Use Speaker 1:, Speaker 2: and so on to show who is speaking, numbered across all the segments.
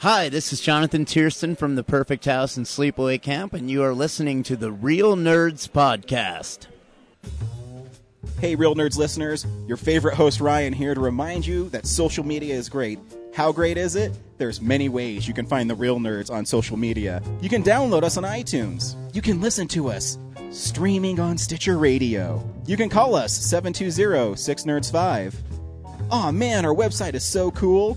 Speaker 1: Hi, this is Jonathan Tiersten from the Perfect House and Sleepaway Camp, and you are listening to the Real Nerds Podcast.
Speaker 2: Hey, Real Nerds listeners, your favorite host Ryan here to remind you that social media is great. How great is it? There's many ways you can find the Real Nerds on social media. You can download us on iTunes. You can listen to us streaming on Stitcher Radio. You can call us 720-6nerds5. Aw man, our website is so cool.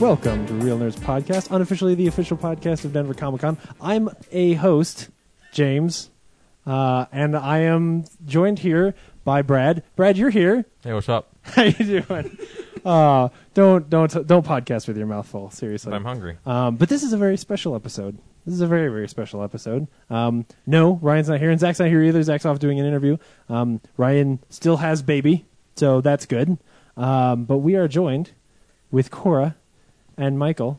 Speaker 3: Welcome to Real Nerds Podcast, unofficially the official podcast of Denver Comic Con. I'm a host, James, uh, and I am joined here by Brad. Brad, you're here.
Speaker 4: Hey, what's up?
Speaker 3: How you doing? Uh, don't don't don't podcast with your mouth full. Seriously,
Speaker 4: I'm hungry.
Speaker 3: Um, but this is a very special episode. This is a very very special episode. Um, no, Ryan's not here, and Zach's not here either. Zach's off doing an interview. Um, Ryan still has baby, so that's good. Um, but we are joined with Cora and Michael.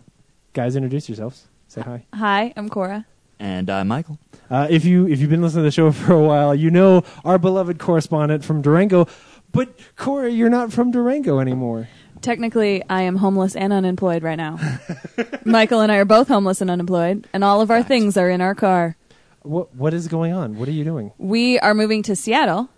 Speaker 3: Guys, introduce yourselves. Say hi.
Speaker 5: Hi, I'm Cora.
Speaker 6: And uh, Michael.
Speaker 3: Uh, if you if you've been listening to the show for a while, you know our beloved correspondent from Durango. But Cora, you're not from Durango anymore.
Speaker 5: Technically, I am homeless and unemployed right now. Michael and I are both homeless and unemployed, and all of our things are in our car.
Speaker 3: What what is going on? What are you doing?
Speaker 5: We are moving to Seattle,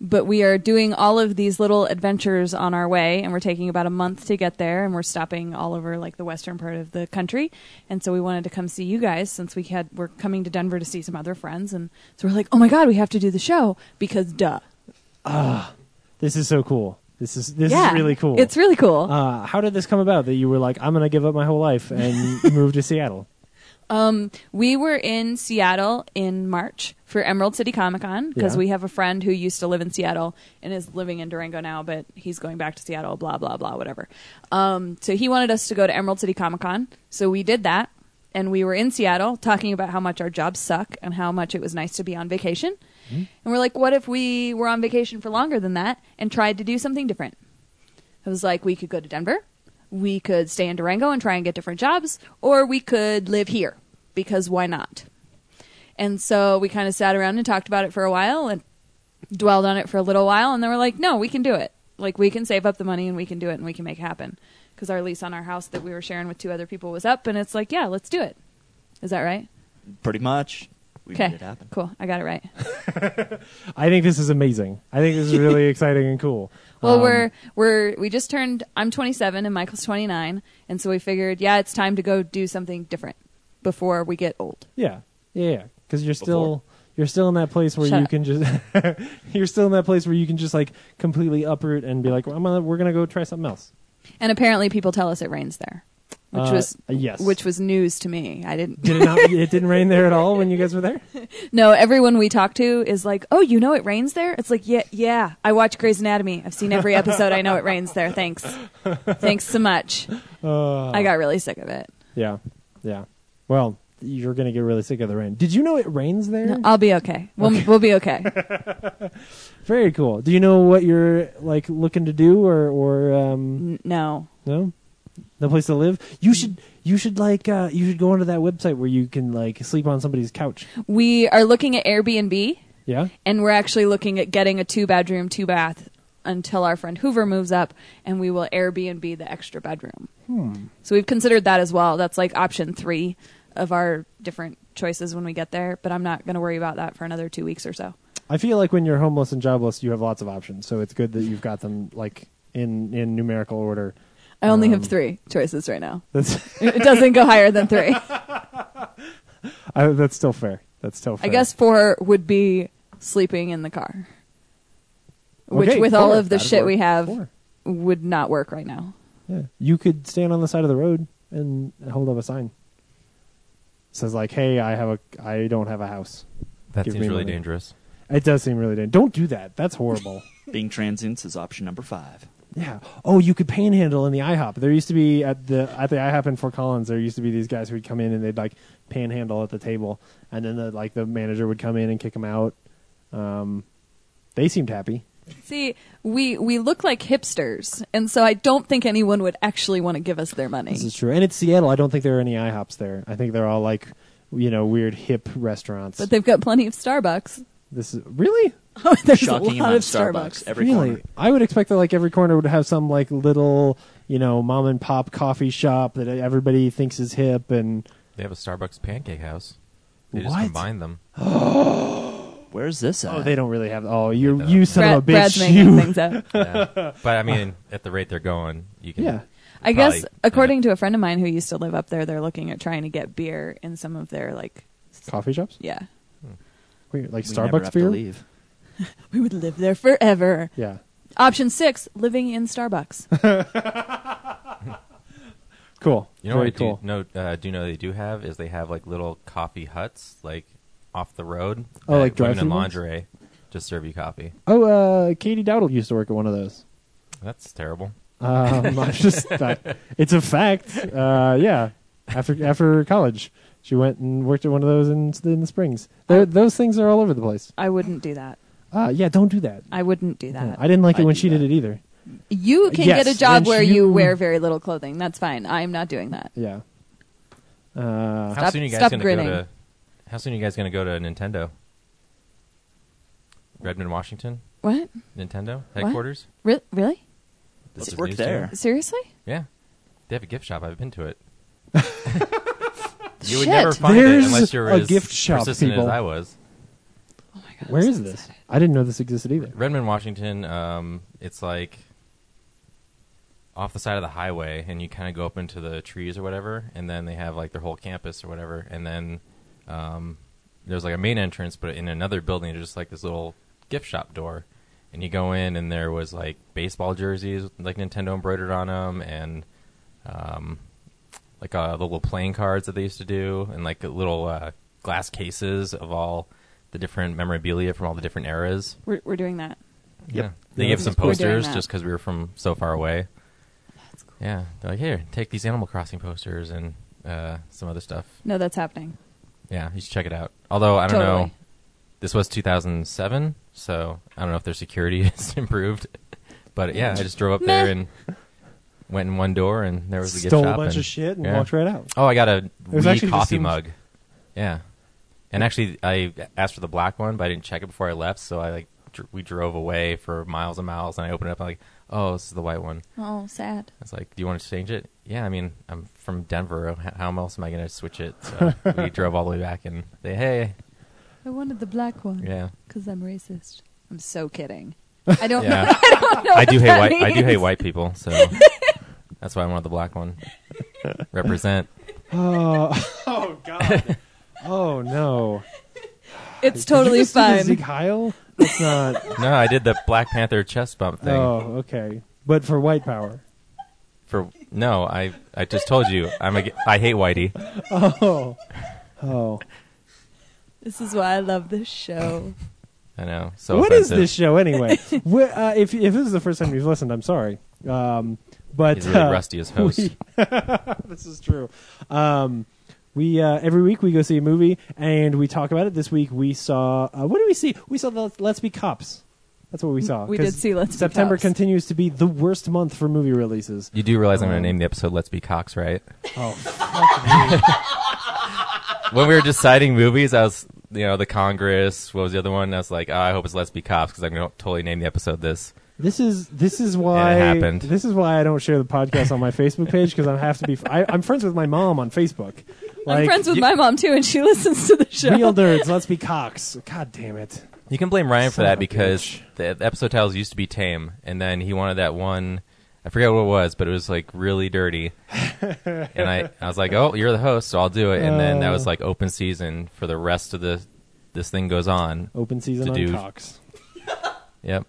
Speaker 5: but we are doing all of these little adventures on our way, and we're taking about a month to get there, and we're stopping all over like the western part of the country. And so we wanted to come see you guys since we had we're coming to Denver to see some other friends, and so we're like, oh my god, we have to do the show because duh,
Speaker 3: This is so cool. This is this
Speaker 5: yeah,
Speaker 3: is really cool.
Speaker 5: It's really cool.
Speaker 3: uh, how did this come about that you were like, I'm gonna give up my whole life and move to Seattle?
Speaker 5: We were in Seattle in March for Emerald City Comic Con because
Speaker 3: Yeah.
Speaker 5: we have a friend who used to live in Seattle and is living in Durango now, but he's going back to Seattle, blah, blah, blah, whatever. Um, so he wanted us to go to Emerald City Comic Con. So we did that. And we were in Seattle talking about how much our jobs suck and how much it was nice to be on vacation. And we're like, what if we were on vacation for longer than that and tried to do something different? I was like, we could go to Denver, we could stay in Durango and try and get different jobs, or we could live here because why not? And so we kind of sat around and talked about it for a while and dwelled on it for a little while, and then we're like, no, we can do it. Like we can save up the money and we can do it and we can make it happen because our lease on our house that we were sharing with two other people was up, and it's like, yeah, let's do it. Is that right?
Speaker 6: Pretty much. We made
Speaker 5: Okay,
Speaker 6: it happen.
Speaker 5: cool. I got it right.
Speaker 3: I think this is amazing. I think this is really exciting and cool.
Speaker 5: Well,
Speaker 3: Um,
Speaker 5: we're we're we just turned. I'm 27 and Michael's 29, and so we figured, yeah, it's time to go do something different before we get old.
Speaker 3: Yeah, yeah, yeah. Because you're still you're still in that place where
Speaker 5: Shut
Speaker 3: you
Speaker 5: up.
Speaker 3: can just you're still in that place where you can just like completely uproot and be like, well, I'm gonna, we're gonna go try something else.
Speaker 5: And apparently, people tell us it rains there, which
Speaker 3: Uh,
Speaker 5: was
Speaker 3: yes.
Speaker 5: which was news to me. I didn't.
Speaker 3: Did it not? it didn't rain there at all when you guys were there.
Speaker 5: No, everyone we talk to is like, "Oh, you know it rains there." It's like, yeah, yeah. I watch Grey's Anatomy. I've seen every episode. I know it rains there. Thanks, thanks so much.
Speaker 3: Uh.
Speaker 5: I got really sick of it.
Speaker 3: Yeah, yeah. Well, you're gonna get really sick of the rain. Did you know it rains there?
Speaker 5: No, I'll be okay. We'll we'll be okay.
Speaker 3: Very cool. Do you know what you're like looking to do or or um,
Speaker 5: N- no,
Speaker 3: no? No place to live. You should you should like uh, you should go onto that website where you can like sleep on somebody's couch.
Speaker 5: we are looking at Airbnb.
Speaker 3: Yeah.
Speaker 5: and we're actually looking at getting a two bedroom, two bath until our friend Hoover moves up, and we will Airbnb the extra bedroom.
Speaker 3: Hmm.
Speaker 5: So we've considered that as well. That's like option three of our different choices when we get there. But I'm not going to worry about that for another two weeks or so.
Speaker 3: I feel like when you're homeless and jobless, you have lots of options. So it's good that you've got them like in in numerical order.
Speaker 5: I only
Speaker 3: Um,
Speaker 5: have three choices right now.
Speaker 3: That's
Speaker 5: It doesn't go higher than three.
Speaker 3: I, that's still fair. That's still
Speaker 5: I
Speaker 3: fair.
Speaker 5: guess four would be sleeping in the car, which
Speaker 3: Okay,
Speaker 5: with all
Speaker 3: four.
Speaker 5: of the
Speaker 3: That'd
Speaker 5: shit
Speaker 3: work.
Speaker 5: we have
Speaker 3: Four.
Speaker 5: would not work right now.
Speaker 3: Yeah. You could stand on the side of the road and hold up a sign. Says like, "Hey, I have a I don't have a house."
Speaker 4: That
Speaker 3: Give
Speaker 4: seems
Speaker 3: me
Speaker 4: really
Speaker 3: money.
Speaker 4: dangerous.
Speaker 3: It does seem really dangerous. Don't do that. That's horrible.
Speaker 6: Being transients is option number five.
Speaker 3: Yeah. Oh, you could panhandle in the IHOP. There used to be at the at the IHOP in Fort Collins. There used to be these guys who would come in and they'd like panhandle at the table, and then the, like the manager would come in and kick them out. Um, they seemed happy.
Speaker 5: See, we we look like hipsters, and so I don't think anyone would actually want to give us their money.
Speaker 3: This is true, and it's Seattle. I don't think there are any IHOPs there. I think they're all like, you know, weird hip restaurants.
Speaker 5: But they've got plenty of Starbucks.
Speaker 3: this is really
Speaker 5: Oh, there's
Speaker 6: Shocking
Speaker 5: a lot
Speaker 6: amount
Speaker 5: of
Speaker 6: of Starbucks.
Speaker 5: Starbucks.
Speaker 6: Every
Speaker 3: really.
Speaker 6: corner.
Speaker 3: I would expect that like every corner would have some like little, you know, mom and pop coffee shop that everybody thinks is hip and
Speaker 4: They have a Starbucks pancake house. They just
Speaker 3: What?
Speaker 4: combine them.
Speaker 6: Where's this at?
Speaker 3: Oh, they don't really have. Oh, you
Speaker 4: don't.
Speaker 3: you son
Speaker 5: Brad,
Speaker 3: of a bitch!
Speaker 5: Brad's making
Speaker 3: you
Speaker 5: things up.
Speaker 4: Yeah. but I mean, at the rate they're going, you can.
Speaker 3: Yeah.
Speaker 5: I
Speaker 4: probably-
Speaker 5: guess, according to a friend of mine who used to live up there, they're looking at trying to get beer in some of their like,
Speaker 3: coffee shops.
Speaker 5: yeah.
Speaker 3: Weird, like
Speaker 6: We never
Speaker 3: Starbucks
Speaker 6: have
Speaker 3: beer.
Speaker 6: To leave.
Speaker 5: We would live there forever.
Speaker 3: Yeah,
Speaker 5: Option six: living in Starbucks.
Speaker 3: cool.
Speaker 4: You know
Speaker 3: Very
Speaker 4: what I
Speaker 3: cool.
Speaker 4: do know? Uh, do know they do have is they have like little coffee huts like off the road.
Speaker 3: Oh,
Speaker 4: that
Speaker 3: like
Speaker 4: women
Speaker 3: drive-thru
Speaker 4: in
Speaker 3: ones?
Speaker 4: lingerie just serve you coffee.
Speaker 3: Oh, uh, Katie Dowdle used to work at one of those.
Speaker 4: That's terrible.
Speaker 3: Um, I just, I- it's a fact. Uh, yeah, after after college, she went and worked at one of those in in the Springs.
Speaker 6: Oh.
Speaker 3: They're, those things are all over the place.
Speaker 5: I wouldn't do that.
Speaker 3: Uh, yeah, don't do that.
Speaker 5: I wouldn't do that.
Speaker 3: I didn't like it
Speaker 6: Uh, I
Speaker 3: when
Speaker 6: do
Speaker 3: she
Speaker 6: that.
Speaker 3: did it either.
Speaker 5: you can
Speaker 3: Yes,
Speaker 5: get a job
Speaker 3: and
Speaker 5: where you
Speaker 3: you-
Speaker 5: wear very little clothing. That's fine. I am not doing that.
Speaker 3: Yeah. Uh,
Speaker 4: How
Speaker 5: Stop-
Speaker 4: soon are you
Speaker 5: stop
Speaker 4: guys gonna
Speaker 5: grinning.
Speaker 4: go to? How soon are you guys gonna go to Nintendo? Redmond, Washington,
Speaker 5: What?
Speaker 4: Nintendo headquarters.
Speaker 5: Re- really?
Speaker 4: This
Speaker 6: Let's
Speaker 4: is
Speaker 6: work
Speaker 4: news to me.
Speaker 6: there.
Speaker 5: Seriously?
Speaker 4: Yeah, they have a gift shop. I've been to it. you
Speaker 5: Shit.
Speaker 4: would never find
Speaker 3: There's
Speaker 4: it unless you're
Speaker 3: a
Speaker 4: as
Speaker 3: gift shop,
Speaker 4: persistent
Speaker 3: people.
Speaker 4: as I was.
Speaker 5: Oh my god.
Speaker 3: where
Speaker 5: I'm
Speaker 3: is
Speaker 5: so
Speaker 3: this?
Speaker 5: excited.
Speaker 3: I didn't know this existed either.
Speaker 4: Redmond, Washington. Um, it's like off the side of the highway, and you kind of go up into the trees or whatever, and then they have like their whole campus or whatever, and then um, there's like a main entrance, but in another building, there's just like this little gift shop door, and you go in, and there was like baseball jerseys with, like Nintendo embroidered on them, and um, like uh, the little playing cards that they used to do, and like little uh, glass cases of all the different memorabilia from all the different eras.
Speaker 5: We're, we're doing that.
Speaker 4: Yep. They gave some
Speaker 5: We're doing
Speaker 4: posters
Speaker 5: that.
Speaker 4: just because we were from so far away. Yeah. They're like, here, take these Animal Crossing posters and uh, some other stuff.
Speaker 5: No, that's happening.
Speaker 4: Yeah, you should check it out. Although, I don't know.
Speaker 5: Totally.
Speaker 4: This was 2007, so I don't know if their security has improved. But yeah, I just drove up there and went in one door, and there was a gift
Speaker 3: Stole
Speaker 4: shop.
Speaker 3: a bunch
Speaker 4: and-
Speaker 3: of shit and
Speaker 4: yeah.
Speaker 3: walked right out.
Speaker 4: Oh, I got a
Speaker 3: was
Speaker 4: wee
Speaker 3: actually just
Speaker 4: coffee
Speaker 3: in-
Speaker 4: mug. Yeah, and actually, I asked for the black one, but I didn't check it before I left. So I like dr- we drove away for miles and miles, and I opened it up. I'm like, oh, this is the white one.
Speaker 5: Oh, sad.
Speaker 4: I was like, do you want to change it? Yeah, I mean, I'm from Denver. H- How else am I gonna switch it? So we drove all the way back, and they, hey,
Speaker 5: I wanted the black one.
Speaker 4: yeah.
Speaker 5: Because I'm racist. I'm so kidding. I don't
Speaker 4: Yeah.
Speaker 5: know. I don't know.
Speaker 4: I
Speaker 5: what
Speaker 4: do hate
Speaker 5: that
Speaker 4: white. I do hate
Speaker 5: means.
Speaker 4: white people, so that's why I wanted the black one. Represent.
Speaker 3: Oh God. oh no.
Speaker 5: It's
Speaker 3: Did you
Speaker 5: totally
Speaker 3: just do the
Speaker 5: fine.
Speaker 3: Zig Heil? That's not.
Speaker 4: No, I did the Black Panther chest bump thing.
Speaker 3: Oh, okay. But for white power.
Speaker 4: For no, I I just told you I'm a, I hate Whitey.
Speaker 3: Oh. Oh.
Speaker 5: This is why I love this show.
Speaker 4: I know. So
Speaker 3: what is
Speaker 4: offensive.
Speaker 3: this show anyway? Wh- uh, if if this is the first time you've listened, I'm sorry. Um, but
Speaker 4: He's really
Speaker 3: uh,
Speaker 4: rusty as host.
Speaker 3: we- this is true. Um, we uh, every week we go see a movie and we talk about it. This week we saw uh, what did we see? We saw the Let's Be Cops. That's what we saw.
Speaker 5: We did
Speaker 3: 'Cause
Speaker 5: see Let's Be
Speaker 3: September
Speaker 5: Cops.
Speaker 3: continues to be the worst month for movie releases.
Speaker 4: you do realize I'm going
Speaker 3: Um,
Speaker 4: to name the episode "Let's Be Cocks," right?
Speaker 3: Oh,
Speaker 4: when we were deciding movies, I was you know the Congress. What was the other one? I was like, oh, I hope it's "Let's Be Cops" because I'm going to totally name the episode this.
Speaker 3: This is this is why
Speaker 4: happened.
Speaker 3: This is why I don't share the podcast on my Facebook page because I have to be. I, I'm friends with my mom on Facebook. Like,
Speaker 5: I'm friends with
Speaker 4: you-
Speaker 5: my mom too, and she listens to the show.
Speaker 3: real nerds. Let's be cocks. God damn it.
Speaker 4: You can blame Ryan for
Speaker 3: Son of
Speaker 4: that
Speaker 3: a
Speaker 4: because the the episode titles used to be tame, and then he wanted that one. I forget what it was, but it was like really dirty. and I, I was like, "Oh, you're the host, so I'll do it." And then that was
Speaker 3: Oh.
Speaker 4: like open season for the rest of the this thing goes on.
Speaker 3: Open season
Speaker 4: To
Speaker 3: on
Speaker 4: do-
Speaker 3: cocks.
Speaker 4: Yep.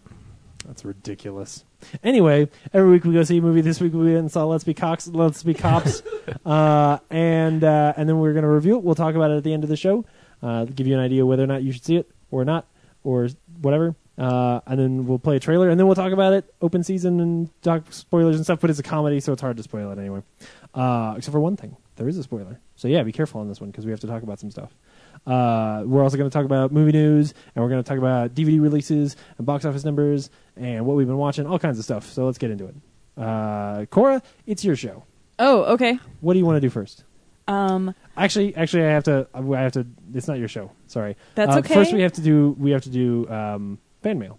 Speaker 3: That's ridiculous. Anyway, every week we go see a movie. This week we went and saw Let's Be Cocks, Let's Be Cops, uh, and uh, and then we're going to review it. We'll talk about it at the end of the show, uh, give you an idea whether or not you should see it or not. or whatever. Uh, and then we'll play a trailer, and then we'll talk about it. Open season and talk spoilers and stuff. But it's a comedy, so it's hard to spoil it anyway. Uh, except for one thing, there is a spoiler. So yeah, be careful on this one because we have to talk about some stuff. Uh, we're also going to talk about movie news, and we're going to talk about DVD releases and box office numbers and what we've been watching, all kinds of stuff. So let's get into it. Uh, Cora, it's your show.
Speaker 5: Oh, okay.
Speaker 3: What do you want to do first?
Speaker 5: Um,
Speaker 3: Actually, actually, I have to. I have to. It's not your show. Sorry.
Speaker 5: That's
Speaker 3: Uh,
Speaker 5: okay.
Speaker 3: First, we have to do. We have to do um, fan mail.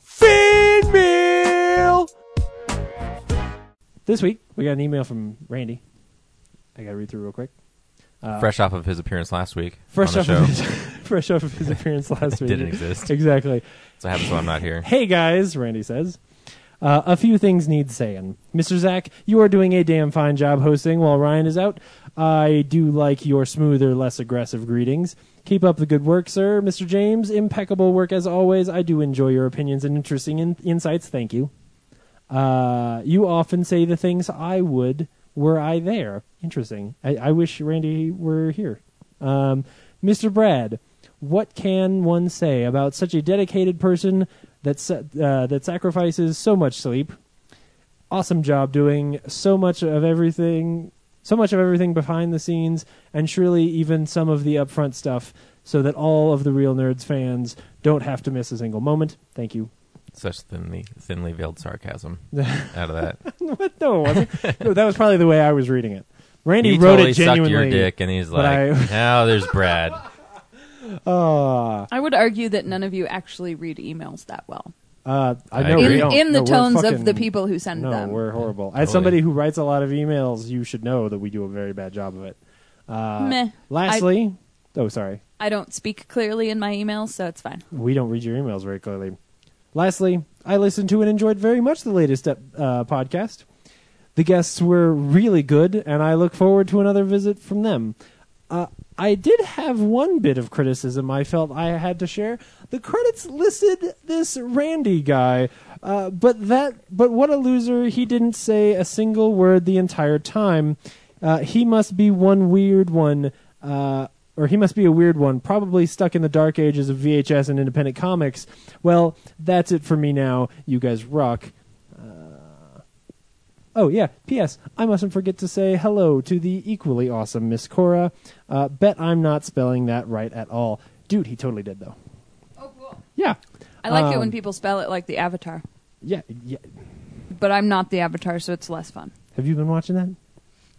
Speaker 6: Feed meal.
Speaker 3: This week, we got an email from Randy. I got to read through real quick. Uh,
Speaker 4: Fresh off of his appearance last week
Speaker 3: fresh
Speaker 4: on
Speaker 3: off
Speaker 4: the
Speaker 3: of
Speaker 4: show,
Speaker 3: his, fresh off of his appearance last week.
Speaker 4: didn't exist.
Speaker 3: exactly.
Speaker 4: so happens when I'm not here.
Speaker 3: Hey guys, Randy says. Uh, a few things need saying. Mr. Zach, you are doing a damn fine job hosting while Ryan is out. I do like your smoother, less aggressive greetings. Keep up the good work, sir. Mr. James, impeccable work as always. I do enjoy your opinions and interesting in- insights. Thank you. Uh, you often say the things I would were I there. Interesting. I, I wish Randy were here. Um, Mr. Brad, what can one say about such a dedicated person that sa- uh, that sacrifices so much sleep? Awesome job doing so much of everything, so much of everything behind the scenes, and surely even some of the upfront stuff, so that all of the real nerds fans don't have to miss a single moment. Thank you,
Speaker 4: Such thinly, thinly veiled sarcasm out of that.
Speaker 3: What? No, it wasn't. no, that was probably the way I was reading it. Randy
Speaker 4: he
Speaker 3: wrote
Speaker 4: totally
Speaker 3: it
Speaker 4: sucked
Speaker 3: genuinely.
Speaker 4: your dick, and he's
Speaker 3: but
Speaker 4: like, "Now there's Brad." Uh.
Speaker 5: I would argue that none of you actually read emails that well.
Speaker 3: Uh, I
Speaker 4: I
Speaker 3: know
Speaker 4: agree.
Speaker 3: we
Speaker 5: In,
Speaker 3: don't.
Speaker 5: in the
Speaker 3: No, we're
Speaker 5: tones
Speaker 3: fucking-
Speaker 5: of the people who send
Speaker 3: No,
Speaker 5: them.
Speaker 3: we're horrible. As
Speaker 4: Totally.
Speaker 3: somebody who writes a lot of emails, you should know that we do a very bad job of it. Uh,
Speaker 5: Meh.
Speaker 3: Lastly, oh sorry,
Speaker 5: I don't speak clearly in my emails, so it's fine.
Speaker 3: we don't read your emails very clearly. Lastly, I listened to and enjoyed very much the latest ep- uh, podcast. The guests were really good, and I look forward to another visit from them. Uh, I did have one bit of criticism I felt I had to share. The credits listed this Randy guy, uh, but that, but what a loser! He didn't say a single word the entire time. Uh, he must be one weird one, uh, or he must be a weird one, probably stuck in the dark ages of VHS and independent comics. Well, that's it for me now. You guys rock. Oh yeah. P.S. I mustn't forget to say hello to the equally awesome Miss Cora. Uh, bet I'm not spelling that right at all, dude. He totally did though.
Speaker 5: Oh, cool.
Speaker 3: Yeah.
Speaker 5: I like it
Speaker 3: Um,
Speaker 5: when people spell it like the Avatar,
Speaker 3: Yeah. Yeah.
Speaker 5: but I'm not the Avatar, so it's less fun.
Speaker 3: Have you been watching that?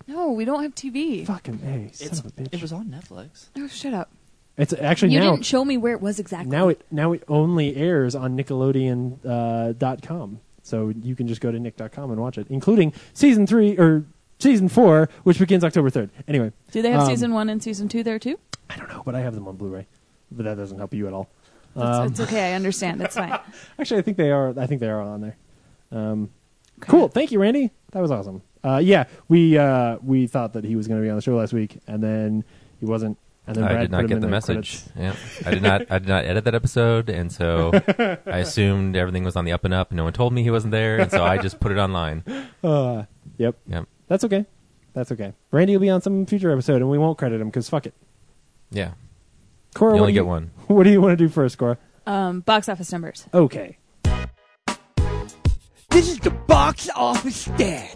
Speaker 5: No, we don't have TV.
Speaker 3: Fucking a son
Speaker 6: It's,
Speaker 3: of a bitch.
Speaker 6: it was on Netflix.
Speaker 5: Oh, shut up.
Speaker 3: it's actually
Speaker 5: you
Speaker 3: now.
Speaker 5: didn't show me where it was exactly.
Speaker 3: now it now it only airs on Nickelodeon uh, dot com, so you can just go to nick.com and watch it, including season three or season four, which begins October third. Anyway,
Speaker 5: Do they have
Speaker 3: um,
Speaker 5: season one and season two there too?
Speaker 3: I don't know, but I have them on Blu-ray, but that doesn't help you at all.
Speaker 5: That's,
Speaker 3: um,
Speaker 5: it's okay. I understand. It's fine.
Speaker 3: Actually, I think they are. I think they are on there. Um, Cool. Thank you, Randy. That was awesome. Uh, yeah, we uh, we thought that he was going to be on the show last week, and then he wasn't. And then
Speaker 4: I
Speaker 3: Brad
Speaker 4: did
Speaker 3: put
Speaker 4: not
Speaker 3: him in
Speaker 4: get the message.
Speaker 3: credits.
Speaker 4: Yeah, I did not. I did not edit that episode, and so I assumed everything was on the up and up. and No one told me he wasn't there, and so I just put it online.
Speaker 3: Yep,
Speaker 4: Yep.
Speaker 3: that's okay. That's okay. Randy will be on some future episode, and we won't credit him because fuck it.
Speaker 4: Yeah.
Speaker 3: Cora,
Speaker 4: You
Speaker 3: what
Speaker 4: only
Speaker 3: do
Speaker 4: get one.
Speaker 3: What do you want to do first, Cora?
Speaker 5: Um, box office numbers.
Speaker 3: Okay.
Speaker 6: This is the box office stats.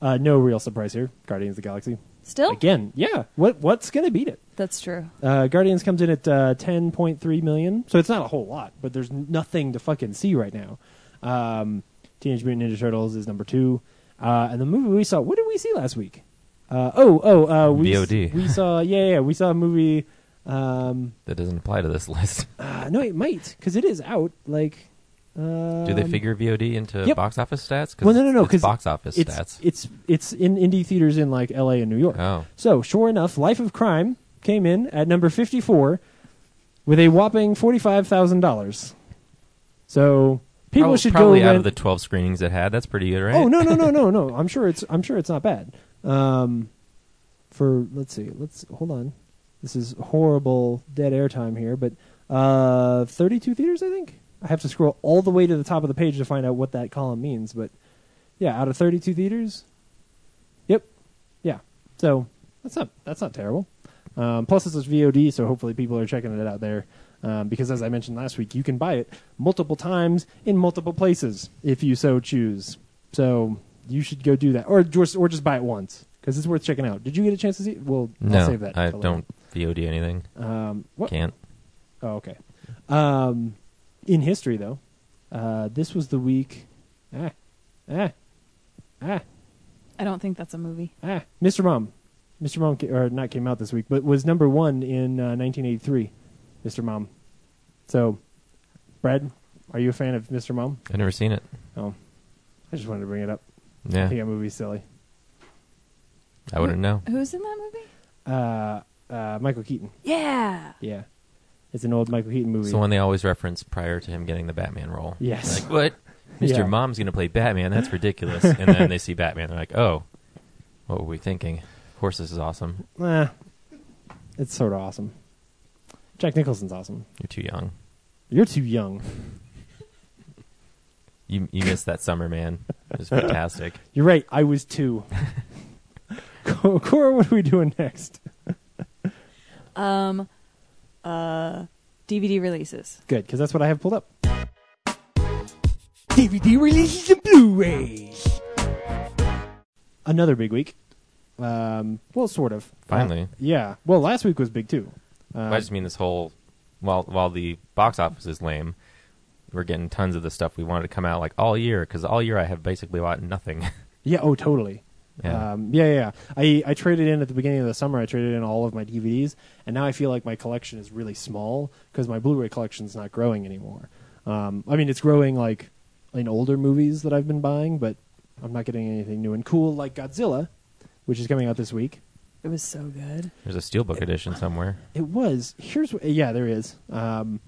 Speaker 3: Uh, no real surprise here. Guardians of the Galaxy
Speaker 5: Still,
Speaker 3: again. Yeah. What what's going to beat it?
Speaker 5: that's true.
Speaker 3: Uh, Guardians comes in at uh, 10.3 million, so it's not a whole lot, but there's nothing to fucking see right now. Um, Teenage Mutant Ninja Turtles is number two, uh, and the movie we saw. What did we see last week? Uh, oh, oh, uh, we
Speaker 4: VOD.
Speaker 3: we saw yeah, yeah, we saw a movie. Um,
Speaker 4: That doesn't apply to this list.
Speaker 3: uh, no, it might because it is out. Like, um,
Speaker 4: Do they figure VOD into
Speaker 3: yep.
Speaker 4: box office stats? 'Cause
Speaker 3: Well, no, no,
Speaker 4: it's-
Speaker 3: no,
Speaker 4: it's
Speaker 3: 'cause
Speaker 4: box office
Speaker 3: It's
Speaker 4: stats.
Speaker 3: it's it's in indie theaters in like L.A. and New York.
Speaker 4: Oh.
Speaker 3: So, sure enough, Life of Crime came in at number 54 with a whopping $45,000. So, people
Speaker 4: Prob-
Speaker 3: should
Speaker 4: probably
Speaker 3: go
Speaker 4: out
Speaker 3: rent-
Speaker 4: of the twelve screenings it had. That's pretty good, right?
Speaker 3: Oh, no, no, no, no, no. I'm sure it's I'm sure it's not bad. Um for let's see. Let's hold on. This is horrible dead air time here, but uh 32 theaters, I think. I have to scroll all the way to the top of the page to find out what that column means, but yeah, out of 32 theaters. Yep. Yeah. So, that's not that's not terrible. Um, plus, this is VOD, so hopefully people are checking it out there. Um, because as I mentioned last week, you can buy it multiple times in multiple places if you so choose. So you should go do that, or just or just buy it once because it's worth checking out. Did you get a chance to see? it? Well, I'll save that.
Speaker 4: I
Speaker 3: till later.
Speaker 4: don't VOD anything.
Speaker 3: Um, what?
Speaker 4: Can't.
Speaker 3: Oh, okay. Um, in history, though, uh, this was the week. Ah, ah, ah,
Speaker 5: I don't think that's a movie.
Speaker 3: ah. Mr. Mom, Mr. Mom, ca- or not came out this week, but was number one in uh, 1983. Mr. Mom. So, Brad, are you a fan of Mr. Mom?
Speaker 4: I've never seen it.
Speaker 3: Oh, I just wanted to bring it up. I
Speaker 4: Yeah,
Speaker 3: think that movie's silly.
Speaker 4: I wouldn't know.
Speaker 5: Who's in that movie?
Speaker 3: Uh, uh, Michael Keaton.
Speaker 5: Yeah.
Speaker 3: Yeah, it's an old Michael Keaton movie.
Speaker 4: It's the one they always reference prior to him getting the Batman role.
Speaker 3: Yes.
Speaker 4: Like what? Mr.
Speaker 3: Yeah.
Speaker 4: Mom's gonna play Batman. That's ridiculous. and then they see Batman. They're like, oh, what were we thinking? Of course, this is awesome.
Speaker 3: Eh, it's sort of awesome. Jack Nicholson's awesome.
Speaker 4: You're too young.
Speaker 3: You're too young.
Speaker 4: You you missed that summer, man. It was fantastic.
Speaker 3: You're right. I was two. Co- Cora, what are we doing next?
Speaker 5: Um, uh, DVD releases.
Speaker 3: Good, because that's what I have pulled up.
Speaker 6: DVD releases and Blu-rays.
Speaker 3: Another big week. Um, well, sort of.
Speaker 4: Finally.
Speaker 3: Uh, yeah. Well, last week was big too. Uh,
Speaker 4: I just mean this whole while while the box office is lame, we're getting tons of the stuff we wanted to come out like all year because all year I have basically bought nothing.
Speaker 3: yeah. Oh, totally.
Speaker 4: Yeah.
Speaker 3: Um, yeah, yeah, yeah. I, I traded in at the beginning of the summer. I traded in all of my DVDs, and now I feel like my collection is really small because my Blu-ray collection's not growing anymore. Um, I mean, it's growing like in older movies that I've been buying, but I'm not getting anything new and cool like Godzilla, which is coming out this week.
Speaker 5: It was so good.
Speaker 4: There's a steelbook edition somewhere.
Speaker 3: It was. Here's what, yeah, there is. Um,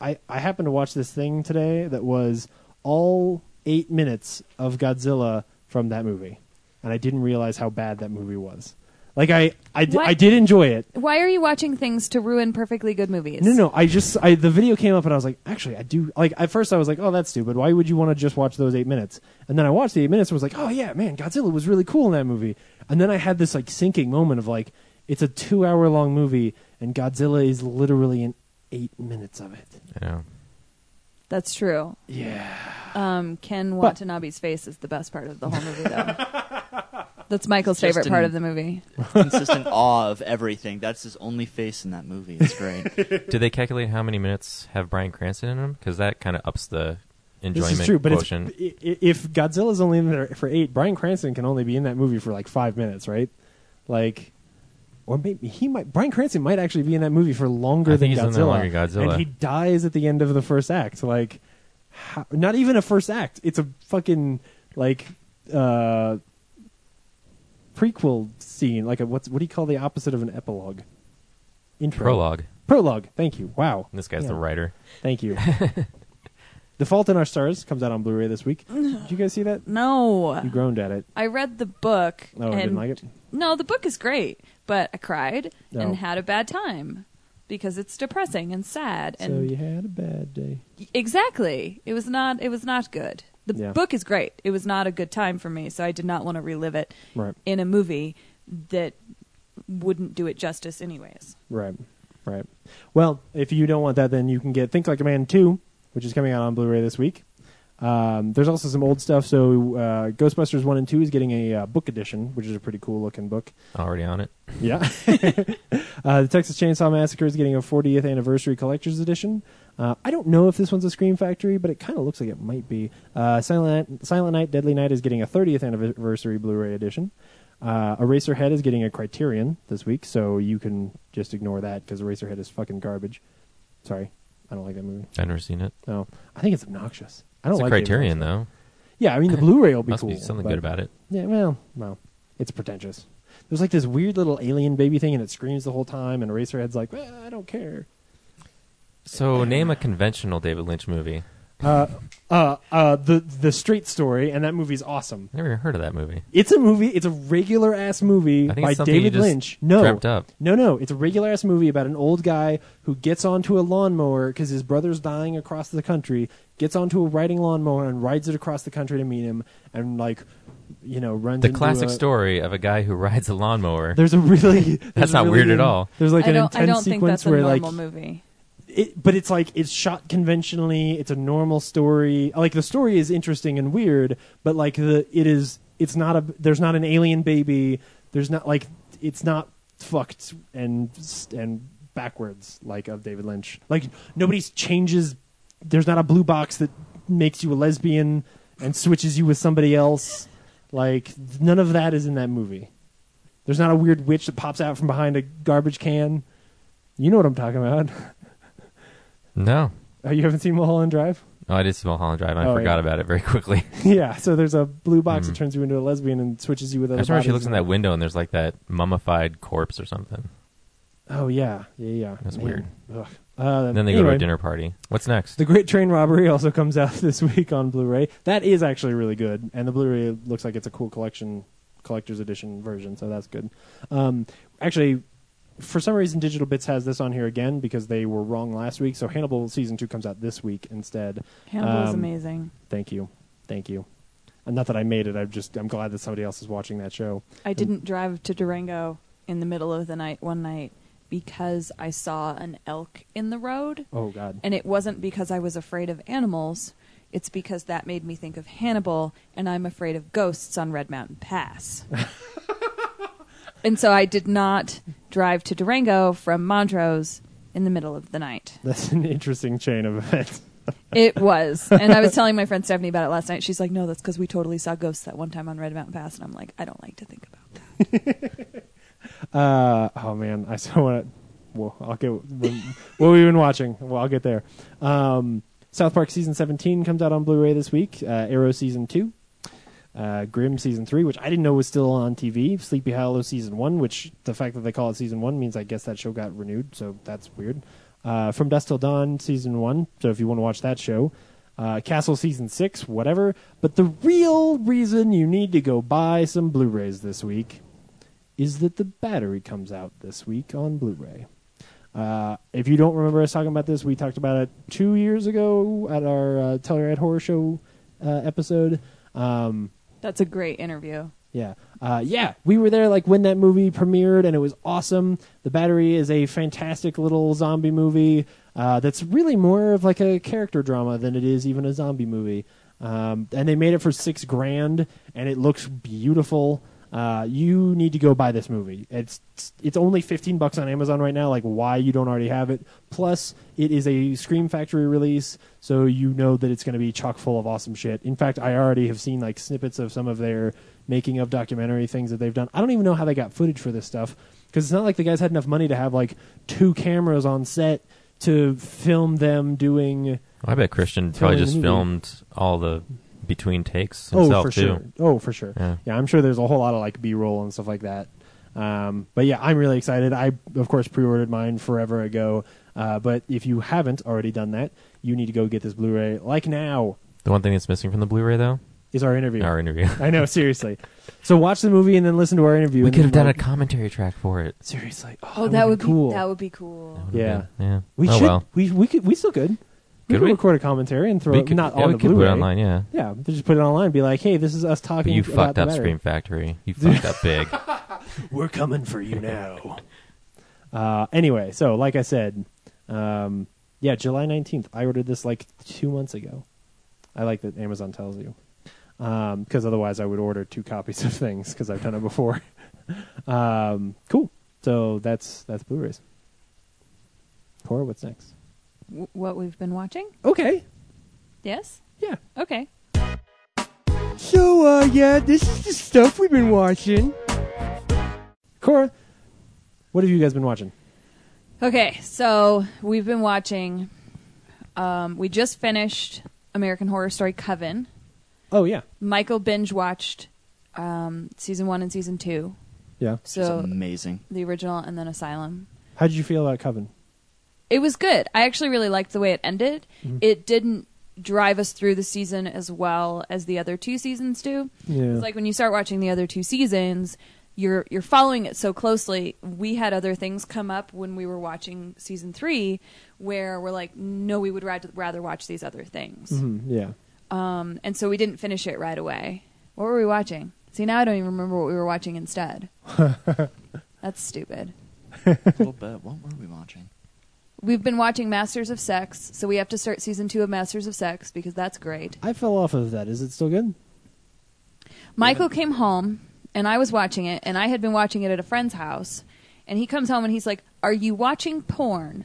Speaker 3: I I happened to watch this thing today that was all eight minutes of Godzilla from that movie, and I didn't realize how bad that movie was. Like I I, di-
Speaker 5: What?
Speaker 3: I did enjoy it.
Speaker 5: Why are you watching things to ruin perfectly good movies?
Speaker 3: No, no, I just I the video came up and I was like, actually, I do like. At first, I was like, oh, that's stupid. Why would you want to just watch those eight minutes? And then I watched the eight minutes and was like, oh yeah, man, Godzilla was really cool in that movie. And then I had this like sinking moment of like, it's a two hour long movie and Godzilla is literally in eight minutes of it.
Speaker 4: You know.
Speaker 5: That's true.
Speaker 3: Yeah,
Speaker 5: Um, Ken Watanabe's face is the best part of the whole movie, though. That's Michael's
Speaker 1: Just
Speaker 5: favorite
Speaker 1: an-
Speaker 5: part of the movie.
Speaker 1: Consistent awe of everything. That's his only face in that movie. It's great.
Speaker 4: Did they calculate how many minutes have Brian Cranston in them? Because that kind of ups the
Speaker 3: this
Speaker 4: enjoyment
Speaker 3: is true. But it's,
Speaker 4: quotient.
Speaker 3: i- i- if Godzilla's only in there for eight, Brian Cranston can only be in that movie for like five minutes, right? Like. Or maybe he might. Brian Cranston might actually be in that movie for longer
Speaker 4: I
Speaker 3: than
Speaker 4: think
Speaker 3: Godzilla.
Speaker 4: he's in there longer than Godzilla.
Speaker 3: and he dies at the end of the first act. Like, how, not even a first act. It's a fucking like uh, prequel scene. Like a what's what do you call the opposite of an epilogue? Intro.
Speaker 4: Prologue.
Speaker 3: Prologue. Thank you. Wow.
Speaker 4: This guy's
Speaker 3: Yeah.
Speaker 4: the writer.
Speaker 3: Thank you. the Fault in Our Stars comes out on Blu-ray this week. Did you guys see that? You
Speaker 5: No,
Speaker 3: groaned at it.
Speaker 5: I read the book.
Speaker 3: Oh,
Speaker 5: and
Speaker 3: you didn't like it?
Speaker 5: No, the book is great, but I cried
Speaker 3: No.
Speaker 5: and had a bad time because it's depressing and sad.
Speaker 3: so
Speaker 5: And
Speaker 3: you had a bad day.
Speaker 5: exactly, it was not. It was not good. The
Speaker 3: Yeah.
Speaker 5: book is great. It was not a good time for me, so I did not want to relive it
Speaker 3: Right.
Speaker 5: in a movie that wouldn't do it justice, anyways.
Speaker 3: Right. Right. Well, if you don't want that, then you can get Think Like a Man 2, which is coming out on Blu-ray this week. Um, there's also some old stuff. So uh, Ghostbusters 1 and 2 is getting a uh, book edition, which is a pretty cool looking book.
Speaker 4: Already on it.
Speaker 3: Yeah. uh, the Texas Chainsaw Massacre is getting a 40th anniversary collector's edition. Uh, I don't know if this one's a Scream Factory, but it kind of looks like it might be. Uh, Silent, Silent Night, Deadly Night is getting a 30th anniversary Blu ray edition. Uh, Eraserhead is getting a Criterion this week, so you can just ignore that because Eraserhead is fucking garbage. Sorry. I don't like that movie.
Speaker 4: I've never seen it.
Speaker 3: No. I think it's obnoxious. I don't
Speaker 4: It's a
Speaker 3: like David
Speaker 4: criterion,
Speaker 3: Lynch.
Speaker 4: though.
Speaker 3: Yeah, I mean, the Blu ray will be
Speaker 4: Must
Speaker 3: cool.
Speaker 4: be something
Speaker 3: but-
Speaker 4: good about it.
Speaker 3: yeah, well, no. It's pretentious. There's like this weird little alien baby thing and it screams the whole time and Eraserhead's like, well, I don't care.
Speaker 4: So name a conventional David Lynch movie.
Speaker 3: Uh, uh, the the straight story and that movie's awesome.
Speaker 4: I never even heard of that movie.
Speaker 3: It's a movie. It's a regular ass movie
Speaker 4: I think
Speaker 3: by
Speaker 4: it's something you
Speaker 3: David
Speaker 4: just
Speaker 3: Lynch. No,
Speaker 4: dreamt up.
Speaker 3: no, no. It's a regular ass movie about an old guy who gets onto a lawnmower because his brother's dying across the country. Gets onto a riding lawnmower and rides it across the country to meet him, and like you know runs
Speaker 4: The
Speaker 3: into
Speaker 4: classic
Speaker 3: a-
Speaker 4: story of a guy who rides a lawnmower.
Speaker 3: There's a really there's a
Speaker 4: not
Speaker 3: really
Speaker 4: weird at
Speaker 3: in-
Speaker 4: all.
Speaker 3: There's like
Speaker 5: I
Speaker 3: an
Speaker 5: don't. I
Speaker 3: intense
Speaker 5: don't think
Speaker 3: sequence
Speaker 5: that's a
Speaker 3: where
Speaker 5: normal
Speaker 3: like
Speaker 5: movie.
Speaker 3: it, but it's like it's shot conventionally. It's a normal story. Like the story is interesting and weird, but like the it is it's not a there's not an alien baby. There's not like it's not fucked and and backwards like of David Lynch. Like nobody changes. There's not a blue box that makes you a lesbian and switches you with somebody else. Like none of that is in that movie. There's not a weird witch that pops out from behind a garbage can. You know what I'm talking about.
Speaker 4: no.
Speaker 3: Oh, you haven't seen Mulholland Drive?
Speaker 4: Oh, I did see Mulholland Drive. and I
Speaker 3: Oh,
Speaker 4: forgot
Speaker 3: yeah.
Speaker 4: about it very quickly.
Speaker 3: yeah. So there's a blue box that turns you into a lesbian and switches you with
Speaker 4: Hmm. I
Speaker 3: other.
Speaker 4: just remember she looks
Speaker 3: bodies.
Speaker 4: in that window and there's like that mummified corpse or something.
Speaker 3: Oh yeah, yeah, yeah.
Speaker 4: That's
Speaker 3: Man.
Speaker 4: weird.
Speaker 3: Ugh. Uh,
Speaker 4: And then they go to
Speaker 3: anyway,
Speaker 4: a dinner party. What's next?
Speaker 3: The Great Train Robbery also comes out this week on Blu-ray. That is actually really good, and the Blu-ray looks like it's a cool collection, collector's edition version. So that's good. Um, actually, for some reason, Digital Bits has this on here again because they were wrong last week. So Hannibal season two comes out this week instead.
Speaker 5: Hannibal is
Speaker 3: Um,
Speaker 5: amazing.
Speaker 3: Thank you, thank you. And not that I made it. I'm just I'm glad that somebody else is watching that show.
Speaker 5: I didn't drive to Durango in the middle of the night one night because I saw an elk in the road.
Speaker 3: Oh God.
Speaker 5: And it wasn't because I was afraid of animals. It's because that made me think of Hannibal, and I'm afraid of ghosts on Red Mountain Pass. and so I did not drive to Durango from Montrose in the middle of the night.
Speaker 3: That's an interesting chain of events.
Speaker 5: It was. And I was telling my friend Stephanie about it last night. She's like, no, that's because we totally saw ghosts that one time on Red Mountain Pass. And I'm like, I don't like to think about that.
Speaker 3: Uh, oh man, I still want to. Well, I'll get when- what we've been watching. Well, I'll get there. Um, South Park season seventeen comes out on Blu-ray this week. Uh, Arrow season two, uh, Grimm season three, which I didn't know was still on TV. Sleepy Hollow season one, which the fact that they call it season one means I guess that show got renewed, so that's weird. Uh, From Dusk Till Dawn season one. So if you want to watch that show, uh, Castle season six, whatever. But the real reason you need to go buy some Blu-rays this week is that the battery comes out this week on Blu-ray. Uh, if you don't remember us talking about this, we talked about it two years ago at our uh, Telluride Horror Show uh, episode. Um,
Speaker 5: That's a great interview.
Speaker 3: yeah. Uh, yeah, we were there like when that movie premiered, and it was awesome. The Battery is a fantastic little zombie movie uh, that's really more of like a character drama than it is even a zombie movie. Um, and they made it for six grand, and it looks beautiful. Uh, you need to go buy this movie. It's it's only fifteen bucks on Amazon right now. Like, why you don't already have it? Plus, it is a Scream Factory release, so you know that it's going to be chock full of awesome shit. In fact, I already have seen like snippets of some of their making of documentary things that they've done. I don't even know how they got footage for this stuff because it's not like the guys had enough money to have like two cameras on set to film them doing.
Speaker 4: I bet
Speaker 3: Tell
Speaker 4: Christian
Speaker 3: me
Speaker 4: probably
Speaker 3: the
Speaker 4: just
Speaker 3: movie.
Speaker 4: filmed all the between takes himself
Speaker 3: oh, for
Speaker 4: too.
Speaker 3: sure. Oh, for sure.
Speaker 4: Yeah.
Speaker 3: Yeah. I'm sure there's a whole lot of like B-roll and stuff like that. Um, but yeah, I'm really excited. I of course pre-ordered mine forever ago. Uh, but if you haven't already done that, you need to go get this Blu-ray like now.
Speaker 4: The one thing that's missing from the Blu-ray though,
Speaker 3: Is our interview?
Speaker 4: our interview.
Speaker 3: I know, seriously. so watch the movie and then listen to our interview.
Speaker 4: we
Speaker 3: and
Speaker 4: could have
Speaker 3: then,
Speaker 4: done a
Speaker 3: like,
Speaker 4: commentary track for it.
Speaker 3: seriously.
Speaker 5: Oh, that would be
Speaker 3: cool.
Speaker 5: that would be cool.
Speaker 4: Would've
Speaker 3: Yeah.
Speaker 4: been- yeah.
Speaker 3: We
Speaker 4: oh
Speaker 3: should.
Speaker 4: well.
Speaker 3: We we could. We still could. We
Speaker 4: Could
Speaker 3: could
Speaker 4: we?
Speaker 3: record a commentary and throw
Speaker 4: we
Speaker 3: it
Speaker 4: could,
Speaker 3: not
Speaker 4: yeah,
Speaker 3: on
Speaker 4: we
Speaker 3: the
Speaker 4: could put
Speaker 3: Blu-ray.
Speaker 4: it online. Yeah.
Speaker 3: Yeah, they just put it online. and Be like, hey, this is us
Speaker 4: But
Speaker 3: talking.
Speaker 4: you
Speaker 3: about
Speaker 4: fucked
Speaker 3: the
Speaker 4: up
Speaker 3: battery.
Speaker 4: Scream Factory. You fucked up big.
Speaker 3: We're coming for you now. uh, anyway, so like I said, um, yeah, July nineteenth. I ordered this like two months ago. I like that Amazon tells you, because otherwise I would order two copies of things because I've done it before. um, cool. So that's that's Blu-rays. Cora, what's next?
Speaker 5: W- what we've been watching?
Speaker 3: Okay.
Speaker 5: Yes.
Speaker 3: Yeah.
Speaker 5: Okay.
Speaker 6: So, uh, yeah, this is the stuff we've been watching.
Speaker 3: Cora, what have you guys been watching?
Speaker 5: Okay. So we've been watching. Um, we just finished American Horror Story: Coven.
Speaker 3: Oh yeah,
Speaker 5: Michael binge watched um, season one and season two,
Speaker 3: yeah.
Speaker 1: It's
Speaker 5: so
Speaker 1: amazing.
Speaker 5: the original and then Asylum.
Speaker 3: How did you feel about Coven?
Speaker 5: it was good. I actually really liked the way it ended. It didn't drive us through the season as well as the other two seasons do.
Speaker 3: Yeah.
Speaker 5: It's like when you start watching the other two seasons, you're you're following it so closely. We had other things come up when we were watching season 3 where we're like, "No, we would rather rather watch these other things."
Speaker 3: Mm, yeah.
Speaker 5: Um and so we didn't finish it right away. What were we watching? See, now I don't even remember what we were watching instead. That's stupid.
Speaker 7: a little bit. What were we watching?
Speaker 5: We've been watching Masters of Sex, so we have to start season two of Masters of Sex because that's great.
Speaker 3: I fell off of that. Is it still good?
Speaker 5: Michael came home and I was watching it, and I had been watching it at a friend's house. And he comes home and he's like, Are you watching porn?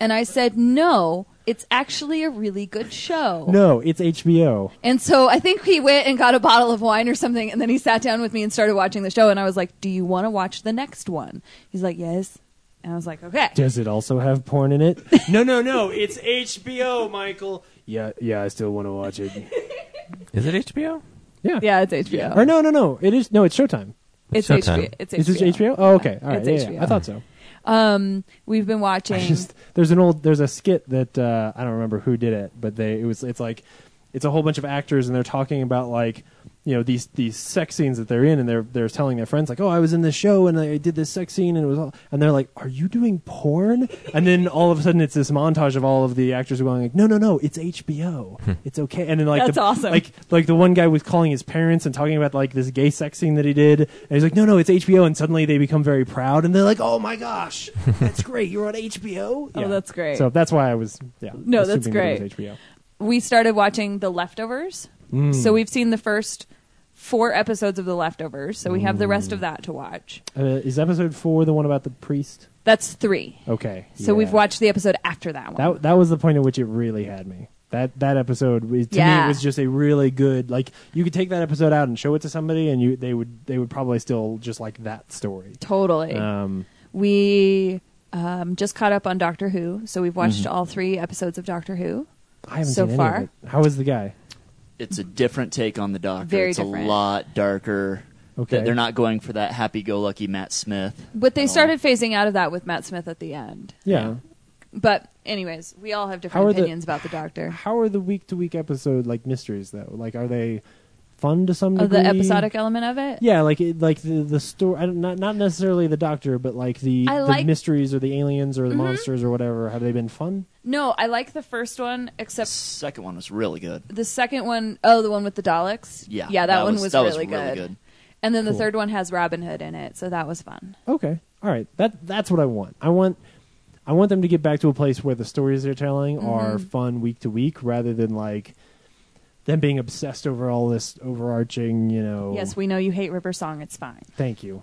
Speaker 5: and I said, No, it's actually a really good show.
Speaker 3: No, it's HBO.
Speaker 5: And so I think he went and got a bottle of wine or something, and then he sat down with me and started watching the show. And I was like, Do you want to watch the next one? He's like, Yes. And I was like, Okay.
Speaker 3: Does it also have porn in it? no, no, no. It's HBO, Michael. Yeah, yeah. I still want to watch it.
Speaker 4: Is it HBO?
Speaker 3: Yeah.
Speaker 5: Yeah, it's HBO.
Speaker 3: Or no, no, no. It is no. It's Showtime.
Speaker 5: It's
Speaker 4: Showtime.
Speaker 5: HBO. It's HBO.
Speaker 3: Is it HBO? Oh, okay. All right.
Speaker 5: It's
Speaker 3: yeah, yeah,
Speaker 5: HBO.
Speaker 3: I thought so.
Speaker 5: Um, we've been watching.
Speaker 3: I just there's an old there's a skit that uh, I don't remember who did it, but they it was it's like it's a whole bunch of actors and they're talking about like you know these these sex scenes that they're in and they're they're telling their friends like oh I was in this show and I did this sex scene and it was all and they're like are you doing porn and then all of a sudden it's this montage of all of the actors going like no no no it's HBO it's okay and then like
Speaker 5: Hmm. That's
Speaker 3: the,
Speaker 5: awesome.
Speaker 3: like like the one guy was calling his parents and talking about like this gay sex scene that he did and he's like no no it's HBO and suddenly they become very proud and they're like oh my gosh that's great you're on HBO
Speaker 5: Oh, that's great.
Speaker 3: so that's why I was yeah
Speaker 5: No, that's
Speaker 3: assuming that it
Speaker 5: great.
Speaker 3: was HBO
Speaker 5: we started watching The Leftovers.
Speaker 3: Mm.
Speaker 5: So we've seen the first four episodes of The Leftovers. So we have the rest of
Speaker 3: Mm.
Speaker 5: that to watch.
Speaker 3: uh, is episode four the one about the priest
Speaker 5: That's three.
Speaker 3: okay
Speaker 5: So
Speaker 3: Oh, yeah.
Speaker 5: we've watched the episode after that one.
Speaker 3: that that was the point at which it really had me that that episode was- to me
Speaker 5: Yeah.
Speaker 3: it was just a really good like you could take that episode out and show it to somebody and you they would they would probably still just like that story
Speaker 5: totally.
Speaker 3: um
Speaker 5: we um, just caught up on Doctor Who. So we've watched
Speaker 3: Mm-hmm.
Speaker 5: all three episodes of Doctor Who.
Speaker 3: I haven't
Speaker 5: So
Speaker 3: seen
Speaker 5: far.
Speaker 3: any of it. how is the guy
Speaker 7: It's a different take on the Doctor.
Speaker 5: Very
Speaker 7: it's
Speaker 5: different.
Speaker 7: a lot darker.
Speaker 3: Okay.
Speaker 7: They- They're not going for that happy-go-lucky Matt Smith.
Speaker 5: But they
Speaker 7: at all.
Speaker 5: started phasing out of that with Matt Smith at the end.
Speaker 3: Oh. yeah
Speaker 5: But, anyways, we all have
Speaker 3: How
Speaker 5: different
Speaker 3: are the-
Speaker 5: opinions about the Doctor.
Speaker 3: how are the week to week episode like mysteries though like are they fun to some
Speaker 5: Of
Speaker 3: degree
Speaker 5: Oh, the episodic element of it?
Speaker 3: yeah like it, like the the story I don't- not not necessarily the doctor but like the,
Speaker 5: I
Speaker 3: the
Speaker 5: like- Mm-hmm.
Speaker 3: mysteries or the aliens or the monsters or whatever have they been fun
Speaker 5: No, I like the first one,
Speaker 7: The
Speaker 5: except
Speaker 7: second one was really good.
Speaker 5: The second one, oh, the one with the Daleks.
Speaker 7: Yeah,
Speaker 5: yeah, that,
Speaker 7: that
Speaker 5: one was,
Speaker 7: was- that was
Speaker 5: really,
Speaker 7: really
Speaker 5: good.
Speaker 7: good.
Speaker 5: And then the
Speaker 3: Cool.
Speaker 5: third one has Robin Hood in it, so that was fun.
Speaker 3: okay all right that that's what i want i want i want them to get back to a place where the stories they're telling
Speaker 5: Mm-hmm.
Speaker 3: are fun week to week rather than like them being obsessed over all this overarching you know
Speaker 5: Yes, we know you hate River Song. It's fine.
Speaker 3: thank you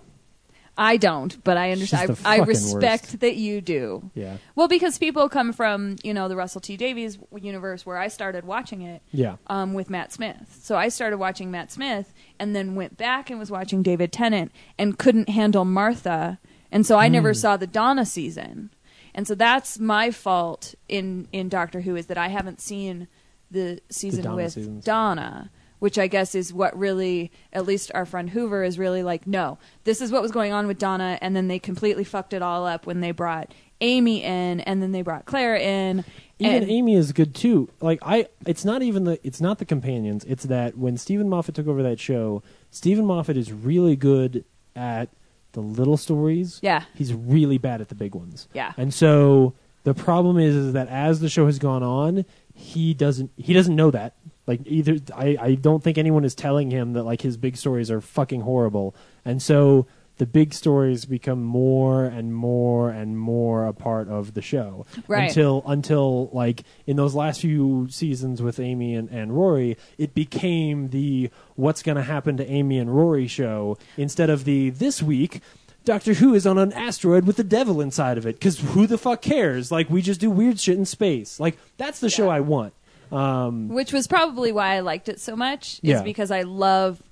Speaker 5: I don't, but I
Speaker 3: She's the
Speaker 5: understand. I, I
Speaker 3: fucking
Speaker 5: respect
Speaker 3: worst.
Speaker 5: that you do.
Speaker 3: yeah
Speaker 5: Well, because people come from you know the Russell T Davies universe where I started watching it
Speaker 3: yeah
Speaker 5: um, with Matt Smith. So I started watching Matt Smith, and then went back and was watching David Tennant, and couldn't handle Martha, and so I
Speaker 3: Hmm.
Speaker 5: never saw the Donna season, and so that's my fault in in Doctor Who is that I haven't seen the season
Speaker 3: Donna
Speaker 5: with
Speaker 3: seasons.
Speaker 5: Donna. Which I guess is what really, at least our friend Hoover is really like, no, this is what was going on with Donna, and then they completely fucked it all up when they brought Amy in, and then they brought Claire in.
Speaker 3: even
Speaker 5: and-
Speaker 3: Amy is good too. Like I, it's not even the it's not the companions. It's that when Stephen Moffat took over that show, Stephen Moffat is really good at the little stories.
Speaker 5: Yeah.
Speaker 3: he's really bad at the big ones.
Speaker 5: Yeah.
Speaker 3: and so the problem is is that as the show has gone on, he doesn't he doesn't know that. Like either I I don't think anyone is telling him that like his big stories are fucking horrible, and so. The big stories become more and more and more a part of the show
Speaker 5: Right.
Speaker 3: until until until like in those last few seasons with Amy and, and Rory, it became the what's going to happen to Amy and Rory show instead of the this week. Doctor Who is on an asteroid with the devil inside of it because who the fuck cares? Like we just do weird shit in space. Like that's the show I want.
Speaker 5: which was probably why I liked it so much.
Speaker 3: Yeah.
Speaker 5: Is because I love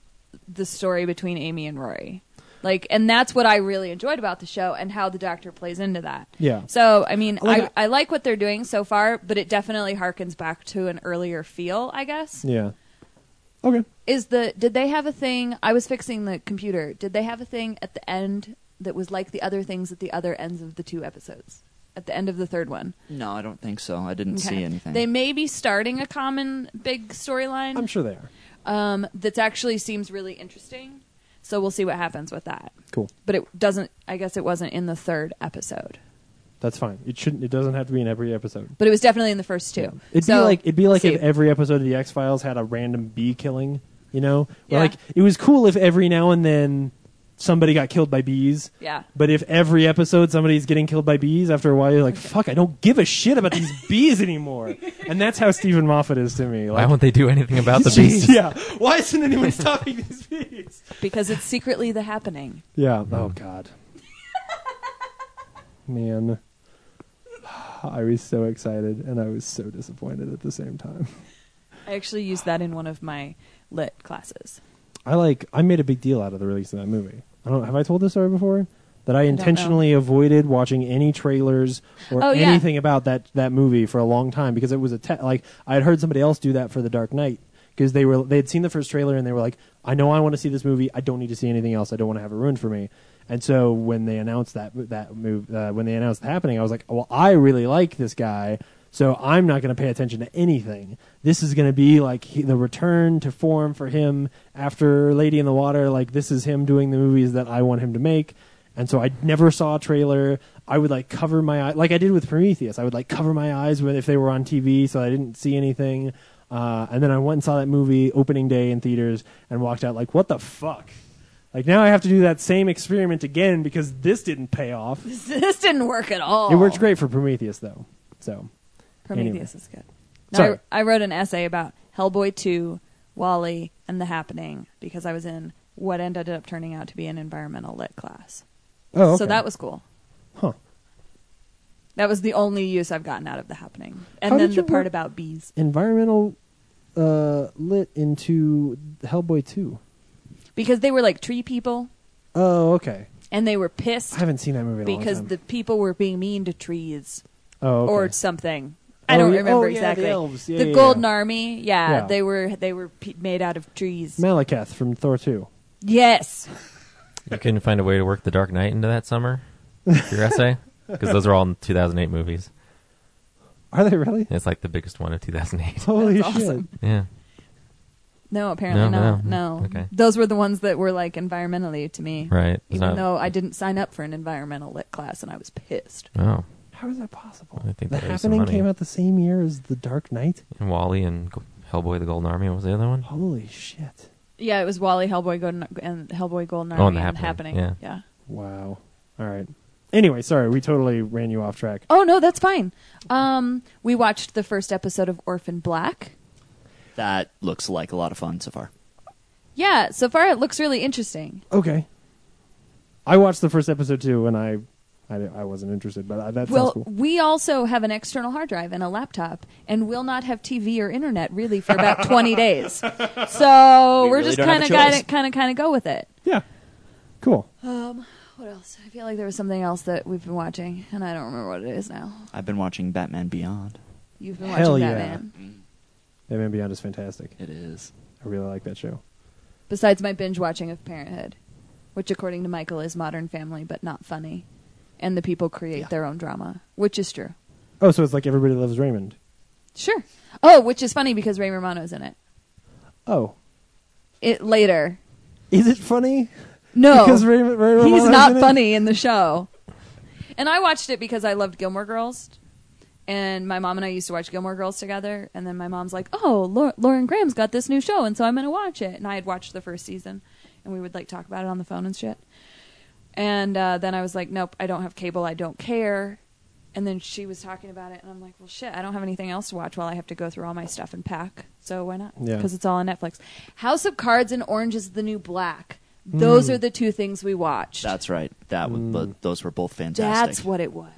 Speaker 5: the story between Amy and Rory, like, and that's what I really enjoyed about the show and how the Doctor plays into that.
Speaker 3: Yeah.
Speaker 5: So I mean,
Speaker 3: Like-
Speaker 5: I I like what they're doing so far, but it definitely harkens back to an earlier feel, I guess.
Speaker 3: Yeah. Okay.
Speaker 5: Is the did they have a thing? I was fixing the computer. Did they have a thing at the end that was like the other things at the other ends of the two episodes? At the end of the third one,
Speaker 7: No, I don't think so. I didn't
Speaker 5: Okay.
Speaker 7: see anything.
Speaker 5: They may be starting a common big storyline
Speaker 3: I'm sure they are.
Speaker 5: um, that actually seems really interesting. So we'll see what happens with that.
Speaker 3: Cool.
Speaker 5: But it doesn't. I guess it wasn't in the third episode,
Speaker 3: That's fine. It shouldn't. It doesn't have to be in every episode.
Speaker 5: but it was definitely in the first two.
Speaker 3: It'd
Speaker 5: So
Speaker 3: be like it'd be like
Speaker 5: see.
Speaker 3: if every episode of the X Files had a random bee killing. You know,
Speaker 5: Yeah.
Speaker 3: like it was cool if every now and then somebody got killed by bees.
Speaker 5: Yeah.
Speaker 3: But if every episode somebody's getting killed by bees, after a while you're like, "Fuck, I don't give a shit about these bees anymore." And that's how Stephen Moffat is to me.
Speaker 4: Why
Speaker 3: Like,
Speaker 4: won't they do anything about the bees?
Speaker 3: yeah. Why isn't anyone stopping these bees?
Speaker 5: because it's secretly the happening.
Speaker 3: Yeah. Oh God. Man, I was so excited and I was so disappointed at the same time.
Speaker 5: I actually used that in one of my lit classes.
Speaker 3: I like. I made a big deal out of the release of that movie. I don't. Have I told this story before? That I
Speaker 5: know.
Speaker 3: intentionally avoided watching any trailers or
Speaker 5: Oh, yeah.
Speaker 3: anything about that that movie for a long time because it was a te- like I had heard somebody else do that for The Dark Knight because they were they had seen the first trailer and they were like I know I want to see this movie I don't need to see anything else I don't want to have it ruined for me and so when they announced that that move uh, when they announced it happening I was like well I really like this guy so I'm not going to pay attention to anything this is going to be like he, the return to form for him after Lady in the Water like this is him doing the movies that I want him to make and so I never saw a trailer. I would like cover my eye, like I did with Prometheus. I would like cover my eyes when if they were on TV, so I didn't see anything. Uh, and then I went and saw that movie opening day in theaters and walked out like, what the fuck? Like now I have to do that same experiment again because this didn't pay off.
Speaker 5: This Oh. didn't work at all.
Speaker 3: It worked great for Prometheus though. So
Speaker 5: Prometheus
Speaker 3: Anyway.
Speaker 5: is good. No,
Speaker 3: Sorry.
Speaker 5: I, I wrote an essay about Hellboy 2, Wally, and The Happening because I was in what ended up turning out to be an environmental lit class.
Speaker 3: oh,
Speaker 5: So that was cool.
Speaker 3: huh.
Speaker 5: That was the only use I've gotten out of The Happening. And
Speaker 3: How
Speaker 5: then
Speaker 3: did you
Speaker 5: the part
Speaker 3: work-
Speaker 5: about bees.
Speaker 3: environmental uh, lit into Hellboy two.
Speaker 5: Because they were like tree people
Speaker 3: Oh okay,
Speaker 5: and they were pissed
Speaker 3: I haven't seen that movie in a long
Speaker 5: because
Speaker 3: time.
Speaker 5: the people were being mean to trees
Speaker 3: oh okay.
Speaker 5: or something. I
Speaker 3: Oh,
Speaker 5: don't
Speaker 3: yeah.
Speaker 5: remember
Speaker 3: Oh, yeah, the
Speaker 5: exactly.
Speaker 3: elves. Yeah,
Speaker 5: The
Speaker 3: yeah,
Speaker 5: Golden
Speaker 3: yeah.
Speaker 5: Army, yeah,
Speaker 3: Yeah.
Speaker 5: they were they were pe- made out of trees.
Speaker 3: Malekith from Thor two.
Speaker 5: yes,
Speaker 4: You couldn't find a way to work The Dark Knight into that summer for your essay because those are all 2008 movies.
Speaker 3: Are they really?
Speaker 4: It's like the biggest one of 2008.
Speaker 3: Holy
Speaker 5: That's
Speaker 3: shit.
Speaker 5: awesome.
Speaker 4: Yeah.
Speaker 5: No, apparently
Speaker 4: No,
Speaker 5: not.
Speaker 4: no,
Speaker 5: No.
Speaker 4: no. Okay.
Speaker 5: Those were the ones that were like environmentally to me.
Speaker 4: Right. It's
Speaker 5: Even
Speaker 4: not-
Speaker 5: though I didn't sign up for an environmental lit class and I was pissed.
Speaker 4: Oh.
Speaker 3: How is that possible?
Speaker 4: I think
Speaker 3: the
Speaker 4: they raised some
Speaker 3: happening
Speaker 4: money.
Speaker 3: came out the same year as The Dark Knight.
Speaker 4: And Wally and G- Hellboy the Golden Army. What was the other one?
Speaker 3: Holy shit!
Speaker 5: Yeah, it was Wally, Hellboy, Golden, and Hellboy Golden Army
Speaker 4: Oh, and the
Speaker 5: happening.
Speaker 4: Happening, yeah.
Speaker 3: Wow. All right. Anyway, sorry, we totally ran you off track.
Speaker 5: Oh no, that's fine. Um, we watched the first episode of Orphan Black.
Speaker 7: That looks like a lot of fun so far.
Speaker 5: Yeah, so far it looks really interesting.
Speaker 3: Oh, Okay. I watched the first episode too, and I, I, I wasn't interested, but I, that
Speaker 5: well,
Speaker 3: sounds cool.
Speaker 5: we also have an external hard drive and a laptop, and will not have TV or internet really for about twenty days. So we are
Speaker 7: really
Speaker 5: just
Speaker 7: don't have a
Speaker 5: kind of
Speaker 7: choice.
Speaker 5: kind of kind of go with it.
Speaker 3: Yeah. Cool.
Speaker 5: What else? I feel like there was something else that we've been watching, and I don't remember what it is now.
Speaker 7: I've been watching Batman Beyond.
Speaker 5: You've been
Speaker 3: Hell
Speaker 5: watching
Speaker 3: yeah.
Speaker 5: Batman.
Speaker 3: Batman Beyond is fantastic.
Speaker 7: It is.
Speaker 3: I really like that show.
Speaker 5: Besides my binge watching of Parenthood, which, according to Michael, is Modern Family but not funny, and the people create
Speaker 7: Yeah.
Speaker 5: their own drama, which is true.
Speaker 3: Oh, so it's like Everybody Loves Raymond.
Speaker 5: Sure. Oh, which is funny because Ray Romano's in it.
Speaker 3: Oh,
Speaker 5: It later.
Speaker 3: is it funny?
Speaker 5: No,
Speaker 3: Because Ray, Ray Romano's
Speaker 5: he's not
Speaker 3: in it?
Speaker 5: funny in the show. And I watched it because I loved Gilmore Girls. And my mom and I used to watch Gilmore Girls together. And then my mom's like, oh, Lau- Lauren Graham's got this new show. And so I'm going to watch it. And I had watched the first season. And we would like talk about it on the phone and shit. And uh, then I was like, nope, I don't have cable. I don't care. And then she was talking about it. And I'm like, well, shit, I don't have anything else to watch while I have to go through all my stuff and pack. So why not?
Speaker 3: Yeah.
Speaker 5: Because it's all on Netflix. House of Cards and Orange is the New Black.
Speaker 3: Hmm.
Speaker 5: Those are the two things we watched.
Speaker 7: That's right. That was,
Speaker 3: Mm.
Speaker 7: but those were both fantastic.
Speaker 5: That's what it was.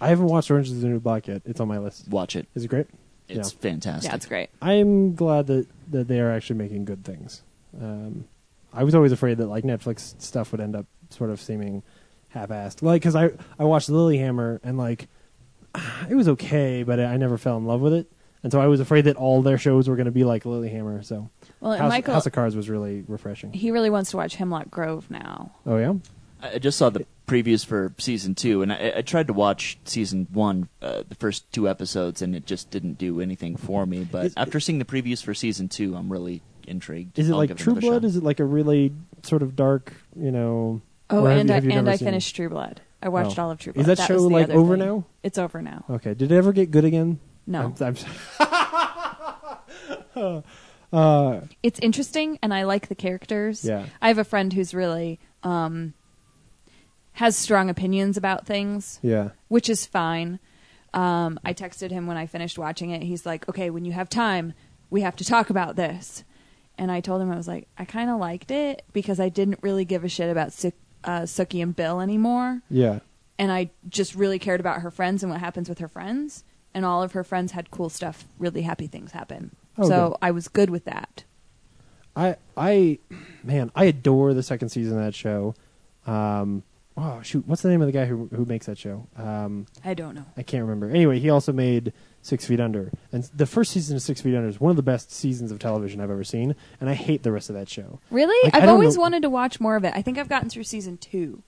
Speaker 3: I haven't watched Orange Is the New Black yet. It's on my list.
Speaker 7: Watch it.
Speaker 3: Is it great?
Speaker 7: It's
Speaker 3: yeah.
Speaker 7: fantastic.
Speaker 5: Yeah, it's great.
Speaker 3: I'm glad that, that they are actually making good things. Um, I was always afraid that like Netflix stuff would end up sort of seeming half-assed. Like because I I watched Lilyhammer and like ah, it was okay, but I never fell in love with it, and so I was afraid that all their shows were going to be like Lilyhammer. So
Speaker 5: Well, and
Speaker 3: House,
Speaker 5: Michael,
Speaker 3: House of Cards was really refreshing.
Speaker 5: he really wants to watch Hemlock Grove now.
Speaker 3: Oh yeah,
Speaker 7: I I just saw the previews for season two, and I, I tried to watch season one, uh, the first two episodes, and it just didn't do anything for me. But
Speaker 3: Is-
Speaker 7: after seeing the previews for season two, I'm really intrigued.
Speaker 3: is it
Speaker 7: I'll
Speaker 3: like
Speaker 7: give
Speaker 3: True
Speaker 7: another
Speaker 3: Blood?
Speaker 7: shot.
Speaker 3: Is it like a really sort of dark, you know?
Speaker 5: Oh,
Speaker 3: or have
Speaker 5: and
Speaker 3: you-
Speaker 5: I,
Speaker 3: have you
Speaker 5: and
Speaker 3: never
Speaker 5: I
Speaker 3: seen-
Speaker 5: finished True Blood. I watched
Speaker 3: Oh.
Speaker 5: all of True
Speaker 3: Is
Speaker 5: Blood.
Speaker 3: that
Speaker 5: was
Speaker 3: show,
Speaker 5: the
Speaker 3: like,
Speaker 5: other
Speaker 3: over
Speaker 5: thing.
Speaker 3: now?
Speaker 5: It's over now.
Speaker 3: Okay, did it ever get good again?
Speaker 5: No.
Speaker 3: I'm, I'm, Uh,
Speaker 5: it's interesting and I like the characters.
Speaker 3: Yeah.
Speaker 5: I have a friend who's really um has strong opinions about things,
Speaker 3: yeah.
Speaker 5: which is fine. Um I texted him when I finished watching it. He's like, "Okay, when you have time, we have to talk about this." And I told him I was like, "I kind of liked it because I didn't really give a shit about Su- uh, Sookie and Bill anymore."
Speaker 3: Yeah.
Speaker 5: and I just really cared about her friends and what happens with her friends. And all of her friends had cool stuff, really happy things happen.
Speaker 3: Oh,
Speaker 5: so
Speaker 3: good.
Speaker 5: I was good with that.
Speaker 3: I I man, I adore the second season of that show. Um oh shoot, what's the name of the guy who who makes that show? Um
Speaker 5: I don't know.
Speaker 3: I can't remember. Anyway, he also made Six Feet Under. And the first season of Six Feet Under is one of the best seasons of television I've ever seen, and I hate the rest of that show.
Speaker 5: Really?
Speaker 3: Like, I
Speaker 5: I've
Speaker 3: don't
Speaker 5: always
Speaker 3: know-
Speaker 5: wanted to watch more of it. I think I've gotten through season two.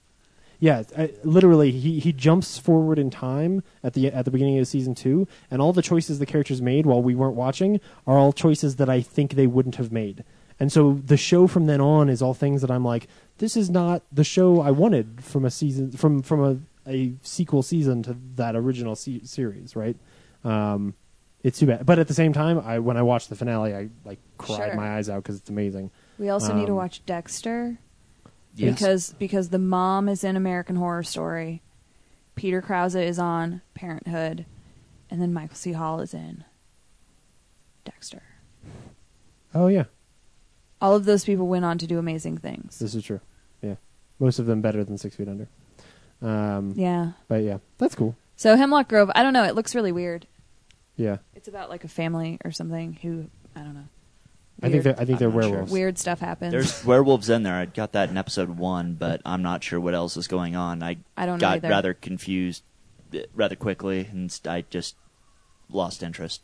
Speaker 3: Yeah, I, literally, he, he jumps forward in time at the at the beginning of season two, and all the choices the characters made while we weren't watching are all choices that I think they wouldn't have made. And so the show from then on is all things that I'm like, this is not the show I wanted from a season from from a, a sequel season to that original se- series, right? Um, it's too bad, but at the same time, I when I watched the finale, I like cried
Speaker 5: Sure.
Speaker 3: my eyes out because it's amazing.
Speaker 5: We also need to
Speaker 3: Um,
Speaker 5: watch Dexter
Speaker 7: Yes.
Speaker 5: because because the mom is in American Horror Story. Peter Krause is on Parenthood, and then Michael C. Hall is in Dexter.
Speaker 3: Oh yeah,
Speaker 5: All of those people went on to do amazing things.
Speaker 3: This is true. Yeah. Most of them better than Six Feet Under. Um,
Speaker 5: Yeah.
Speaker 3: But yeah, that's cool.
Speaker 5: So Hemlock Grove, I don't know. It looks really weird.
Speaker 3: Yeah.
Speaker 5: It's about like a family or something who I don't know.
Speaker 3: I think they're- I think they're
Speaker 5: I'm not sure.
Speaker 3: werewolves.
Speaker 5: Weird stuff happens.
Speaker 7: There's werewolves in there. I got that in episode one, but I'm not sure what else is going on. I,
Speaker 5: I don't know
Speaker 7: got
Speaker 5: either.
Speaker 7: rather confused uh, rather quickly, and s- I just lost interest.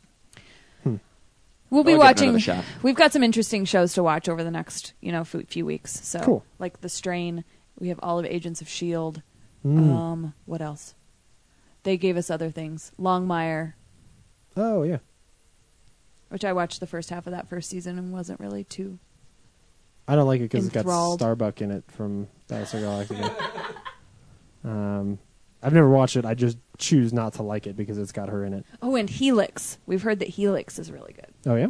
Speaker 5: we'll be
Speaker 7: I'll give it
Speaker 5: watching.
Speaker 7: another shot.
Speaker 5: We've got some interesting shows to watch over the next you know few, few weeks. So
Speaker 3: Cool.
Speaker 5: like The Strain, we have all of Agents of Shield.
Speaker 3: Mm. Hmm.
Speaker 5: Um, what else? They gave us other things. Longmire,
Speaker 3: Oh, yeah.
Speaker 5: which I watched the first half of that first season and wasn't really too.
Speaker 3: I don't like it because it's got
Speaker 5: Enthralled.
Speaker 3: Starbuck in it from Battlestar Galactica. um, I've never watched it. I just choose not to like it because it's got her in it.
Speaker 5: Oh, and Helix. We've heard that Helix is really good.
Speaker 3: Oh, yeah?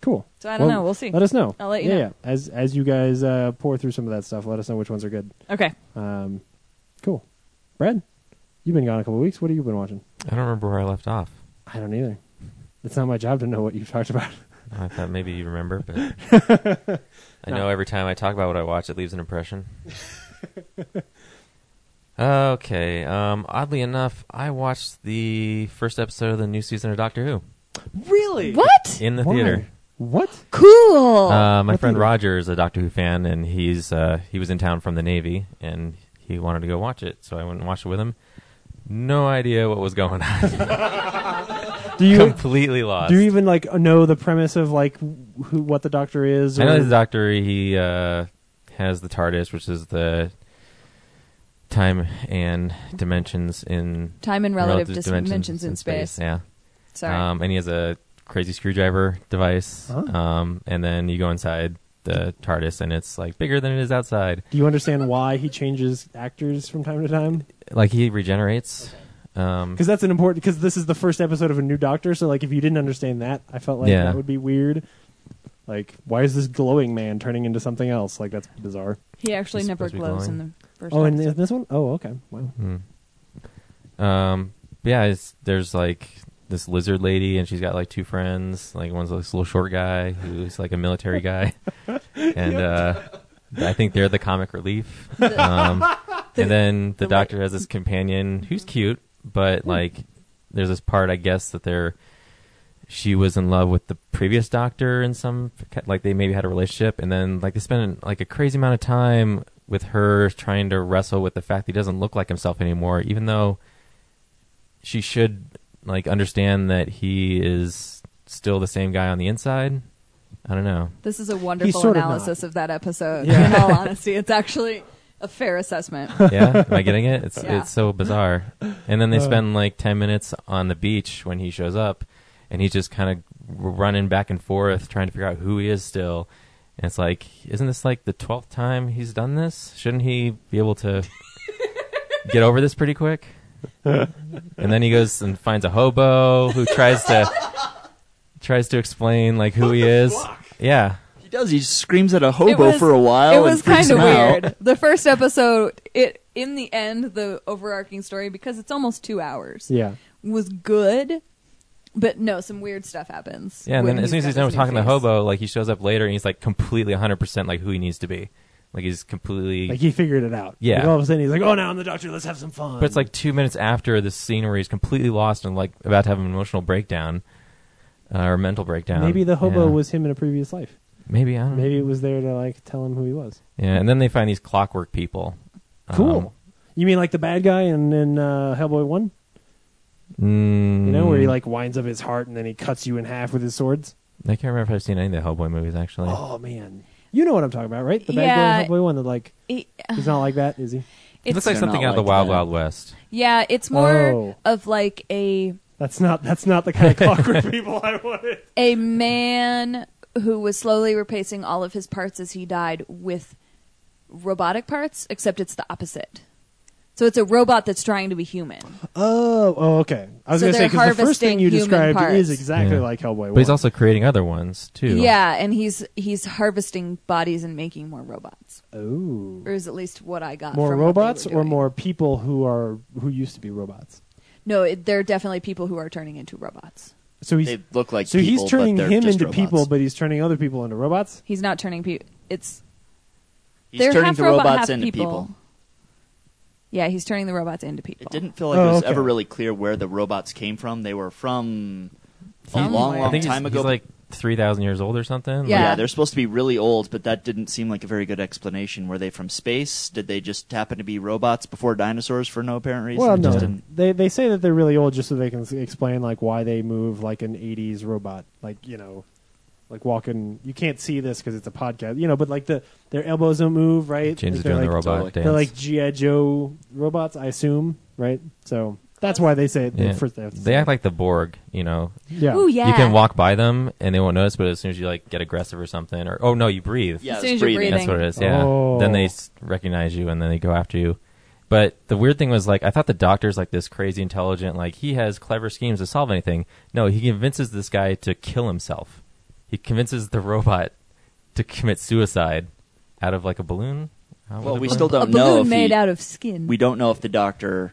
Speaker 3: Cool.
Speaker 5: So I don't
Speaker 3: Well,
Speaker 5: know. We'll see.
Speaker 3: Let us know.
Speaker 5: I'll let you
Speaker 3: yeah,
Speaker 5: know.
Speaker 3: Yeah, as as you guys uh, pour through some of that stuff, let us know which ones are good.
Speaker 5: Okay.
Speaker 3: Um, cool. Brad, you've been gone a couple of weeks. What have you been watching?
Speaker 4: I don't remember where I left off.
Speaker 3: I don't either. It's not my job to know what you've talked about.
Speaker 4: I thought maybe you remember, but I know every time I talk about what I watch, it leaves an impression. okay. Um, oddly enough, I watched the first episode of the new season of Doctor Who
Speaker 3: really?
Speaker 5: What?
Speaker 4: in the
Speaker 3: Why?
Speaker 4: theater.
Speaker 3: What?
Speaker 5: Cool.
Speaker 4: Uh, my
Speaker 3: What
Speaker 4: friend
Speaker 3: theater?
Speaker 4: Roger is a Doctor Who fan, and he's uh, he was in town from the Navy, and he wanted to go watch it, so I went and watched it with him. No idea what was going on.
Speaker 3: Do you
Speaker 4: Completely lost.
Speaker 3: do you even like know the premise of like who what the doctor is?
Speaker 4: I know
Speaker 3: or-
Speaker 4: the doctor. He uh, has the TARDIS, which is the time and dimensions in
Speaker 5: Time and relative,
Speaker 4: relative
Speaker 5: dimensions, in space.
Speaker 4: Yeah.
Speaker 5: Sorry.
Speaker 4: Um, and he has a crazy screwdriver device.
Speaker 3: Huh.
Speaker 4: Um, and then you go inside the TARDIS, and it's like bigger than it is outside.
Speaker 3: Do you understand why he changes actors from time to time?
Speaker 4: Like he regenerates. Um,
Speaker 3: Because that's an important. Because this is the first episode of a new Doctor, so like if you didn't understand that, I felt like
Speaker 4: Yeah.
Speaker 3: that would be weird. Like, why is this glowing man turning into something else? Like that's bizarre.
Speaker 5: He actually
Speaker 4: He's
Speaker 5: never
Speaker 4: supposed to be
Speaker 5: glows in
Speaker 4: glowing.
Speaker 5: the first.
Speaker 3: Oh, and
Speaker 5: episode.
Speaker 3: in this one? Oh, okay. Wow.
Speaker 4: Hmm. Um, but yeah, it's, there's like this lizard lady, and she's got like two friends. Like one's this little short guy who's like a military guy, and uh, I think they're the comic relief. Um, and then the doctor has this companion who's cute, but like there's this part, I guess, that they're she was in love with the previous doctor in some like they maybe had a relationship and then like they spent like a crazy amount of time with her trying to wrestle with the fact that he doesn't look like himself anymore even though she should like understand that he is still the same guy on the inside i don't know
Speaker 5: This is a
Speaker 3: He's
Speaker 5: wonderful
Speaker 3: sort of
Speaker 5: analysis of that episode.
Speaker 3: Yeah.
Speaker 5: In all honesty, it's actually a fair assessment.
Speaker 4: yeah am i getting it it's
Speaker 5: Yeah.
Speaker 4: it's so bizarre and then they spend like 10 minutes on the beach when he shows up and he's just kind of running back and forth trying to figure out who he is still and it's like isn't this like the 12th time he's done this shouldn't he be able to get over this pretty quick and then he goes and finds a hobo who tries to tries to explain like who he is Yeah.
Speaker 7: He does. Oh, He screams at a
Speaker 5: It
Speaker 7: hobo
Speaker 5: was-
Speaker 7: for a while.
Speaker 5: It was
Speaker 7: and freaks
Speaker 5: kind of
Speaker 7: him out.
Speaker 5: weird. The first episode, it in the end, the overarching story because it's almost two hours,
Speaker 3: Yeah.
Speaker 5: was good, but no, some weird stuff happens.
Speaker 4: Yeah, and
Speaker 5: when
Speaker 4: then as soon as
Speaker 5: got
Speaker 4: he's done
Speaker 5: this
Speaker 4: with
Speaker 5: new
Speaker 4: talking to
Speaker 5: face.
Speaker 4: Hobo, like he shows up later and he's like completely 100% like who he needs to be. Like he's completely.
Speaker 3: Like he figured it out.
Speaker 4: Yeah.
Speaker 3: Like all of a sudden he's like, "Oh, now I'm the doctor. Let's have some fun."
Speaker 4: but it's like two minutes after this scene where he's completely lost and like about to have an emotional breakdown uh, or mental breakdown.
Speaker 3: maybe the hobo
Speaker 4: Yeah. Hmm.
Speaker 3: was him in a previous life.
Speaker 4: Maybe, I don't know.
Speaker 3: Maybe it was there to like tell him who he was.
Speaker 4: Yeah, and then they find these clockwork people.
Speaker 3: Cool. you mean like the bad guy in in uh, Hellboy One?
Speaker 4: Um, mm,
Speaker 3: You know, where he like winds up his heart and then he cuts you in half with his swords.
Speaker 4: Mm, I can't remember if I've seen any of the Hellboy movies actually.
Speaker 3: Oh man, you know what I'm talking about, right? The bad guy
Speaker 5: Yeah.
Speaker 3: in Hellboy One that like
Speaker 5: It-
Speaker 3: he's not like that, is he?
Speaker 4: it looks
Speaker 5: it's,
Speaker 4: like
Speaker 7: They're
Speaker 4: something
Speaker 7: not
Speaker 4: out of the
Speaker 7: like
Speaker 4: Wild
Speaker 7: that.
Speaker 4: Wild West.
Speaker 5: yeah, it's more
Speaker 3: Oh.
Speaker 5: of like a
Speaker 3: That's not that's not the kind of clockwork people I wanted.
Speaker 5: a man who was slowly replacing all of his parts as he died with robotic parts, except it's the opposite. So it's a robot that's trying to be human.
Speaker 3: Oh, oh, okay. I was
Speaker 5: So
Speaker 3: gonna say
Speaker 5: they're
Speaker 3: because the first thing
Speaker 5: harvesting
Speaker 3: you
Speaker 5: human
Speaker 3: described is
Speaker 5: parts.
Speaker 3: exactly
Speaker 4: Yeah.
Speaker 3: like Hellboy.
Speaker 4: But he's
Speaker 3: 1.
Speaker 4: also creating other ones too.
Speaker 5: Yeah, and he's he's harvesting bodies and making more robots,
Speaker 3: Ooh.
Speaker 5: or is at least what I got.
Speaker 3: more
Speaker 5: from what they
Speaker 3: robots
Speaker 5: were
Speaker 3: or
Speaker 5: doing.
Speaker 3: more people who are who used to be robots.
Speaker 5: No, it, there are definitely people who are turning into robots.
Speaker 3: So he's
Speaker 7: They look like
Speaker 3: so
Speaker 7: people,
Speaker 3: he's turning
Speaker 7: but they're
Speaker 3: him
Speaker 7: just
Speaker 3: into
Speaker 7: robots.
Speaker 3: people, but he's turning other people into robots.
Speaker 5: He's not turning people. It's
Speaker 7: he's
Speaker 5: they're
Speaker 7: turning
Speaker 5: half
Speaker 7: the
Speaker 5: robot,
Speaker 7: robots
Speaker 5: half
Speaker 7: into
Speaker 5: people.
Speaker 7: people.
Speaker 5: Yeah, he's turning the robots into people.
Speaker 7: It didn't feel like
Speaker 3: Oh,
Speaker 7: it was
Speaker 3: okay.
Speaker 7: ever really clear where the robots came from. They were from a long,
Speaker 5: Somewhere.
Speaker 4: I
Speaker 7: long
Speaker 4: think he's,
Speaker 7: time ago.
Speaker 4: he's like three thousand years old or something.
Speaker 5: Yeah.
Speaker 7: yeah. they're supposed to be really old, but that didn't seem like a very good explanation. Were they from space? Did they just happen to be robots before dinosaurs for no apparent reason?
Speaker 3: Well,
Speaker 7: It just
Speaker 3: no,
Speaker 7: didn't-
Speaker 3: they they say that they're really old just so they can s- explain like why they move like an '80s robot, like you know, like walking. You can't see this because it's a podcast, you know, but like the their elbows don't move, right?
Speaker 4: James
Speaker 3: Like,
Speaker 4: is
Speaker 3: they're
Speaker 4: doing
Speaker 3: like,
Speaker 4: the robot
Speaker 7: totally.
Speaker 4: dance.
Speaker 3: They're like GI Joe robots, I assume, right? So that's why they say it
Speaker 4: Yeah.
Speaker 3: first. They, have to
Speaker 4: They
Speaker 3: say
Speaker 4: act
Speaker 3: it.
Speaker 4: like the Borg, you know.
Speaker 3: yeah.
Speaker 5: Ooh, yeah.
Speaker 4: You can walk by them and they won't notice, but as soon as you like get aggressive or something, or oh no, you breathe.
Speaker 7: yeah,
Speaker 5: As
Speaker 7: it
Speaker 5: soon
Speaker 7: was
Speaker 5: as you're
Speaker 7: breathing.
Speaker 4: That's what it is. Yeah.
Speaker 3: Oh.
Speaker 4: Then they s- recognize you and then they go after you. But the weird thing was like I thought the doctor's like this crazy intelligent, like he has clever schemes to solve anything. No, he convinces this guy to kill himself. He convinces the robot to commit suicide out of like a balloon. Out with
Speaker 7: Well,
Speaker 4: a
Speaker 7: we
Speaker 4: balloon?
Speaker 7: still
Speaker 5: a
Speaker 7: don't know.
Speaker 5: balloon
Speaker 7: If
Speaker 5: made
Speaker 7: he,
Speaker 5: out of skin.
Speaker 7: we don't know if the doctor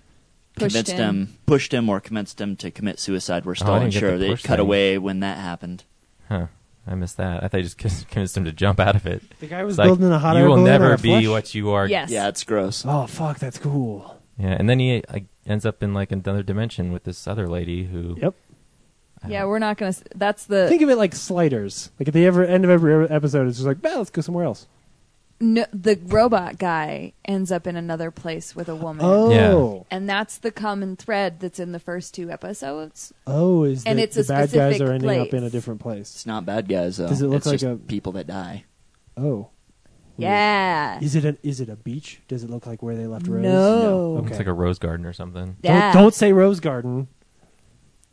Speaker 5: Pushed
Speaker 7: convinced
Speaker 5: him.
Speaker 7: him, pushed him, or convinced him to commit
Speaker 3: Oh,
Speaker 7: suicide. We're still
Speaker 4: didn't get the
Speaker 7: unsure. They
Speaker 4: push
Speaker 7: cut
Speaker 4: thing.
Speaker 7: away when that happened.
Speaker 4: Huh. I missed that. I thought you just con- convinced him to jump out of it.
Speaker 3: The guy was
Speaker 4: It's like,
Speaker 3: building a hot
Speaker 4: you
Speaker 3: air
Speaker 4: will
Speaker 3: balloon out
Speaker 4: never
Speaker 3: of
Speaker 4: be
Speaker 3: flesh?
Speaker 4: what you are.
Speaker 5: Yes.
Speaker 7: Yeah, it's gross.
Speaker 3: Oh fuck, that's cool.
Speaker 4: Yeah, and then he like, ends up in like another dimension with this other lady who.
Speaker 3: Yep.
Speaker 5: Yeah, we're not gonna. s- That's the
Speaker 3: Uh, Think of it like sliders. Like at the ever, end of every e-, episode, it's just like, "Bah, let's go somewhere else.
Speaker 5: no, the robot guy ends up in another place with a woman.
Speaker 3: Oh,
Speaker 5: And that's the common thread that's in the first two episodes.
Speaker 3: oh, is
Speaker 5: And
Speaker 3: that
Speaker 5: it's
Speaker 3: the
Speaker 5: a
Speaker 3: bad guys
Speaker 5: specific
Speaker 3: are ending up
Speaker 5: place.
Speaker 3: in a different place?
Speaker 7: It's not bad guys though.
Speaker 3: Does it look
Speaker 7: it's
Speaker 3: like
Speaker 7: just
Speaker 3: a-
Speaker 7: people that die?
Speaker 3: Oh,
Speaker 5: Yeah.
Speaker 3: is it a is it a beach? Does it look like where they left Rose?
Speaker 5: No.
Speaker 3: Okay.
Speaker 4: It's like a rose garden or something.
Speaker 5: Yeah.
Speaker 3: Don't, don't say Rose Garden,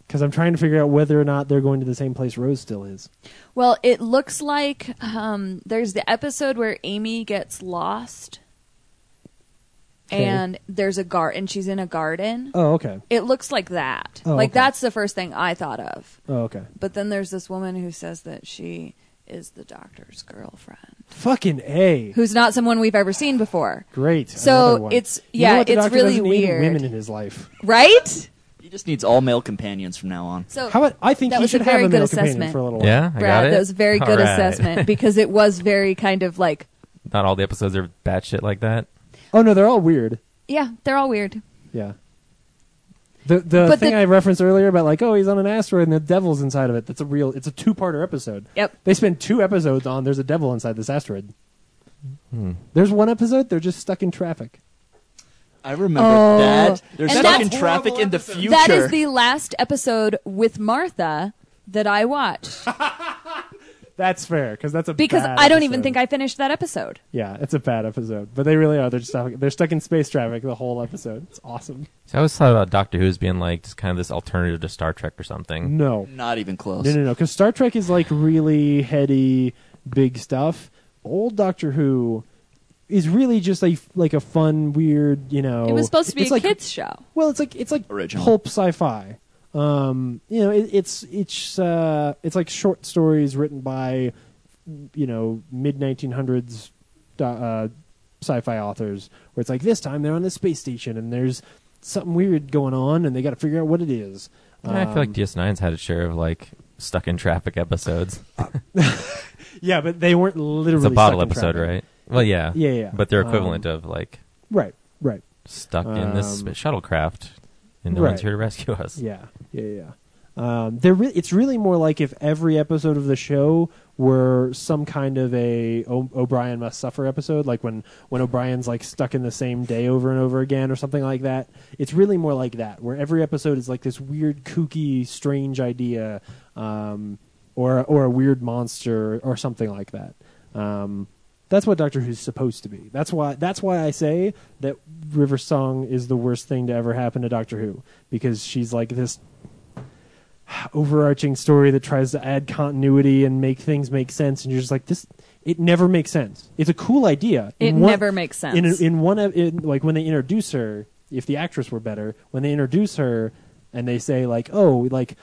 Speaker 3: because I'm trying to figure out whether or not they're going to the same place Rose still is.
Speaker 5: Well, it looks like um, there's the episode where Amy gets lost,
Speaker 3: Okay.
Speaker 5: and there's a gar, and she's in a garden.
Speaker 3: Oh, okay.
Speaker 5: It looks like that.
Speaker 3: Oh,
Speaker 5: like
Speaker 3: okay.
Speaker 5: that's the first thing I thought of.
Speaker 3: Oh, okay.
Speaker 5: But then there's this woman who says that she is the doctor's girlfriend,
Speaker 3: Fucking a.
Speaker 5: who's not someone we've ever seen before.
Speaker 3: Great.
Speaker 5: So
Speaker 3: Another one.
Speaker 5: it's-
Speaker 3: You know
Speaker 5: yeah,
Speaker 3: what? The
Speaker 5: it's
Speaker 3: doctor
Speaker 5: really
Speaker 3: doesn't need
Speaker 5: weird.
Speaker 3: Women in his life.
Speaker 5: Right?
Speaker 7: He just needs all male companions from now on.
Speaker 5: So
Speaker 3: How about I think
Speaker 5: That
Speaker 3: he
Speaker 5: was a
Speaker 3: should have
Speaker 5: very
Speaker 3: a
Speaker 5: good
Speaker 3: male companion
Speaker 5: assessment.
Speaker 3: for a little while.
Speaker 4: Yeah, I got
Speaker 5: Brad,
Speaker 4: it.
Speaker 5: that was a very
Speaker 4: All
Speaker 5: good
Speaker 4: right.
Speaker 5: assessment because it was very kind of like,
Speaker 4: Not all the episodes are batshit like that.
Speaker 3: Oh no, they're all weird.
Speaker 5: yeah, they're all weird.
Speaker 3: Yeah. The the
Speaker 5: But
Speaker 3: thing
Speaker 5: the-
Speaker 3: I referenced earlier about like oh he's on an asteroid and the devil's inside of it. That's a real. It's a two parter episode.
Speaker 5: Yep.
Speaker 3: They spend two episodes on there's a devil inside this asteroid. There's one episode they're just stuck in traffic.
Speaker 7: I remember
Speaker 5: Oh.
Speaker 7: that. They're
Speaker 5: And
Speaker 7: stuck
Speaker 5: that's-
Speaker 7: in traffic in the future.
Speaker 5: That is the last episode with Martha that I watched
Speaker 3: That's fair because that's a
Speaker 5: because
Speaker 3: bad
Speaker 5: I don't
Speaker 3: episode.
Speaker 5: even think I finished that episode.
Speaker 3: Yeah, it's a bad episode, but they really are. They're just stuck, they're stuck in space traffic the whole episode. It's awesome.
Speaker 4: So I always thought about Doctor Who's being like just kind of this alternative to Star Trek or something.
Speaker 3: No,
Speaker 7: Not even close.
Speaker 3: no, no, no. Because Star Trek is like really heady, big stuff. Old Doctor Who is really just a like a fun, weird. You know,
Speaker 4: Oh.
Speaker 5: It was supposed to be
Speaker 3: it's
Speaker 5: a
Speaker 3: like-
Speaker 5: kids show.
Speaker 3: Well, it's like it's like
Speaker 7: Original.
Speaker 3: pulp sci-fi. Um, you know, it, it's it's uh, it's like short stories written by you know mid 1900s do- uh, sci-fi authors where it's like this time they're on a space station and there's something weird going on and they got to figure out what it is.
Speaker 4: Yeah, I feel like
Speaker 3: Um,
Speaker 4: DS9's had its share of like stuck in traffic episodes.
Speaker 3: yeah, but they weren't
Speaker 4: It's
Speaker 3: literally
Speaker 4: a bottle
Speaker 3: stuck in
Speaker 4: episode,
Speaker 3: traffic.
Speaker 4: right? Well, yeah.
Speaker 3: Yeah, yeah.
Speaker 4: But they're
Speaker 3: Um,
Speaker 4: equivalent of like
Speaker 3: Right, right.
Speaker 4: stuck in this
Speaker 3: Um,
Speaker 4: shuttlecraft and no
Speaker 3: right.
Speaker 4: one's here to rescue us.
Speaker 3: Yeah, yeah, yeah. Um, they're re- it's really more like if every episode of the show were some kind of a o- O'Brien must suffer episode, like when when O'Brien's like stuck in the same day over and over again or something like that. It's really more like that, where every episode is like this weird, kooky, strange idea, um, or or a weird monster or something like that. Um, that's what Doctor Who's supposed to be. That's why. That's why I say that River Song is the worst thing to ever happen to Doctor Who because she's like this overarching story that tries to add continuity and make things make sense, and you're just like this. It never makes sense. It's a cool idea.
Speaker 5: It
Speaker 3: In one-
Speaker 5: never makes sense.
Speaker 3: In in one of in, like when they introduce her, if the actress were better, when they introduce her and they say like, oh, like.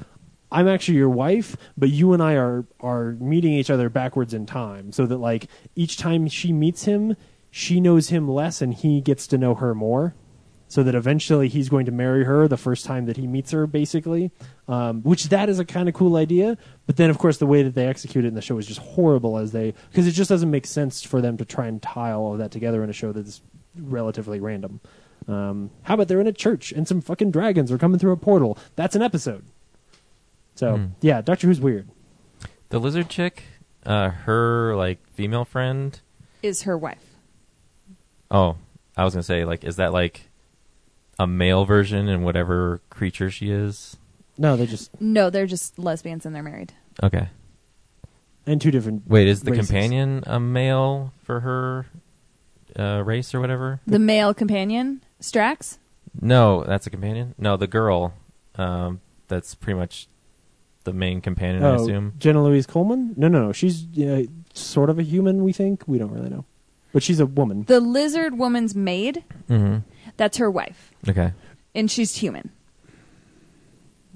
Speaker 3: I'm actually your wife, but you and I are are meeting each other backwards in time, so that like each time she meets him, she knows him less, and he gets to know her more so that eventually he's going to marry her the first time that he meets her, basically. Um, which that is a kind of cool idea, but then of course the way that they execute it in the show is just horrible, as they because it just doesn't make sense for them to try and tie all of that together in a show that's relatively random. Um, how about they're in a church and some fucking dragons are coming through a portal? That's an episode. So
Speaker 4: Hmm.
Speaker 3: yeah, Doctor Who's weird.
Speaker 4: The lizard chick, uh, her like female friend.
Speaker 5: Is her wife.
Speaker 4: Oh, I was gonna say like, is that like a male version and whatever creature she is?
Speaker 3: No, they just
Speaker 5: No, they're just lesbians and they're married.
Speaker 4: Okay.
Speaker 3: and two different.
Speaker 4: Wait, is the
Speaker 3: races.
Speaker 4: companion a male for her uh, race or whatever?
Speaker 5: The male companion, Strax,
Speaker 4: No, that's a companion. No, the girl. Um, that's pretty much the main companion, I
Speaker 3: Oh,
Speaker 4: assume.
Speaker 3: Jenna Louise Coleman? No, no, no. She's uh, sort of a human. We think we don't really know, but she's a woman.
Speaker 5: the lizard woman's maid,
Speaker 4: Mm-hmm.
Speaker 5: that's her wife,
Speaker 4: Okay.
Speaker 5: and she's human.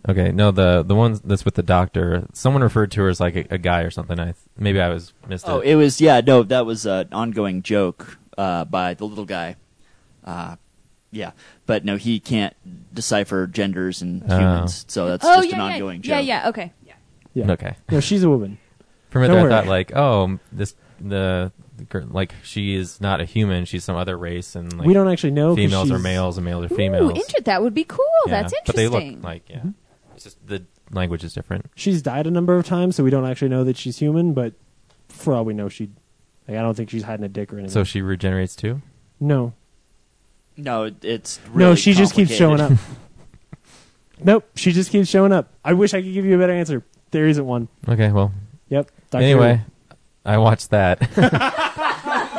Speaker 4: Okay. No, the the one that's with the doctor. Someone referred to her as like a, a guy or something. I th- maybe I was missed
Speaker 7: Oh,
Speaker 4: it.
Speaker 7: it was yeah. No, that was an ongoing joke uh, by the little guy. Uh, yeah, but no, he can't decipher genders and
Speaker 4: Oh.
Speaker 7: humans, so that's
Speaker 5: oh
Speaker 7: just
Speaker 5: yeah,
Speaker 7: an
Speaker 5: yeah,
Speaker 7: ongoing
Speaker 5: yeah,
Speaker 7: joke.
Speaker 5: yeah. Okay,
Speaker 3: Yeah.
Speaker 4: Okay.
Speaker 3: No, she's a woman.
Speaker 4: For a minute,
Speaker 3: Don't
Speaker 4: there, I thought
Speaker 3: worry.
Speaker 4: like, oh, this the, the gir- like she is not a human. She's some other race, and like
Speaker 3: we don't actually know. 'cause
Speaker 4: females are
Speaker 3: she's-
Speaker 4: males and males are
Speaker 5: Ooh,
Speaker 4: females.
Speaker 5: inter- that would be cool.
Speaker 4: Yeah,
Speaker 5: That's
Speaker 4: But they
Speaker 5: interesting.
Speaker 4: look like yeah.
Speaker 3: Mm-hmm.
Speaker 4: It's just the language is different.
Speaker 3: She's died a number of times, so we don't actually know that she's human. But for all we know, she. Like, I don't think she's hiding a dick or anything.
Speaker 4: So she regenerates too.
Speaker 3: no,
Speaker 7: No, it's really
Speaker 3: no, she just keeps showing
Speaker 7: complicated.
Speaker 3: up. nope, she just keeps showing up. I wish I could give you a better answer. There isn't one.
Speaker 4: Okay. Well.
Speaker 3: Yep. Dr.
Speaker 4: anyway, I watched that.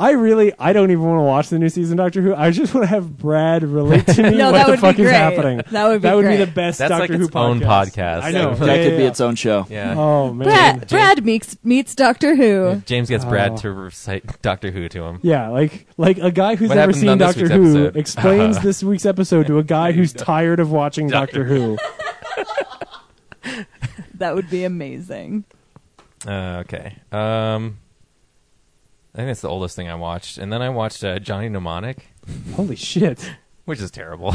Speaker 3: I really, I don't even want to watch the new season of Doctor Who. I just want to have Brad relate to me what
Speaker 5: No, that
Speaker 3: the
Speaker 5: would be
Speaker 3: fuck is
Speaker 5: great.
Speaker 3: happening.
Speaker 5: That would be great.
Speaker 3: the best
Speaker 4: That's
Speaker 3: Doctor
Speaker 4: like
Speaker 3: Who
Speaker 4: its own podcast.
Speaker 3: I know
Speaker 4: That
Speaker 7: That
Speaker 3: Yeah,
Speaker 7: could
Speaker 3: yeah,
Speaker 7: be
Speaker 3: yeah.
Speaker 7: its own show.
Speaker 4: yeah.
Speaker 3: Oh man,
Speaker 5: Brad, Brad meets meets Doctor Who.
Speaker 4: James gets Brad
Speaker 3: Oh.
Speaker 4: to recite Doctor Who to him.
Speaker 3: Yeah, like like a guy who's
Speaker 4: What
Speaker 3: never
Speaker 4: happened
Speaker 3: seen
Speaker 4: on this
Speaker 3: Doctor
Speaker 4: week's
Speaker 3: Who
Speaker 4: episode?
Speaker 3: explains this week's episode to a guy who's tired of watching Doctor Who.
Speaker 5: That would be amazing.
Speaker 4: Uh, okay. Um, I think that's the oldest thing I watched, and then I watched uh, Johnny Mnemonic,
Speaker 3: Holy shit!
Speaker 4: which is terrible.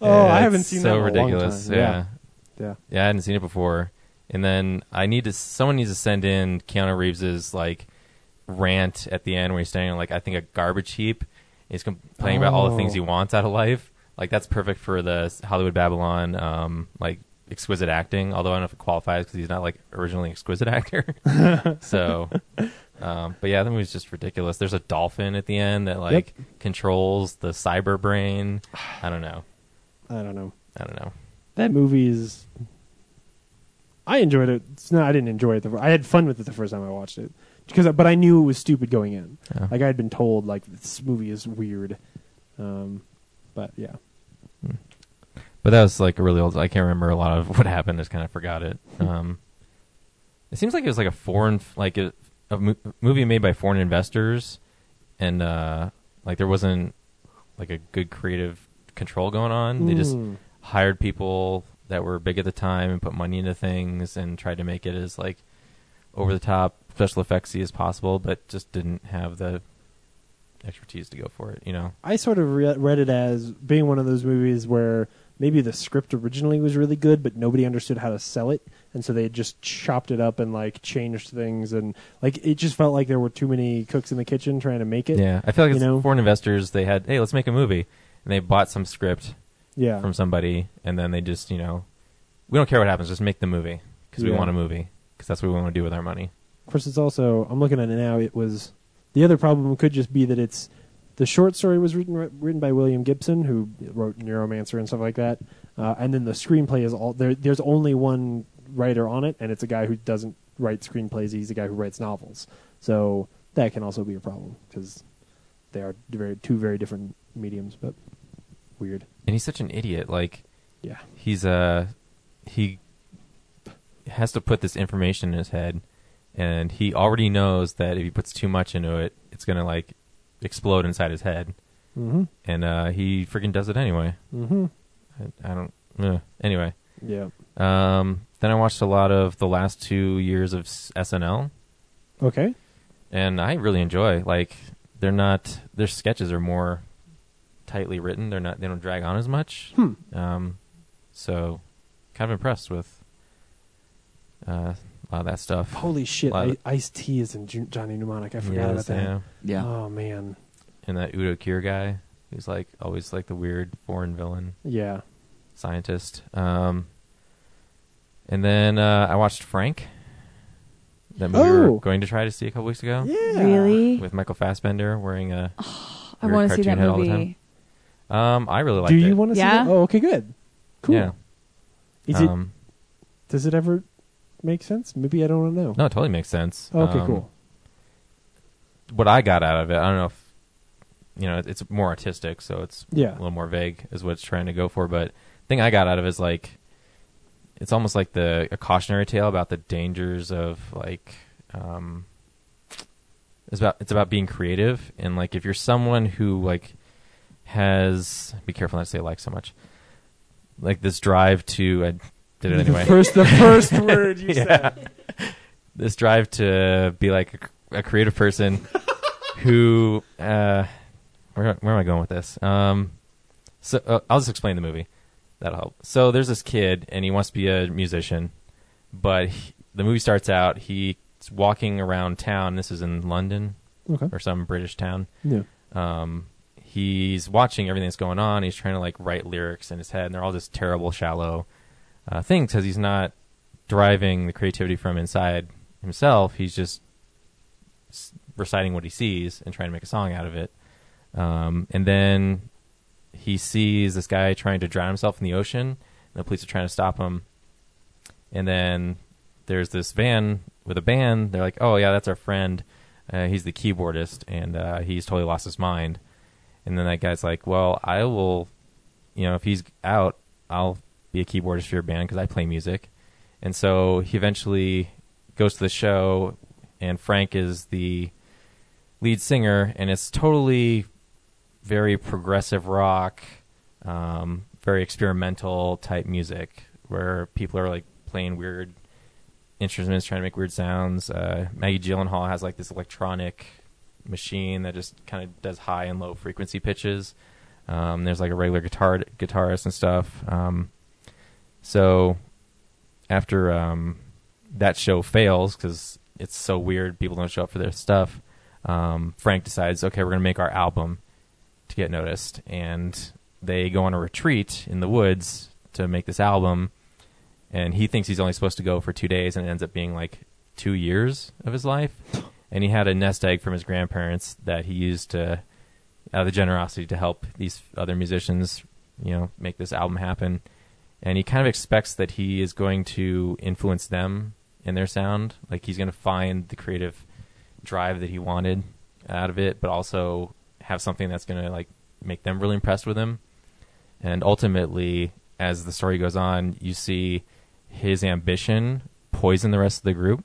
Speaker 3: Oh, I haven't seen
Speaker 4: so
Speaker 3: that in a long
Speaker 4: ridiculous.
Speaker 3: time.
Speaker 4: Yeah.
Speaker 3: Yeah,
Speaker 4: yeah, I hadn't seen it before. And then I need to. Someone needs to send in Keanu Reeves's like rant at the end where he's standing on, like I think a garbage heap. He's complaining about all the things
Speaker 3: Oh.
Speaker 4: he wants out of life. Like that's perfect for the Hollywood Babylon, um, like exquisite acting. Although I don't know if it qualifies because he's not like originally an exquisite actor. so, um, but yeah, that movie's just ridiculous. There's a dolphin at the end that like controls the cyber brain. I don't know.
Speaker 3: I don't know.
Speaker 4: I don't know.
Speaker 3: That movie is. I enjoyed it. It's not. I didn't enjoy it. The, fir- I had fun with it the first time I watched it because, but I knew it was stupid going in.
Speaker 4: Yeah.
Speaker 3: Like I had been told, like this movie is weird. Um, but yeah,
Speaker 4: But that was like a really old. I can't remember a lot of what happened. Just kind of forgot it. Um, it seems like it was like a foreign, like a, a mo- movie made by foreign investors, and uh, like there wasn't like a good creative control going on. They just
Speaker 3: Mm.
Speaker 4: hired people that were big at the time and put money into things and tried to make it as like over the top special effectsy as possible, but just didn't have the expertise to go for it. You know,
Speaker 3: I sort of re- read it as being one of those movies where maybe the script originally was really good, but nobody understood how to sell it, and so they just chopped it up and like changed things, and like it just felt like there were too many cooks in the kitchen trying to make it.
Speaker 4: yeah, I feel like
Speaker 3: you
Speaker 4: it's
Speaker 3: know?
Speaker 4: foreign investors. They had, hey, let's make a movie, and they bought some script
Speaker 3: yeah.
Speaker 4: from somebody, and then they just, you know, we don't care what happens, just make the movie because we
Speaker 3: Yeah.
Speaker 4: want a movie because that's what we want to do with our money.
Speaker 3: Of course, it's also I'm looking at it now. It was the other problem could just be that it's the short story was written written by William Gibson, who wrote Neuromancer and stuff like that, uh, and then the screenplay is all there. There's only one writer on it, and it's a guy who doesn't write screenplays. He's a guy who writes novels, so that can also be a problem because they are very two very different mediums. But weird,
Speaker 4: And he's such an idiot. Like
Speaker 3: yeah.
Speaker 4: he's uh he has to put this information in his head and he already knows that if he puts too much into it it's gonna like explode inside his head
Speaker 3: Mm-hmm.
Speaker 4: and uh he freaking does it anyway
Speaker 3: Mm-hmm.
Speaker 4: i, I don't uh, anyway
Speaker 3: Yeah.
Speaker 4: um then i watched a lot of the last two years of S- snl
Speaker 3: Okay.
Speaker 4: and i really enjoy like they're not their sketches are more tightly written they're not they don't drag on as much
Speaker 3: Hmm.
Speaker 4: Um, so, kind of impressed with uh, a lot of that stuff.
Speaker 3: Holy shit!
Speaker 4: Lot
Speaker 3: I,
Speaker 4: of-
Speaker 3: Ice T is in Ju- Johnny Mnemonic. I forgot about
Speaker 4: Yes,
Speaker 3: that.
Speaker 4: yeah.
Speaker 7: Yeah.
Speaker 3: Oh man.
Speaker 4: And that Udo Kier guy, who's like always like the weird foreign villain
Speaker 3: Yeah.
Speaker 4: scientist. Um, and then uh, I watched Frank, that movie we
Speaker 3: Oh.
Speaker 4: were going to try to see a couple weeks ago
Speaker 3: Yeah.
Speaker 5: Really?
Speaker 4: with Michael Fassbender wearing a.
Speaker 5: I
Speaker 4: weird
Speaker 5: want to see
Speaker 4: cartoon
Speaker 5: that
Speaker 4: head all the
Speaker 5: movie.
Speaker 4: time. Um, I really liked
Speaker 3: Do
Speaker 4: it.
Speaker 3: you want to
Speaker 5: Yeah.
Speaker 3: see that? Oh, okay, good. Cool.
Speaker 4: Yeah.
Speaker 3: Is
Speaker 4: um,
Speaker 3: it? Does it ever make sense? Maybe I don't know. Oh,
Speaker 4: No, it totally makes sense.
Speaker 3: Okay,
Speaker 4: Um,
Speaker 3: cool.
Speaker 4: what I got out of it, I don't know if you know, it's more artistic, so it's
Speaker 3: Yeah.
Speaker 4: a little more vague is what it's trying to go for. But the thing I got out of it is like it's almost like the a cautionary tale about the dangers of like um it's about it's about being creative and like if you're someone who like has be careful not to say like so much. Like this drive to I did it anyway.
Speaker 3: The first, the first word you
Speaker 4: Yeah.
Speaker 3: said.
Speaker 4: this drive to be like a, a creative person who uh where where am I going with this? Um so uh, I'll just explain the movie. That'll help. So there's this kid and he wants to be a musician, but he, the movie starts out he's walking around town. This is in London
Speaker 3: Okay.
Speaker 4: or some British town
Speaker 3: Yeah.
Speaker 4: um, he's watching everything that's going on. He's trying to like write lyrics in his head, and they're all just terrible, shallow uh, things because he's not deriving the creativity from inside himself. He's just s- reciting what he sees and trying to make a song out of it. Um, and then he sees this guy trying to drown himself in the ocean, and the police are trying to stop him. And then there's this van with a band. They're like, "Oh yeah, that's our friend. Uh, he's the keyboardist, and uh, he's totally lost his mind." And then that guy's like, "Well, I will, you know, if he's out, I'll be a keyboardist for your band because I play music." And so he eventually goes to the show, and Frank is the lead singer, and it's totally very progressive rock, um, very experimental type music where people are like playing weird instruments, trying to make weird sounds. Uh, Maggie Gyllenhaal has like this electronic machine that just kind of does high and low frequency pitches. Um, there's like a regular guitar guitarist and stuff. Um, so after um, that show fails because it's so weird, people don't show up for their stuff. Um, Frank decides, okay, we're gonna make our album to get noticed, and they go on a retreat in the woods to make this album. And he thinks he's only supposed to go for two days, and it ends up being like two years of his life. And he had a nest egg from his grandparents that he used to, out of the generosity, to help these other musicians, you know, make this album happen. And he kind of expects that he is going to influence them in their sound. Like he's going to find the creative drive that he wanted out of it, but also have something that's going to like make them really impressed with him. And ultimately, as the story goes on, you see his ambition poison the rest of the group.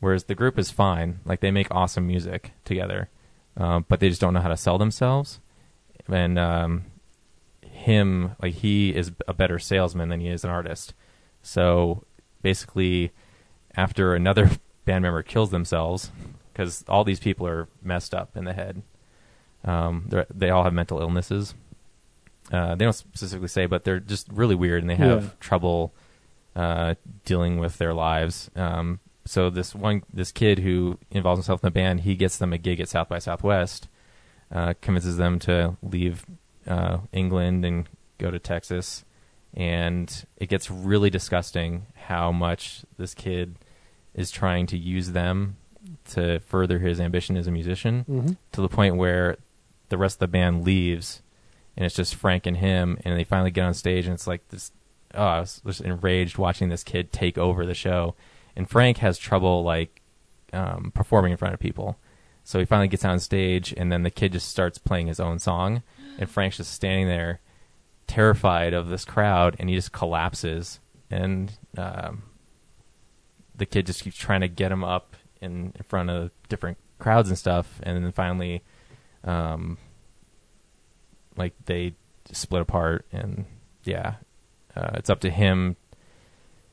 Speaker 4: Whereas the group is fine, like they make awesome music uh, together, um, but they just don't know how to sell themselves. And um, him like he is a better salesman than he is an artist. So basically, after another band member kills themselves, because all these people are messed up in the head, um, they're- they all have mental illnesses. Uh, they don't specifically say, but they're just really weird and they have
Speaker 3: Yeah.
Speaker 4: trouble uh, dealing with their lives. Um, so this one, this kid who involves himself in the band, he gets them a gig at South by Southwest, uh, convinces them to leave uh, England and go to Texas, and it gets really disgusting how much this kid is trying to use them to further his ambition as a musician
Speaker 3: Mhm.
Speaker 4: to the point where the rest of the band leaves and it's just Frank and him and they finally get on stage and it's like this oh I was just enraged watching this kid take over the show and Frank has trouble like um, performing in front of people so he finally gets on stage and then the kid just starts playing his own song and Frank's just standing there terrified of this crowd and he just collapses and um, the kid just keeps trying to get him up in, in front of different crowds and stuff and then finally um, like they split apart and yeah uh, it's up to him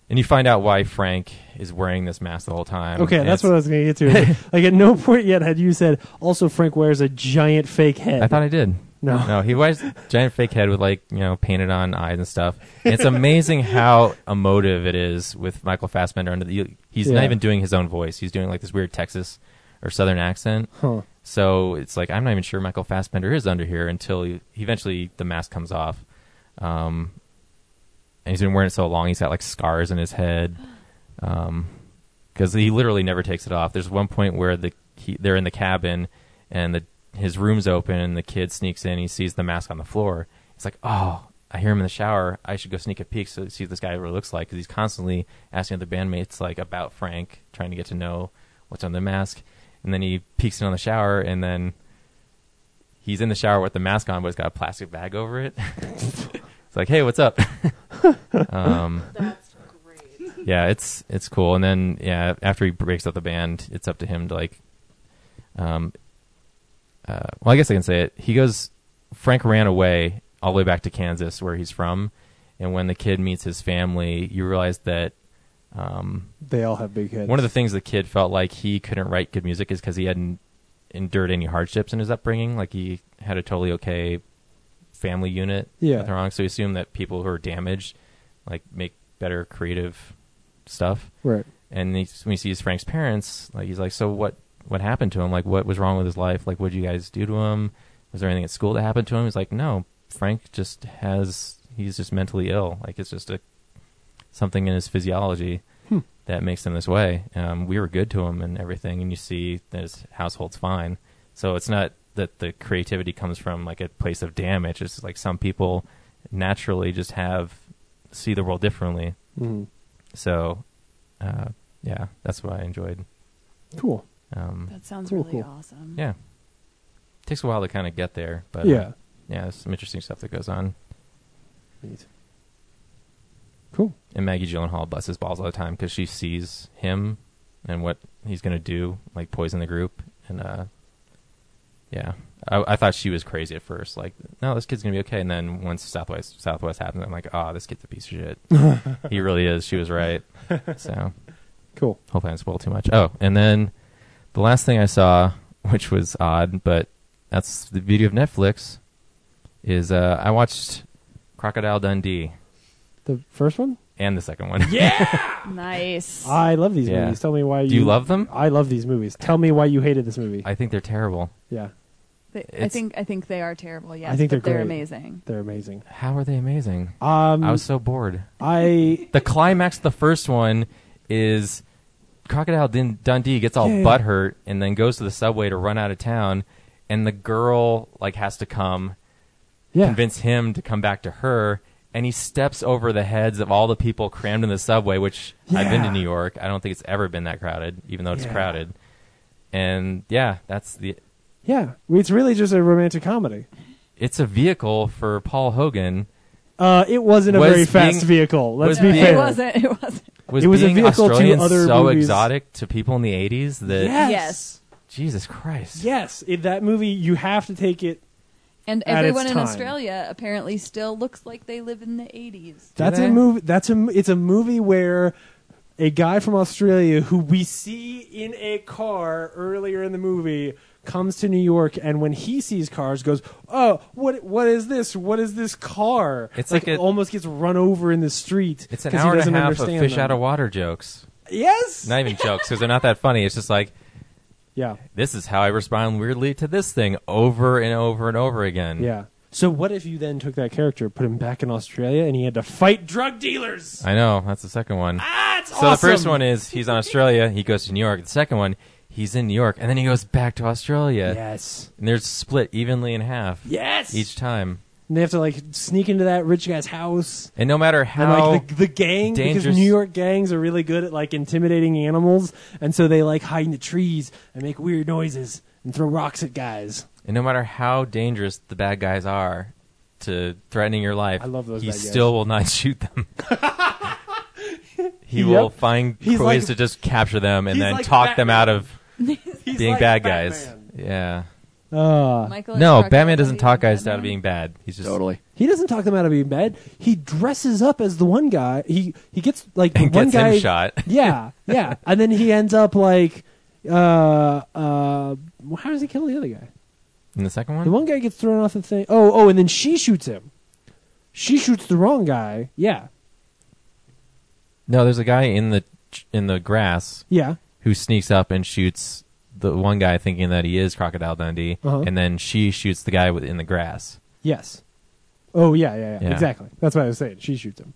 Speaker 4: and you find out why frank is wearing this mask the whole time
Speaker 3: Okay,
Speaker 4: And
Speaker 3: that's
Speaker 4: it's-
Speaker 3: what I was going to get to. Like, like, at no point yet had you said. Also, Frank wears a giant fake head.
Speaker 4: I thought I did.
Speaker 3: No.
Speaker 4: no, he wears a giant fake head with like you know painted on eyes and stuff. And it's amazing how emotive it is with Michael Fassbender. Under the, you- he's
Speaker 3: Yeah.
Speaker 4: not even doing his own voice. He's doing like this weird Texas or Southern accent.
Speaker 3: Huh.
Speaker 4: So it's like I'm not even sure Michael Fassbender is under here until he, eventually the mask comes off. Um, and he's been wearing it so long, he's got like scars in his head. Um, because he literally never takes it off. There's one point where the he, they're in the cabin and the his room's open and the kid sneaks in. He sees the mask on the floor. It's like, oh, I hear him in the shower. I should go sneak a peek so see what this guy really looks like because he's constantly asking the bandmates like about Frank, trying to get to know what's on the mask. And then he peeks in on the shower and then he's in the shower with the mask on, but it's got a plastic bag over it. it's like, hey, what's up? um,
Speaker 5: That's great.
Speaker 4: yeah, it's it's cool. And then yeah, after he breaks up the band, it's up to him to like, um, uh, well, I guess I can say it. He goes. Frank ran away all the way back to Kansas, where he's from, and when the kid meets his family, you realize that um,
Speaker 3: They all have big heads.
Speaker 4: one of the things the kid felt like he couldn't write good music is because he hadn't endured any hardships in his upbringing. Like he had a totally okay family unit.
Speaker 3: Yeah.
Speaker 4: Nothing wrong. So he assumed that people who are damaged, like, make better creative stuff.
Speaker 3: right.
Speaker 4: And he, when he sees Frank's parents, like, he's like, so what? What happened to him? Like, what was wrong with his life? Like, what did you guys do to him? Was there anything at school that happened to him? He's like, no. Frank just has. He's just mentally ill. Like, it's just a something in his physiology that makes him this way. Um, we were good to him and everything, and you see that his household's fine. So it's not that the creativity comes from like a place of damage. It's like some people naturally just have see the world differently.
Speaker 3: Mhm.
Speaker 4: So uh, yeah, that's what I enjoyed.
Speaker 3: Cool.
Speaker 4: Um,
Speaker 5: That sounds
Speaker 3: Cool,
Speaker 5: really
Speaker 3: cool.
Speaker 5: awesome.
Speaker 4: yeah, takes a while to kind of get there, but uh,
Speaker 3: Yeah.
Speaker 4: yeah, there's some interesting stuff that goes on.
Speaker 3: Neat. Cool.
Speaker 4: and Maggie Gyllenhaal busts his balls all the time because she sees him and what he's gonna do, like poison the group, and uh, yeah, I, I thought she was crazy at first, like, no, this kid's gonna be okay, and then once Southwest Southwest happens, I'm like, oh, this kid's a piece of shit. he really is. She was right. So
Speaker 3: Cool.
Speaker 4: hopefully I didn't spoil too much. Oh, and then the last thing I saw, which was odd, but that's the beauty of Netflix, is uh, I watched Crocodile Dundee
Speaker 3: The first one.
Speaker 4: and the second one. Yeah.
Speaker 5: Nice.
Speaker 3: I love these
Speaker 4: Yeah.
Speaker 3: movies. Tell me why you.
Speaker 4: Do you love them?
Speaker 3: I love these movies. Tell me why you hated this movie.
Speaker 4: I think they're terrible.
Speaker 3: yeah,
Speaker 5: They- I
Speaker 4: it's-
Speaker 5: think I think they are terrible. Yes,
Speaker 3: I think
Speaker 5: but
Speaker 3: they're
Speaker 5: they're
Speaker 3: great.
Speaker 5: amazing.
Speaker 3: they're amazing.
Speaker 4: How are they amazing?
Speaker 3: Um,
Speaker 4: I was so bored.
Speaker 3: I
Speaker 4: The climax of the first one is Crocodile Dun- Dundee gets all
Speaker 3: Yeah.
Speaker 4: butthurt and then goes to the subway to run out of town, and the girl like has to come
Speaker 3: yeah.
Speaker 4: convince him to come back to her, and he steps over the heads of all the people crammed in the subway. Which I've been
Speaker 3: Yeah.
Speaker 4: to New York. I don't think it's ever been that crowded, even though it's
Speaker 3: Yeah.
Speaker 4: crowded. And yeah, that's the.
Speaker 3: Yeah, it's really just a romantic comedy.
Speaker 4: It's a vehicle for Paul Hogan.
Speaker 3: Uh, it wasn't a
Speaker 4: Was
Speaker 3: very fast
Speaker 4: being-
Speaker 3: vehicle. Let's
Speaker 4: was
Speaker 3: be
Speaker 5: No,
Speaker 4: being-
Speaker 3: fair.
Speaker 5: it wasn't. It wasn't.
Speaker 4: was,
Speaker 3: It was a
Speaker 4: being
Speaker 3: vehicle to
Speaker 4: Australian
Speaker 3: other
Speaker 4: so
Speaker 3: movies.
Speaker 4: exotic to people in the 80s that
Speaker 3: Yes.
Speaker 5: Yes.
Speaker 4: Jesus Christ.
Speaker 3: Yes, in that movie you have to take it
Speaker 5: And
Speaker 3: At its
Speaker 5: everyone in
Speaker 3: time.
Speaker 5: Australia apparently still looks like they live in the 80s.
Speaker 3: That's
Speaker 4: they?
Speaker 3: a movie. That's a. m- It's a movie where a guy from Australia who we see in a car earlier in the movie comes to New York, and when he sees cars, goes, "Oh, what? What is this? What is this car?"
Speaker 4: It's like a-
Speaker 3: almost gets run over in the street.
Speaker 4: It's an
Speaker 3: 'cause he
Speaker 4: hour and a
Speaker 3: doesn't
Speaker 4: half of
Speaker 3: understand
Speaker 4: fish
Speaker 3: them.
Speaker 4: out of water jokes.
Speaker 3: Yes.
Speaker 4: Not even jokes because they're not that funny. It's just like
Speaker 3: yeah.
Speaker 4: this is how I respond weirdly to this thing over and over and over again.
Speaker 3: Yeah. So what if you then took that character, put him back in Australia, and he had to fight drug dealers?
Speaker 4: I know that's the second one.
Speaker 3: Ah, it's
Speaker 4: so
Speaker 3: awesome.
Speaker 4: the first one is he's on Australia. He goes to New York. The second one he's in New York and then he goes back to Australia.
Speaker 3: Yes.
Speaker 4: And they're split evenly in half
Speaker 3: Yes.
Speaker 4: each time.
Speaker 3: And they have to like sneak into that rich guy's house.
Speaker 4: And no matter
Speaker 3: and
Speaker 4: how
Speaker 3: like the, the gang because
Speaker 4: dangerous-
Speaker 3: New York gangs are really good at like intimidating animals, and so they like hide in the trees and make weird noises and throw rocks at guys.
Speaker 4: and no matter how dangerous the bad guys are to threatening your life,
Speaker 3: I love those
Speaker 4: he
Speaker 3: bad guys.
Speaker 4: still will not shoot them. he will
Speaker 3: Yep.
Speaker 4: find
Speaker 3: He's
Speaker 4: ways
Speaker 3: like-
Speaker 4: to just capture them and
Speaker 3: he's
Speaker 4: then
Speaker 3: like
Speaker 4: talk them out of
Speaker 3: He's
Speaker 4: being
Speaker 3: like
Speaker 4: bad
Speaker 3: Batman.
Speaker 4: guys. Yeah.
Speaker 3: Uh,
Speaker 5: Michael
Speaker 4: No,
Speaker 5: instructed
Speaker 4: Batman
Speaker 5: how
Speaker 4: doesn't
Speaker 5: to
Speaker 4: talk
Speaker 5: use
Speaker 4: guys out of
Speaker 5: Batman.
Speaker 4: being bad. He's just
Speaker 7: Totally.
Speaker 3: he doesn't talk them out of being bad. He dresses up as the one guy. He he gets like the
Speaker 4: and
Speaker 3: one
Speaker 4: gets
Speaker 3: guy
Speaker 4: him shot.
Speaker 3: Yeah, yeah, and then he ends up like. Uh, uh, how does he kill the other guy?
Speaker 4: In the second
Speaker 3: The
Speaker 4: one,
Speaker 3: one guy gets thrown off the thing. Oh, oh, and then she shoots him. She shoots the wrong guy. Yeah,
Speaker 4: no, there's a guy in the in the grass
Speaker 3: yeah.
Speaker 4: who sneaks up and shoots the one guy thinking that he is Crocodile Dundee,
Speaker 3: Uh-huh.
Speaker 4: and then she shoots the guy with- in the grass.
Speaker 3: Yes. Oh yeah, yeah, yeah.
Speaker 4: Yeah.
Speaker 3: Exactly. That's what I was saying. She shoots him.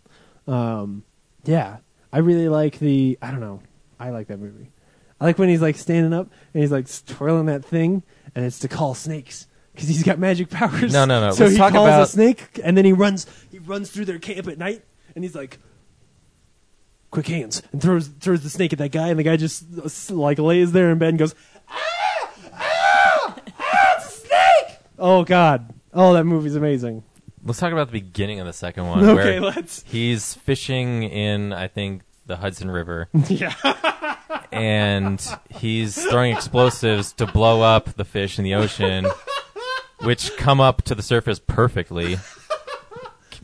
Speaker 3: Um, yeah, I really like the. I don't know. I like that movie. I like when he's like standing up and he's like twirling that thing, and it's to call snakes because he's got magic powers.
Speaker 4: No, no, no.
Speaker 3: So
Speaker 4: Let's
Speaker 3: he
Speaker 4: talk
Speaker 3: calls a
Speaker 4: about-
Speaker 3: snake, and then he runs. He runs through their camp at night, and he's like. Quick hands and throws throws the snake at that guy, and the guy just uh, s- like lays there in bed and goes, "Ah! "Oh God, oh that movie's amazing."
Speaker 4: Let's talk about the beginning of the second one.
Speaker 3: Okay,
Speaker 4: where
Speaker 3: let's-
Speaker 4: He's fishing in, I think, the Hudson River.
Speaker 3: Yeah.
Speaker 4: and he's throwing explosives to blow up the fish in the ocean, which come up to the surface perfectly,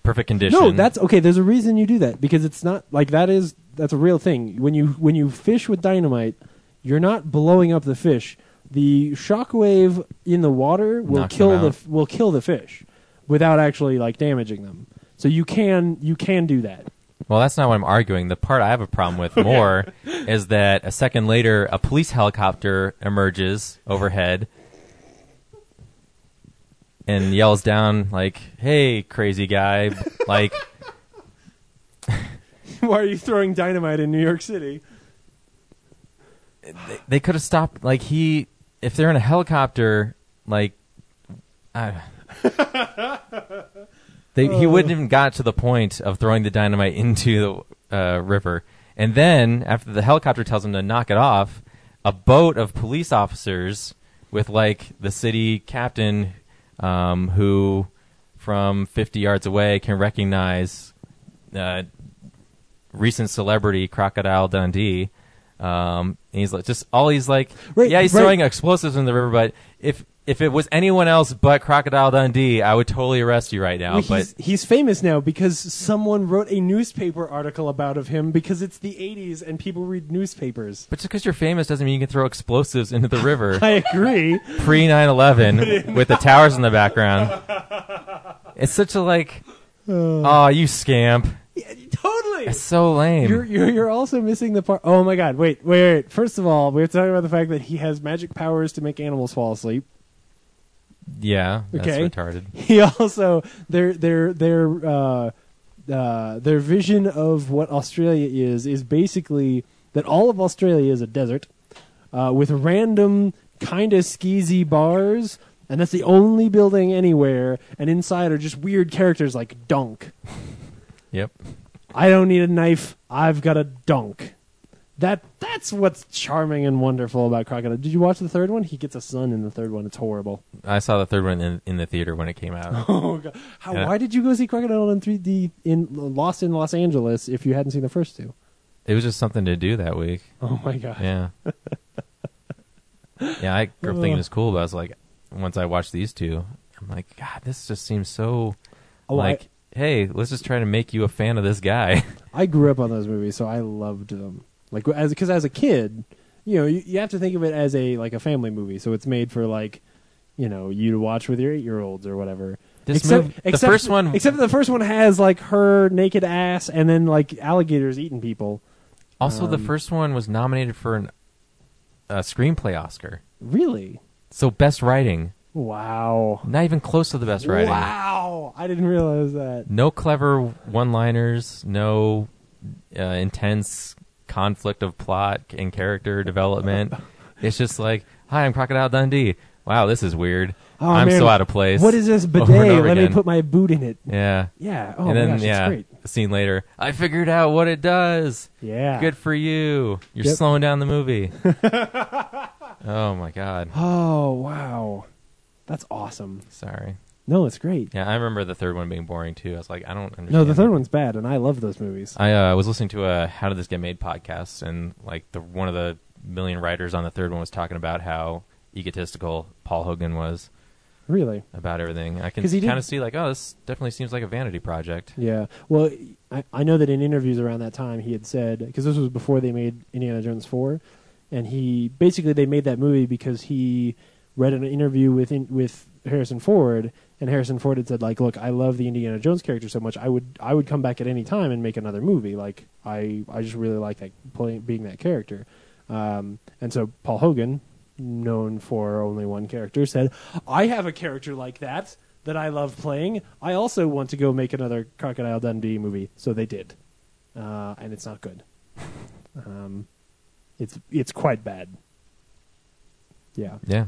Speaker 4: perfect condition.
Speaker 3: No, that's okay. There's a reason you do that because it's not like that is that's a real thing. When you when you fish with dynamite, you're not blowing up the fish. The shockwave in the water will
Speaker 4: Knock them
Speaker 3: kill
Speaker 4: out.
Speaker 3: the will kill the fish without actually like damaging them. So you can you can do that.
Speaker 4: well. That's not what I'm arguing. The part I have a problem with more is that a second later, a police helicopter emerges overhead and yells down like, "Hey, crazy guy!" like.
Speaker 3: Why are you throwing dynamite in New York City?
Speaker 4: they could have stopped like he if they're in a helicopter like I, they,
Speaker 3: Oh.
Speaker 4: he wouldn't even got to the point of throwing the dynamite into the uh, river and then after the helicopter tells him to knock it off a boat of police officers with like the city captain um, who from 50 yards away can recognize uh, recent celebrity crocodile dundee um, and he's like just all he's like
Speaker 3: Right,
Speaker 4: yeah he's
Speaker 3: right.
Speaker 4: throwing explosives in the river but if if it was anyone else but crocodile dundee i would totally arrest you right now
Speaker 3: Well,
Speaker 4: but
Speaker 3: he's, he's famous now because someone wrote a newspaper article about of him because it's the 80s and people read newspapers.
Speaker 4: but just because you're famous doesn't mean you can throw explosives into the river
Speaker 3: I agree.
Speaker 4: pre 9/11 with the towers in the background. It's such a like,
Speaker 3: Uh.
Speaker 4: oh, you scamp.
Speaker 3: Yeah, totally.
Speaker 4: It's so lame.
Speaker 3: You're, you're you're also missing the part. Oh my god! Wait, wait, wait. First of all, we have to talk about the fact that he has magic powers to make animals fall asleep.
Speaker 4: yeah, that's
Speaker 3: Okay.
Speaker 4: retarded.
Speaker 3: He also their their their uh, uh, their vision of what Australia is is basically that all of Australia is a desert uh, with random kind of skeezy bars, and that's the only building anywhere. And inside are just weird characters like Dunk.
Speaker 4: Yep.
Speaker 3: I don't need a knife. I've got a dunk. That that's what's charming and wonderful about Crocodile. Did you watch the third one? He gets a son in the third one. It's horrible.
Speaker 4: I saw the third one in, in the theater when it came out.
Speaker 3: Oh god! How,
Speaker 4: Yeah.
Speaker 3: Why did you go see Crocodile in 3D in Lost in Los Angeles if you hadn't seen the first two?
Speaker 4: it was just something to do that week.
Speaker 3: Oh my god!
Speaker 4: Yeah. yeah, I grew up thinking it was cool, but I was like, once I watched these two, I'm like, God, this just seems so
Speaker 3: Oh, I-
Speaker 4: like, hey, let's just try to make you a fan of this guy.
Speaker 3: I grew up on those movies, so I loved them. Like as because as a kid, you know, you, you have to think of it as a like a family movie. So it's made for like, you know, you to watch with your eight year olds or whatever.
Speaker 4: This movie- the first one-
Speaker 3: except the first one has like her naked ass and then like alligators eating people.
Speaker 4: also, the
Speaker 3: Um,
Speaker 4: first one was nominated for an a screenplay Oscar,
Speaker 3: Really?
Speaker 4: so best writing,
Speaker 3: Wow.
Speaker 4: not even close to the best writing.
Speaker 3: Wow. I didn't realize that.
Speaker 4: No clever one-liners, no uh, intense conflict of plot and character development. it's just like, hi, I'm Crocodile Dundee. Wow, this is weird.
Speaker 3: Oh,
Speaker 4: I'm
Speaker 3: man.
Speaker 4: so out of place.
Speaker 3: What is this bidet?
Speaker 4: Over and over
Speaker 3: Let
Speaker 4: again.
Speaker 3: me put my boot in it.
Speaker 4: Yeah.
Speaker 3: Yeah. Oh
Speaker 4: and then
Speaker 3: my gosh,
Speaker 4: yeah,
Speaker 3: it's great.
Speaker 4: a scene later, I figured out what it does.
Speaker 3: Yeah.
Speaker 4: Good for you. You're
Speaker 3: Yep.
Speaker 4: slowing down the movie. oh my god.
Speaker 3: Oh wow. That's awesome.
Speaker 4: Sorry.
Speaker 3: No, it's great.
Speaker 4: Yeah, I remember the third one being boring too. I was like, I don't understand.
Speaker 3: No, the
Speaker 4: it.
Speaker 3: third one's bad, and I love those movies.
Speaker 4: I uh, was listening to a How Did This Get Made podcast, and like the one of the million writers on the third one was talking about how egotistical Paul Hogan was
Speaker 3: Really?
Speaker 4: about everything. I can
Speaker 3: 'Cause he did-
Speaker 4: kind of see like, oh, this definitely seems like a vanity project.
Speaker 3: Yeah. Well, I, I know that in interviews around that time, he had said because this was before they made Indiana Jones four, and he basically they made that movie because he read an interview with in, with Harrison Ford, and Harrison Ford had said like, "Look, I love the Indiana Jones character so much, I would I would come back at any time and make another movie. Like, I I just really like that playing being that character." Um, and so Paul Hogan, known for only one character, said, I have a character like that that I love playing. I also want to go make another Crocodile Dundee movie. So they did. Uh, and it's not good. Um, it's, it's quite bad. Yeah.
Speaker 4: Yeah.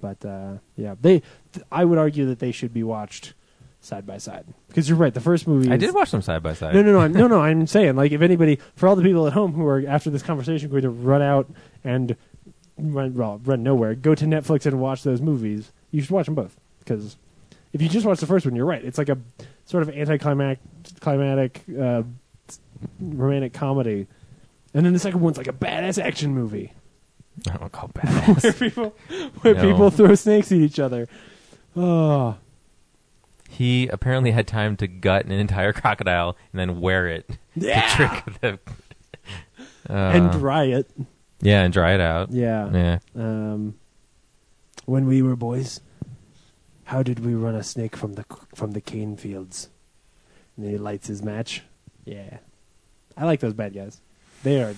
Speaker 3: But uh, yeah, they. Th- I would argue that they should be watched side by side because you're right. The first movie
Speaker 4: I
Speaker 3: is-
Speaker 4: did watch them side by side.
Speaker 3: no, no, no, I'm, no, no. I'm saying like if anybody, for all the people at home who are after this conversation going to run out and run, well, run nowhere, go to Netflix and watch those movies. You should watch them both because if you just watch the first one, you're right. It's like a sort of anticlimactic, climatic, uh, romantic comedy, and then the second one's like a badass action movie
Speaker 4: I don't call it badass.
Speaker 3: where people where
Speaker 4: No.
Speaker 3: people throw snakes at each other. Oh,
Speaker 4: he apparently had time to gut an entire crocodile and then wear it to trick the. Uh,
Speaker 3: Ah. and dry it.
Speaker 4: yeah, and dry it out.
Speaker 3: Yeah.
Speaker 4: Yeah.
Speaker 3: um, when we were boys, how did we run a snake from the from the cane fields? And then he lights his match. Yeah, I like those bad guys. They are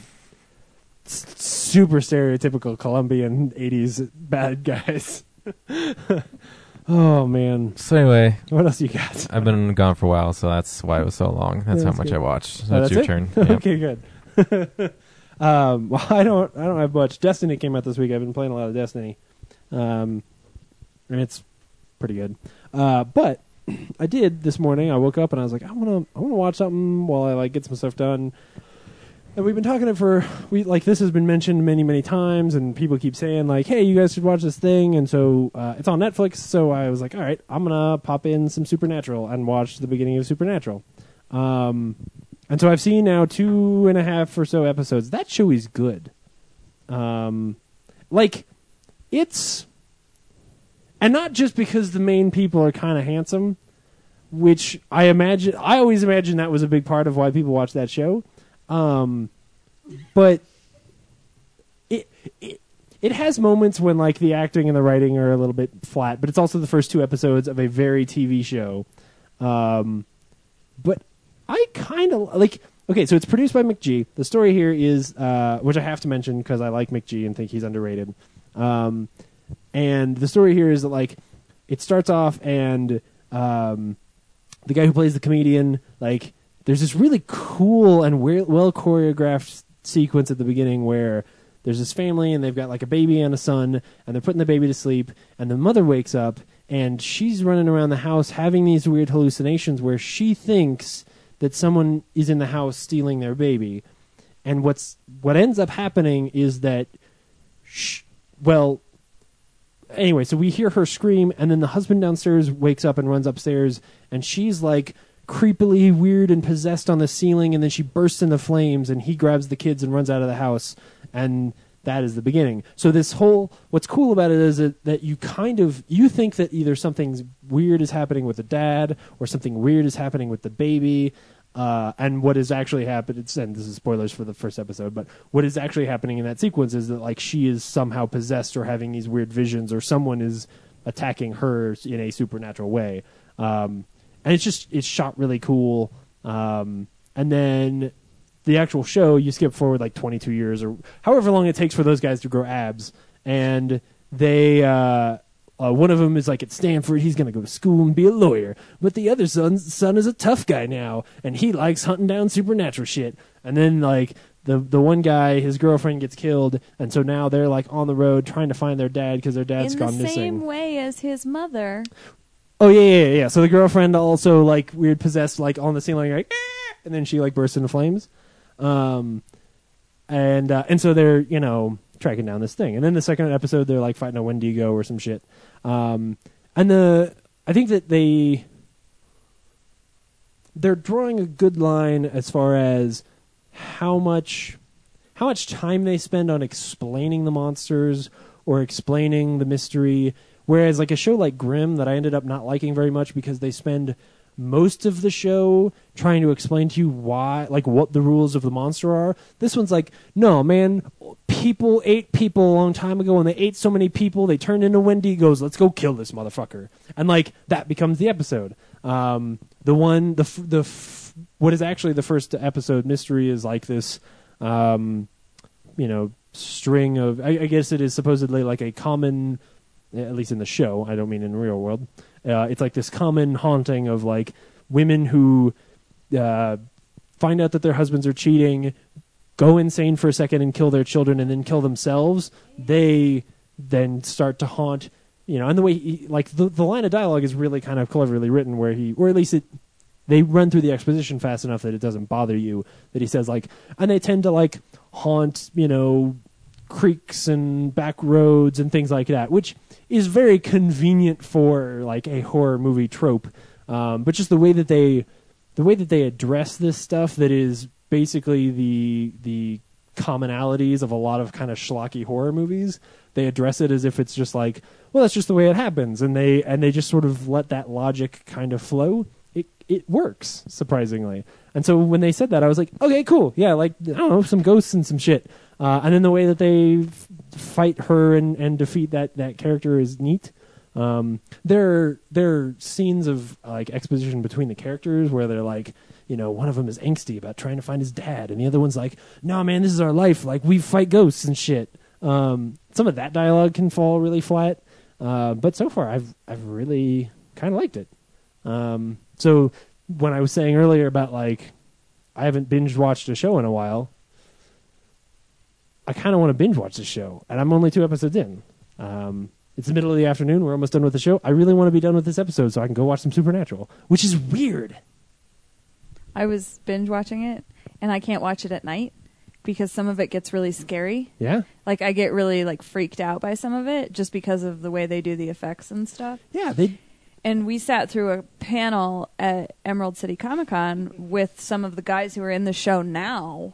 Speaker 3: s- super stereotypical Colombian '80s bad guys. oh man,
Speaker 4: So anyway,
Speaker 3: what else you got?
Speaker 4: I've been gone for a while, so that's why it was so long. That's
Speaker 3: Yeah,
Speaker 4: how
Speaker 3: that's
Speaker 4: much
Speaker 3: good.
Speaker 4: I watched.
Speaker 3: Oh,
Speaker 4: that's, your
Speaker 3: it?
Speaker 4: turn. Yep.
Speaker 3: okay, good. um, well, I don't, I don't have much. Destiny came out this week. I've been playing a lot of Destiny, um, and it's pretty good. Uh, but I did this morning. I woke up and I was like, I want to, I want to watch something while I like get some stuff done. And we've been talking it for we like this has been mentioned many many times, and people keep saying like, "Hey, you guys should watch this thing." And so uh, it's on Netflix. So I was like, "All right, I'm gonna pop in some Supernatural and watch the beginning of Supernatural." Um, and so I've seen now two and a half or so episodes. That show is good. Um, like it's, and not just because the main people are kind of handsome, which I imagine I always imagine that was a big part of why people watch that show. Um, but it it it has moments when like the acting and the writing are a little bit flat, but it's also the first two episodes of a very TV show. Um, but I kind of like. Okay, so it's produced by McGee. The story here is, uh, which I have to mention because I like McGee and think he's underrated. Um, and the story here is that like, it starts off and um, the guy who plays the comedian, like, there's this really cool and well choreographed sequence at the beginning where there's this family and they've got like a baby and a son and they're putting the baby to sleep and the mother wakes up and she's running around the house having these weird hallucinations where she thinks that someone is in the house stealing their baby and what's what ends up happening is that sh- well anyway, so we hear her scream, and then the husband downstairs wakes up and runs upstairs, and she's like creepily weird and possessed on the ceiling, and then she bursts into flames, and he grabs the kids and runs out of the house, and that is the beginning. So this whole what's cool about it is that, that you kind of you think that either something's weird is happening with the dad or something weird is happening with the baby. Uh, and what is actually happening, and this is spoilers for the first episode, but what is actually happening in that sequence is that like she is somehow possessed or having these weird visions, or someone is attacking her in a supernatural way. Um, and it's just it's shot really cool. Um, and then the actual show, you skip forward like 22 years or however long it takes for those guys to grow abs, and they. Uh, uh, one of them is like at Stanford. He's going to go to school and be a lawyer. But the other son's son is a tough guy now, and he likes hunting down supernatural shit. And then like the the one guy, his girlfriend gets killed, and so now they're like on the road trying to find their dad because their dad's
Speaker 5: in the
Speaker 3: gone
Speaker 5: same
Speaker 3: missing.
Speaker 5: way as his mother.
Speaker 3: Oh yeah, yeah, yeah. So the girlfriend also like weird possessed, like on the scene, like, like "Ah!" and then she like bursts into flames, um, and uh, and so they're you know tracking down this thing, and then the second episode they're like fighting a Wendigo or some shit, um, and the I think that they they're drawing a good line as far as how much how much time they spend on explaining the monsters or explaining the mystery whereas like a show like grimm that i ended up not liking very much because they spend most of the show trying to explain to you why like what the rules of the monster are this one's like no man people ate people a long time ago and they ate so many people they turned into wendigos let's go kill this motherfucker and like that becomes the episode um the one the f- the f- what is actually the first episode mystery is like this um you know string of I, I guess it is supposedly like a common at least in the show i don't mean in the real world uh, it's like this common haunting of like women who uh, find out that their husbands are cheating go insane for a second and kill their children and then kill themselves they then start to haunt you know and the way he, like the, the line of dialogue is really kind of cleverly written where he or at least it they run through the exposition fast enough that it doesn't bother you that he says like and they tend to like haunt you know creeks and back roads and things like that which is very convenient for like a horror movie trope um, but just the way that they the way that they address this stuff that is basically the the commonalities of a lot of kind of schlocky horror movies they address it as if it's just like well that's just the way it happens and they and they just sort of let that logic kind of flow it it works surprisingly. And so when they said that, I was like, okay, cool, yeah, like I don't know, some ghosts and some shit. Uh, and then the way that they f- fight her and, and defeat that that character is neat. Um, there there are scenes of like exposition between the characters where they're like, you know, one of them is angsty about trying to find his dad, and the other one's like, nah, man, this is our life. Like we fight ghosts and shit. Um, some of that dialogue can fall really flat, uh, but so far I've I've really kind of liked it. Um, so when I was saying earlier about like I haven't binge watched a show in a while, I kind of want to binge watch this show, and I'm only two episodes in. Um, it's the middle of the afternoon. We're almost done with the show. I really want to be done with this episode so I can go watch some Supernatural, which is weird.
Speaker 5: I was binge watching it, and I can't watch it at night because some of it gets really scary.
Speaker 3: Yeah,
Speaker 5: Like I get really like freaked out by some of it just because of the way they do the effects and stuff.
Speaker 3: yeah. They
Speaker 5: and we sat through a panel at Emerald City Comic Con with some of the guys who are in the show now.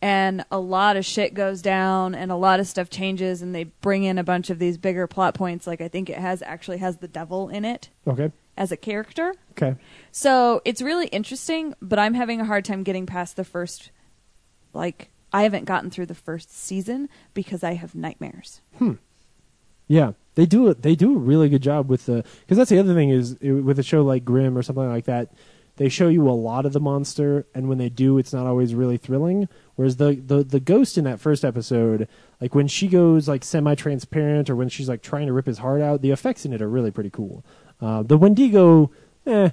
Speaker 5: And a lot of shit goes down and a lot of stuff changes and they bring in a bunch of these bigger plot points like I think it has actually has the devil in it
Speaker 3: okay,
Speaker 5: as a character.
Speaker 3: okay.
Speaker 5: So, it's really interesting, but I'm having a hard time getting past the first like I haven't gotten through the first season because I have nightmares.
Speaker 3: Yeah, they do. a- They do a really good job with the because that's the other thing is i- with a show like Grimm or something like that, they show you a lot of the monster, and when they do, it's not always really thrilling. Whereas the the the ghost in that first episode, like when she goes like semi transparent or when she's like trying to rip his heart out, the effects in it are really pretty cool. Uh, the Wendigo, eh,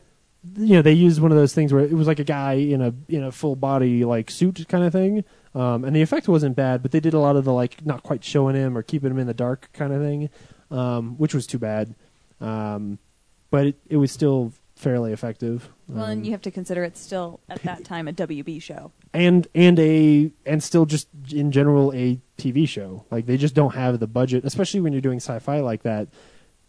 Speaker 3: you know they used one of those things where it was like a guy in a in a full body like suit kind of thing um, and the effect wasn't bad but they did a lot of the like not quite showing him or keeping him in the dark kind of thing um, which was too bad um, but it, it was still fairly effective
Speaker 5: Well,
Speaker 3: Um,
Speaker 5: and you have to consider it's still at that time a WB show.
Speaker 3: and and a and still just in general a TV show. Like they just don't have the budget, especially when you're doing sci-fi like that.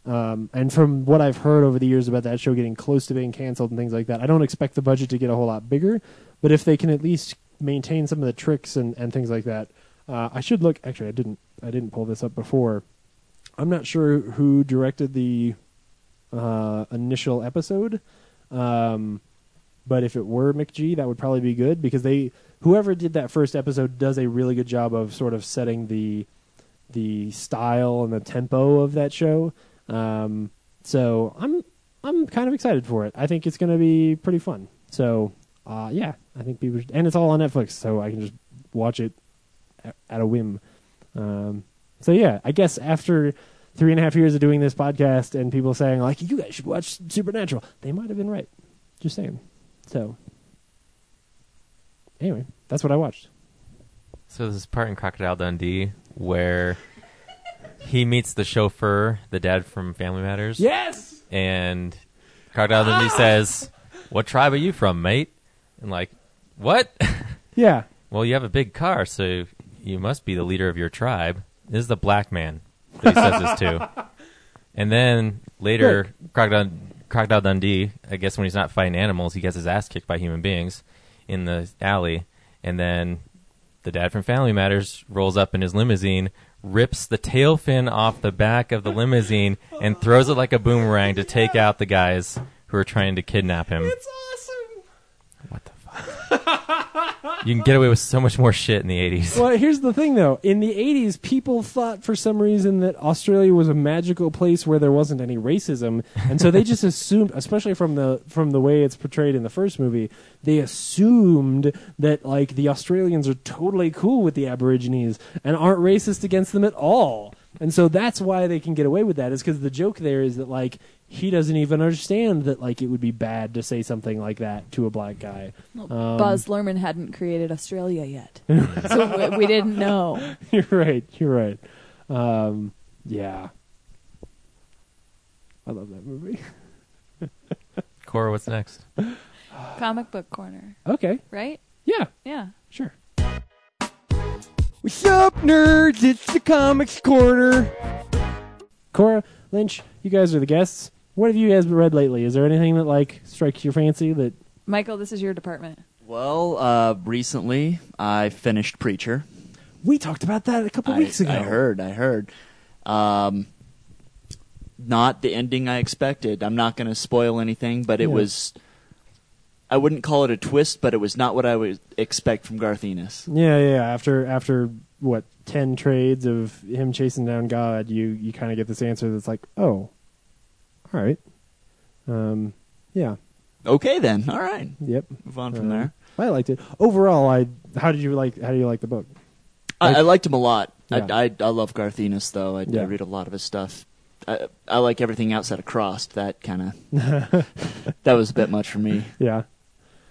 Speaker 3: Um, and from what I've heard over the years about that show getting close to being canceled and things like that, I don't expect the budget to get a whole lot bigger. But if they can at least maintain some of the tricks and, and things like that, Uh, I should look. Actually, I didn't. I didn't pull this up before. I'm not sure who directed the uh, initial episode, um, but if it were McGee, that would probably be good because they, whoever did that first episode, does a really good job of sort of setting the the style and the tempo of that show. Um, so I'm I'm kind of excited for it. I think it's going to be pretty fun. So uh, yeah, I think people should, and it's all on Netflix, so I can just watch it a- at a whim. Um, so yeah, I guess after three and a half years of doing this podcast and people saying like you guys should watch Supernatural, they might have been right. Just saying. So anyway, that's what I watched.
Speaker 4: So there's this part in Crocodile Dundee where he meets the chauffeur, the dad from Family Matters.
Speaker 3: Yes.
Speaker 4: And Crocodile Dundee says, "What tribe are you from, mate?" And like, "What?
Speaker 3: Yeah.
Speaker 4: well, you have a big car, so you must be the leader of your tribe." This is the black man that he says this to. And then later, Crocodile, Crocodile Dundee, I guess when he's not fighting animals, he gets his ass kicked by human beings in the alley. And then the dad from Family Matters rolls up in his limousine, rips the tail fin off the back of the limousine, and throws it like a boomerang to take out the guys who are trying to kidnap him. It's awesome! What the fuck? you can get away with so much more shit in the 80s.
Speaker 3: Well, here's the thing though. In the 80s, people thought for some reason that Australia was a magical place where there wasn't any racism, and so they just assumed, especially from the from the way it's portrayed in the first movie, they assumed that like the Australians are totally cool with the Aborigines and aren't racist against them at all. And so that's why they can get away with that is cuz the joke there is that like he doesn't even understand that like it would be bad to say something like that to a black guy. Um,
Speaker 5: Buzz Lerman hadn't created Australia yet, so we, we didn't know.
Speaker 3: you're right. You're right. Um, yeah. I love that movie.
Speaker 4: Cora, what's next?
Speaker 5: Comic book corner,
Speaker 3: Okay.
Speaker 5: right?
Speaker 3: Yeah.
Speaker 5: Yeah.
Speaker 3: Sure.
Speaker 6: What's up, nerds? It's the Comics Corner.
Speaker 3: Cora, Lynch, you guys are the guests. What have you guys read lately? Is there anything that like strikes your fancy that
Speaker 5: Michael, this is your department.
Speaker 7: Well, uh, recently I finished Preacher.
Speaker 3: we talked about that a couple
Speaker 7: I,
Speaker 3: weeks ago?
Speaker 7: I heard. I heard. Um, not the ending I expected. I'm not going to spoil anything, but it
Speaker 3: Yeah.
Speaker 7: was. I wouldn't call it a twist, but it was not what I would expect from Garth Ennis.
Speaker 3: Yeah, yeah. After after what ten trades of him chasing down God, you you kind of get this answer that's like, oh, all right. Um, yeah.
Speaker 7: Okay, then. All right,
Speaker 3: Yep.
Speaker 7: move on from
Speaker 3: Uh,
Speaker 7: there.
Speaker 3: I liked it overall. I how did you like how do you like the book?
Speaker 7: I, I liked him a lot.
Speaker 3: Yeah.
Speaker 7: I, I I love Garth Ennis though. I,
Speaker 3: Yeah.
Speaker 7: I read a lot of his stuff. I, I like everything outside of Crossed. That kind of that was a bit much for me.
Speaker 3: Yeah.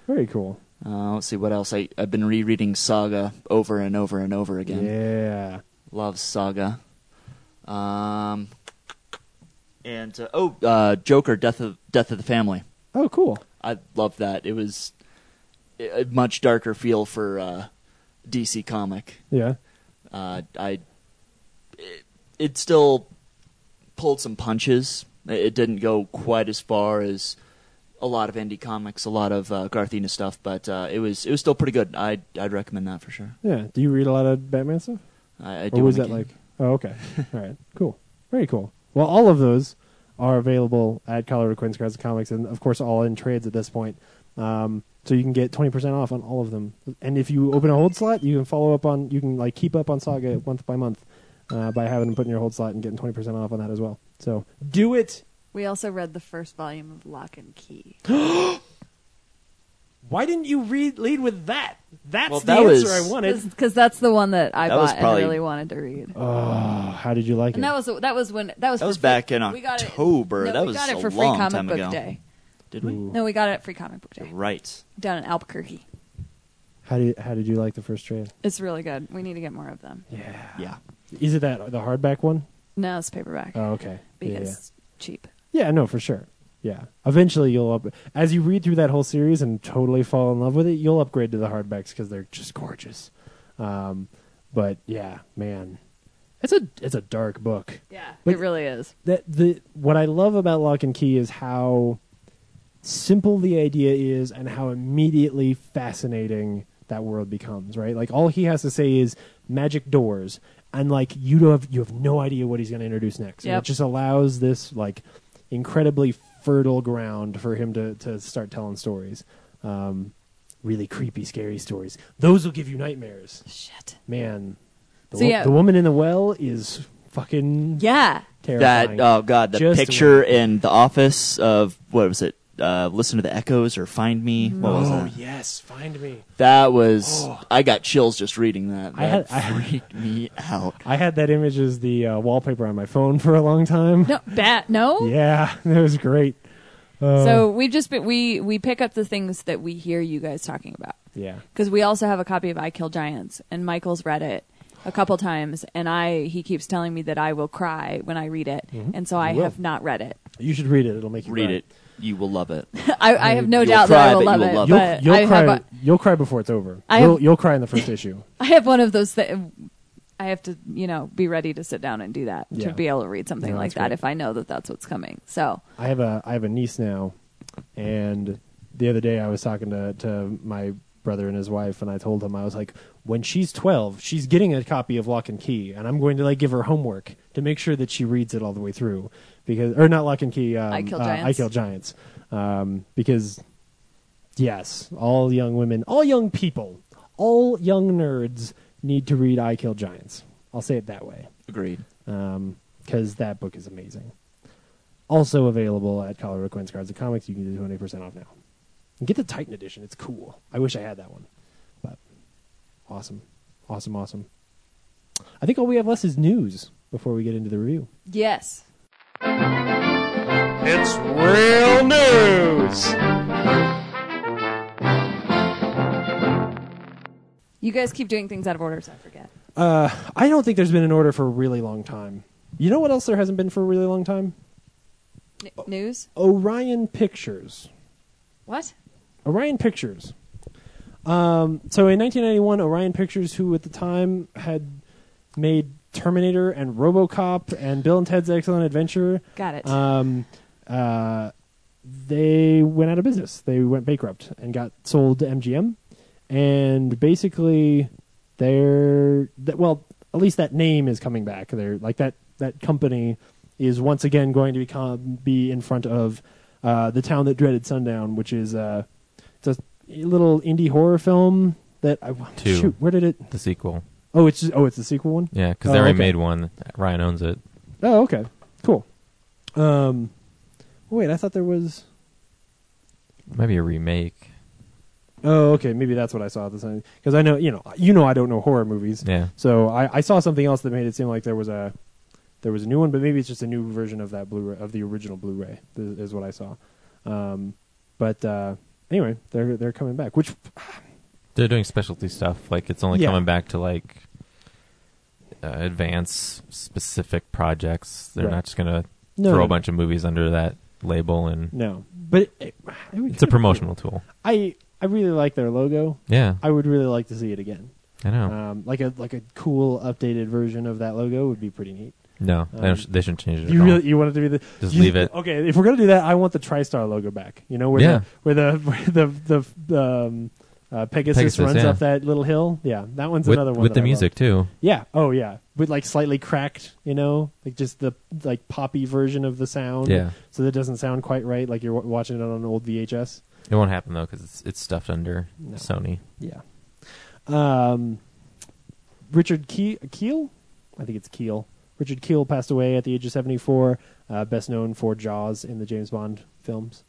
Speaker 3: Very cool.
Speaker 7: Uh, let's see what else. I I've been rereading Saga over and over and over again.
Speaker 3: Yeah.
Speaker 7: Love Saga. Um, and uh, oh, uh, Joker: Death of Death of the Family.
Speaker 3: Oh, cool.
Speaker 7: I loved that. It was a much darker feel for uh, DC comic.
Speaker 3: Yeah.
Speaker 7: Uh, I it, it still pulled some punches. It- It didn't go quite as far as a lot of indie comics, a lot of uh, Garth Ennis stuff, but uh, it was it was still pretty good. I'd I'd recommend that for sure.
Speaker 3: Yeah. Do you read a lot of Batman stuff?
Speaker 7: I, I do
Speaker 3: Or was
Speaker 7: when
Speaker 3: that
Speaker 7: I can.
Speaker 3: like? Oh, okay. all right. Cool. Very cool. Well, all of those are available at Colorado Quince Cards and Comics, and of course, all in trades at this point. Um, so you can get twenty percent off on all of them, and if you open a hold slot, you can follow up on, you can like keep up on Saga month by month uh, by having them put in your hold slot and getting twenty percent off on that as well. So do it.
Speaker 5: We also read the first volume of Lock and Key.
Speaker 3: Why didn't you read lead with that? That's
Speaker 7: Well, the that was- answer I
Speaker 3: wanted.
Speaker 5: because that's the one that I
Speaker 7: That was
Speaker 5: bought
Speaker 7: probably-
Speaker 5: and really wanted to read.
Speaker 3: Oh, how did you like it?
Speaker 5: and that was that was when that was
Speaker 7: That
Speaker 5: for
Speaker 7: was
Speaker 5: free-
Speaker 7: back in
Speaker 5: we got it-
Speaker 7: October.
Speaker 5: no,
Speaker 7: That
Speaker 5: we
Speaker 7: was
Speaker 5: got it
Speaker 7: a
Speaker 5: for free
Speaker 7: long
Speaker 5: comic
Speaker 7: time
Speaker 5: book
Speaker 7: ago.
Speaker 5: day.
Speaker 7: Did we?
Speaker 3: Ooh.
Speaker 5: No, we got it at free comic book day
Speaker 7: Right.
Speaker 5: down in Albuquerque.
Speaker 3: How did how did you like the first trade?
Speaker 5: It's really good. We need to get more of them.
Speaker 7: Yeah.
Speaker 3: Is it that the hardback one?
Speaker 5: No, it's paperback
Speaker 3: Oh, okay. Yeah,
Speaker 5: because
Speaker 3: yeah.
Speaker 5: it's cheap.
Speaker 3: yeah, no, for sure. Yeah. Eventually, you'll up as you read through that whole series and totally fall in love with it. You'll upgrade to the hardbacks because they're just gorgeous. Um, but yeah, man, it's a it's a dark book.
Speaker 5: Yeah,
Speaker 3: But-
Speaker 5: it really is.
Speaker 3: that the what I love about Lock and Key is how simple the idea is and how immediately fascinating that world becomes, right? Like all he has to say is magic doors, and like you don't have you have no idea what he's going to introduce next. And
Speaker 5: Yep.
Speaker 3: it just allows this like incredibly fertile ground for him to to start telling stories. Um, really creepy, scary stories. Those will give you nightmares,
Speaker 5: Shit.
Speaker 3: man. The,
Speaker 5: So,
Speaker 3: wo-
Speaker 5: yeah.
Speaker 3: the woman in the well is fucking
Speaker 5: Yeah.
Speaker 3: terrifying.
Speaker 7: That oh god, the
Speaker 3: Just
Speaker 7: picture
Speaker 3: wait.
Speaker 7: in the office of what was it? Uh, Listen to the echoes or find me. What was
Speaker 3: oh
Speaker 7: that?
Speaker 3: yes, find me.
Speaker 7: That was I got chills just reading that.
Speaker 3: Oh. I had-
Speaker 7: That
Speaker 3: I had-
Speaker 7: freaked me out.
Speaker 3: I had that image as the uh, wallpaper on my phone for a long time.
Speaker 5: No, bat. No.
Speaker 3: Yeah, that was great.
Speaker 5: So we've just been we we pick up the things that we hear you guys talking about
Speaker 3: Yeah.
Speaker 5: because we also have a copy of I Kill Giants and Michael's read it a couple times and I he keeps telling me that I will cry when I read it and so I
Speaker 3: Mm-hmm. will.
Speaker 5: have not read it.
Speaker 3: You should read it. It'll make you
Speaker 7: Read
Speaker 3: cry.
Speaker 7: it. You will love it.
Speaker 5: I, I have no
Speaker 7: You'll
Speaker 5: doubt
Speaker 7: cry,
Speaker 5: that I will
Speaker 7: but
Speaker 5: love
Speaker 7: you will
Speaker 5: it,
Speaker 7: love it.
Speaker 3: You'll,
Speaker 5: but
Speaker 3: you'll
Speaker 5: I
Speaker 3: cry.
Speaker 5: have a,
Speaker 3: you'll cry before it's over.
Speaker 5: I
Speaker 3: you'll,
Speaker 5: have-
Speaker 3: you'll cry in the first issue.
Speaker 5: I have one of those that I have to, you know, be ready to sit down and do that
Speaker 3: Yeah.
Speaker 5: to be able to read something
Speaker 3: No,
Speaker 5: like
Speaker 3: that's
Speaker 5: that
Speaker 3: great.
Speaker 5: if I know that that's what's coming. So
Speaker 3: I have a I have a niece now, and the other day I was talking to to my brother and his wife, and I told him I was like, when she's twelve, she's getting a copy of Lock and Key, and I'm going to like give her homework to make sure that she reads it all the way through, because or not Lock and Key, um,
Speaker 5: I Kill
Speaker 3: uh, I
Speaker 5: Giants.
Speaker 3: Kill Giants, um, because yes, all young women, all young people, all young nerds need to read I Kill Giants. I'll say it that way
Speaker 7: Agreed.
Speaker 3: because Um, that book is amazing. Also available at Colorado Quinn's Cards and Comics. You can do 20% off now. And get the Titan edition. It's cool. I wish I had that one. But awesome. Awesome, awesome. I think all we have left is news before we get into the review.
Speaker 5: yes,
Speaker 6: It's real news.
Speaker 5: you guys keep doing things out of order, so I forget.
Speaker 3: I don't think there's been an order for a really long time. You know what else there hasn't been for a really long time?
Speaker 5: N-
Speaker 6: Oh.
Speaker 5: news?
Speaker 3: Orion Pictures.
Speaker 5: What?
Speaker 3: Orion Pictures. Um, so in 1991, Orion Pictures, who at the time had made Terminator and RoboCop and Bill and Ted's Excellent Adventure,
Speaker 5: Got it.
Speaker 3: um, uh, they went out of business. They went bankrupt and got sold to MGM. And basically, they're that, well, at least that name is coming back. They're like that that company is once again going to become be in front of uh, the town that dreaded sundown, which is uh, it's a little indie horror film that I
Speaker 4: Two.
Speaker 3: shoot. Where did it?
Speaker 4: The sequel.
Speaker 3: Oh, it's just, oh, it's the sequel one.
Speaker 4: Yeah, because
Speaker 3: Oh,
Speaker 4: they already
Speaker 3: okay.
Speaker 4: made one. Ryan owns it.
Speaker 3: Oh, okay. Cool. Um, wait, I thought there was.
Speaker 4: Might be a remake.
Speaker 3: Oh, okay. Maybe that's what I saw at the time because I know you know you know I don't know horror movies.
Speaker 4: Yeah.
Speaker 3: So I, I saw something else that made it seem like there was a there was a new one, but maybe it's just a new version of that Blu-ray of the original Blu-ray is, is what I saw. Um, but uh, anyway, they're they're coming back, which
Speaker 4: They're doing specialty stuff. Like it's only
Speaker 3: Yeah.
Speaker 4: coming back to like uh, advance specific projects. They're
Speaker 3: Right.
Speaker 4: not just gonna
Speaker 3: No,
Speaker 4: throw
Speaker 3: no,
Speaker 4: a bunch of movies under that label, and
Speaker 3: no, but it, it would
Speaker 4: it's a
Speaker 3: kinda-
Speaker 4: promotional tool.
Speaker 3: I I really like their logo.
Speaker 4: Yeah,
Speaker 3: I would really like to see it again.
Speaker 4: I know.
Speaker 3: Um, like a like a cool updated version of that logo would be pretty neat.
Speaker 4: no, they,
Speaker 3: um,
Speaker 4: don't, sh- they shouldn't change it.
Speaker 3: You
Speaker 4: at
Speaker 3: really
Speaker 4: all.
Speaker 3: you want it to be the
Speaker 4: Just
Speaker 3: you-
Speaker 4: leave it.
Speaker 3: Okay, if we're gonna do that, I want the TriStar logo back. You know where
Speaker 4: Yeah.
Speaker 3: the where the where the the um, uh, Pegasus,
Speaker 4: Pegasus,
Speaker 3: runs
Speaker 4: yeah.
Speaker 3: up that little hill. Yeah, that one's
Speaker 4: with,
Speaker 3: another one
Speaker 4: with
Speaker 3: that
Speaker 4: the
Speaker 3: I
Speaker 4: music
Speaker 3: loved.
Speaker 4: too.
Speaker 3: Yeah. Oh yeah, with like slightly cracked. You know, like just the like poppy version of the sound.
Speaker 4: Yeah.
Speaker 3: So that it doesn't sound quite right. Like you're w- watching it on an old VHS.
Speaker 4: It won't happen though because it's it's stuffed under
Speaker 3: No.
Speaker 4: Sony.
Speaker 3: Yeah. Um, Richard Ke- Keel, I think it's Keel. Richard Keel passed away at the age of 74, uh, best known for Jaws in the James Bond films,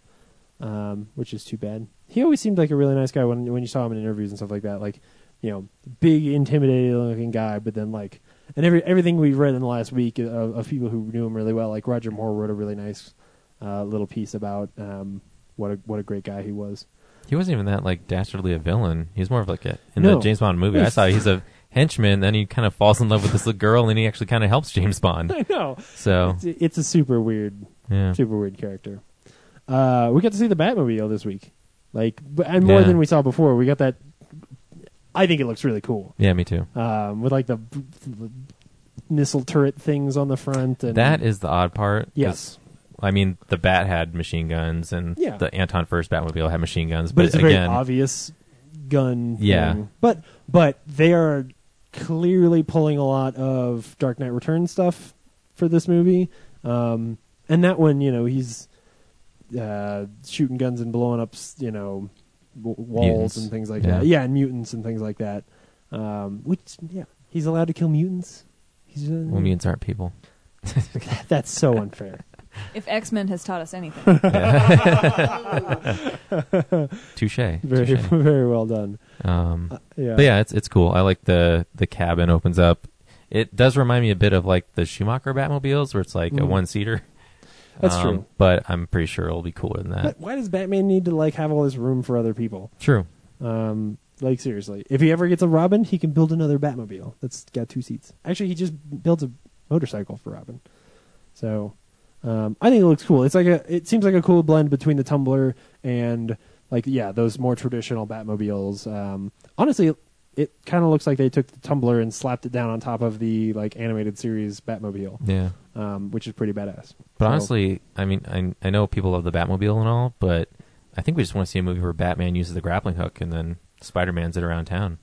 Speaker 3: um, which is too bad. He always seemed like a really nice guy when when you saw him in interviews and stuff like that. Like, you know, big, intimidating looking guy, but then like, and every everything we've read in the last week of, of people who knew him really well, like Roger Moore wrote a really nice uh, little piece about um, what a what a great guy he was.
Speaker 4: He wasn't even that like dastardly a villain. He was more of like a in
Speaker 3: No.
Speaker 4: the James Bond movie. I saw he's a henchman. Then he kind of falls in love with this little girl, and he actually kind of helps James Bond.
Speaker 3: I know.
Speaker 4: So
Speaker 3: It's, it's a super weird,
Speaker 4: yeah,
Speaker 3: super weird character. Uh, we got to see the Batmobile this week, like, b- and more
Speaker 4: Yeah.
Speaker 3: than we saw before. We got that. I think it looks really cool,
Speaker 4: yeah, me too.
Speaker 3: um, with like the, b- the missile turret things on the front. And
Speaker 4: That is the odd part. 'cause,
Speaker 3: yes,
Speaker 4: I mean, the Bat had machine guns, and
Speaker 3: Yeah.
Speaker 4: the Anton First Batmobile had machine guns.
Speaker 3: but,
Speaker 4: But,
Speaker 3: it's a very
Speaker 4: again,
Speaker 3: obvious gun.
Speaker 4: Yeah.
Speaker 3: thing. but but they are clearly pulling a lot of Dark Knight Returns stuff for this movie, um, and that one, you know, he's uh, shooting guns and blowing up, s- you know, w- walls
Speaker 4: Mutants.
Speaker 3: and things like
Speaker 4: Yeah.
Speaker 3: that. Yeah, and mutants and things like that. Um, which yeah, he's allowed to kill mutants. He's uh,
Speaker 4: Well, mutants aren't people.
Speaker 3: That's so unfair.
Speaker 5: If X Men has taught us anything,
Speaker 4: Touche.
Speaker 3: very
Speaker 4: Touche.
Speaker 3: very well done.
Speaker 4: Um,
Speaker 3: Yeah.
Speaker 4: But yeah, it's it's cool. I like the the cabin opens up. It does remind me a bit of like the Schumacher Batmobiles, where it's like a
Speaker 3: Mhm.
Speaker 4: one seater.
Speaker 3: That's true.
Speaker 4: But I'm pretty sure it'll be cooler than that.
Speaker 3: But why does Batman need to like have all this room for other people?
Speaker 4: True.
Speaker 3: Um, like seriously, if he ever gets a Robin, he can build another Batmobile that's got two seats. Actually, he just builds a motorcycle for Robin. So, um, I think it looks cool. It's like a, it seems like a cool blend between the Tumbler and like yeah, those more traditional Batmobiles. Um, honestly, it kind of looks like they took the Tumbler and slapped it down on top of the like animated series Batmobile,
Speaker 4: Yeah.
Speaker 3: um, which is pretty badass.
Speaker 4: But
Speaker 3: So-
Speaker 4: honestly, I mean, I I know people love the Batmobile and all, but I think we just want to see a movie where Batman uses the grappling hook and then Spider Man's it around town.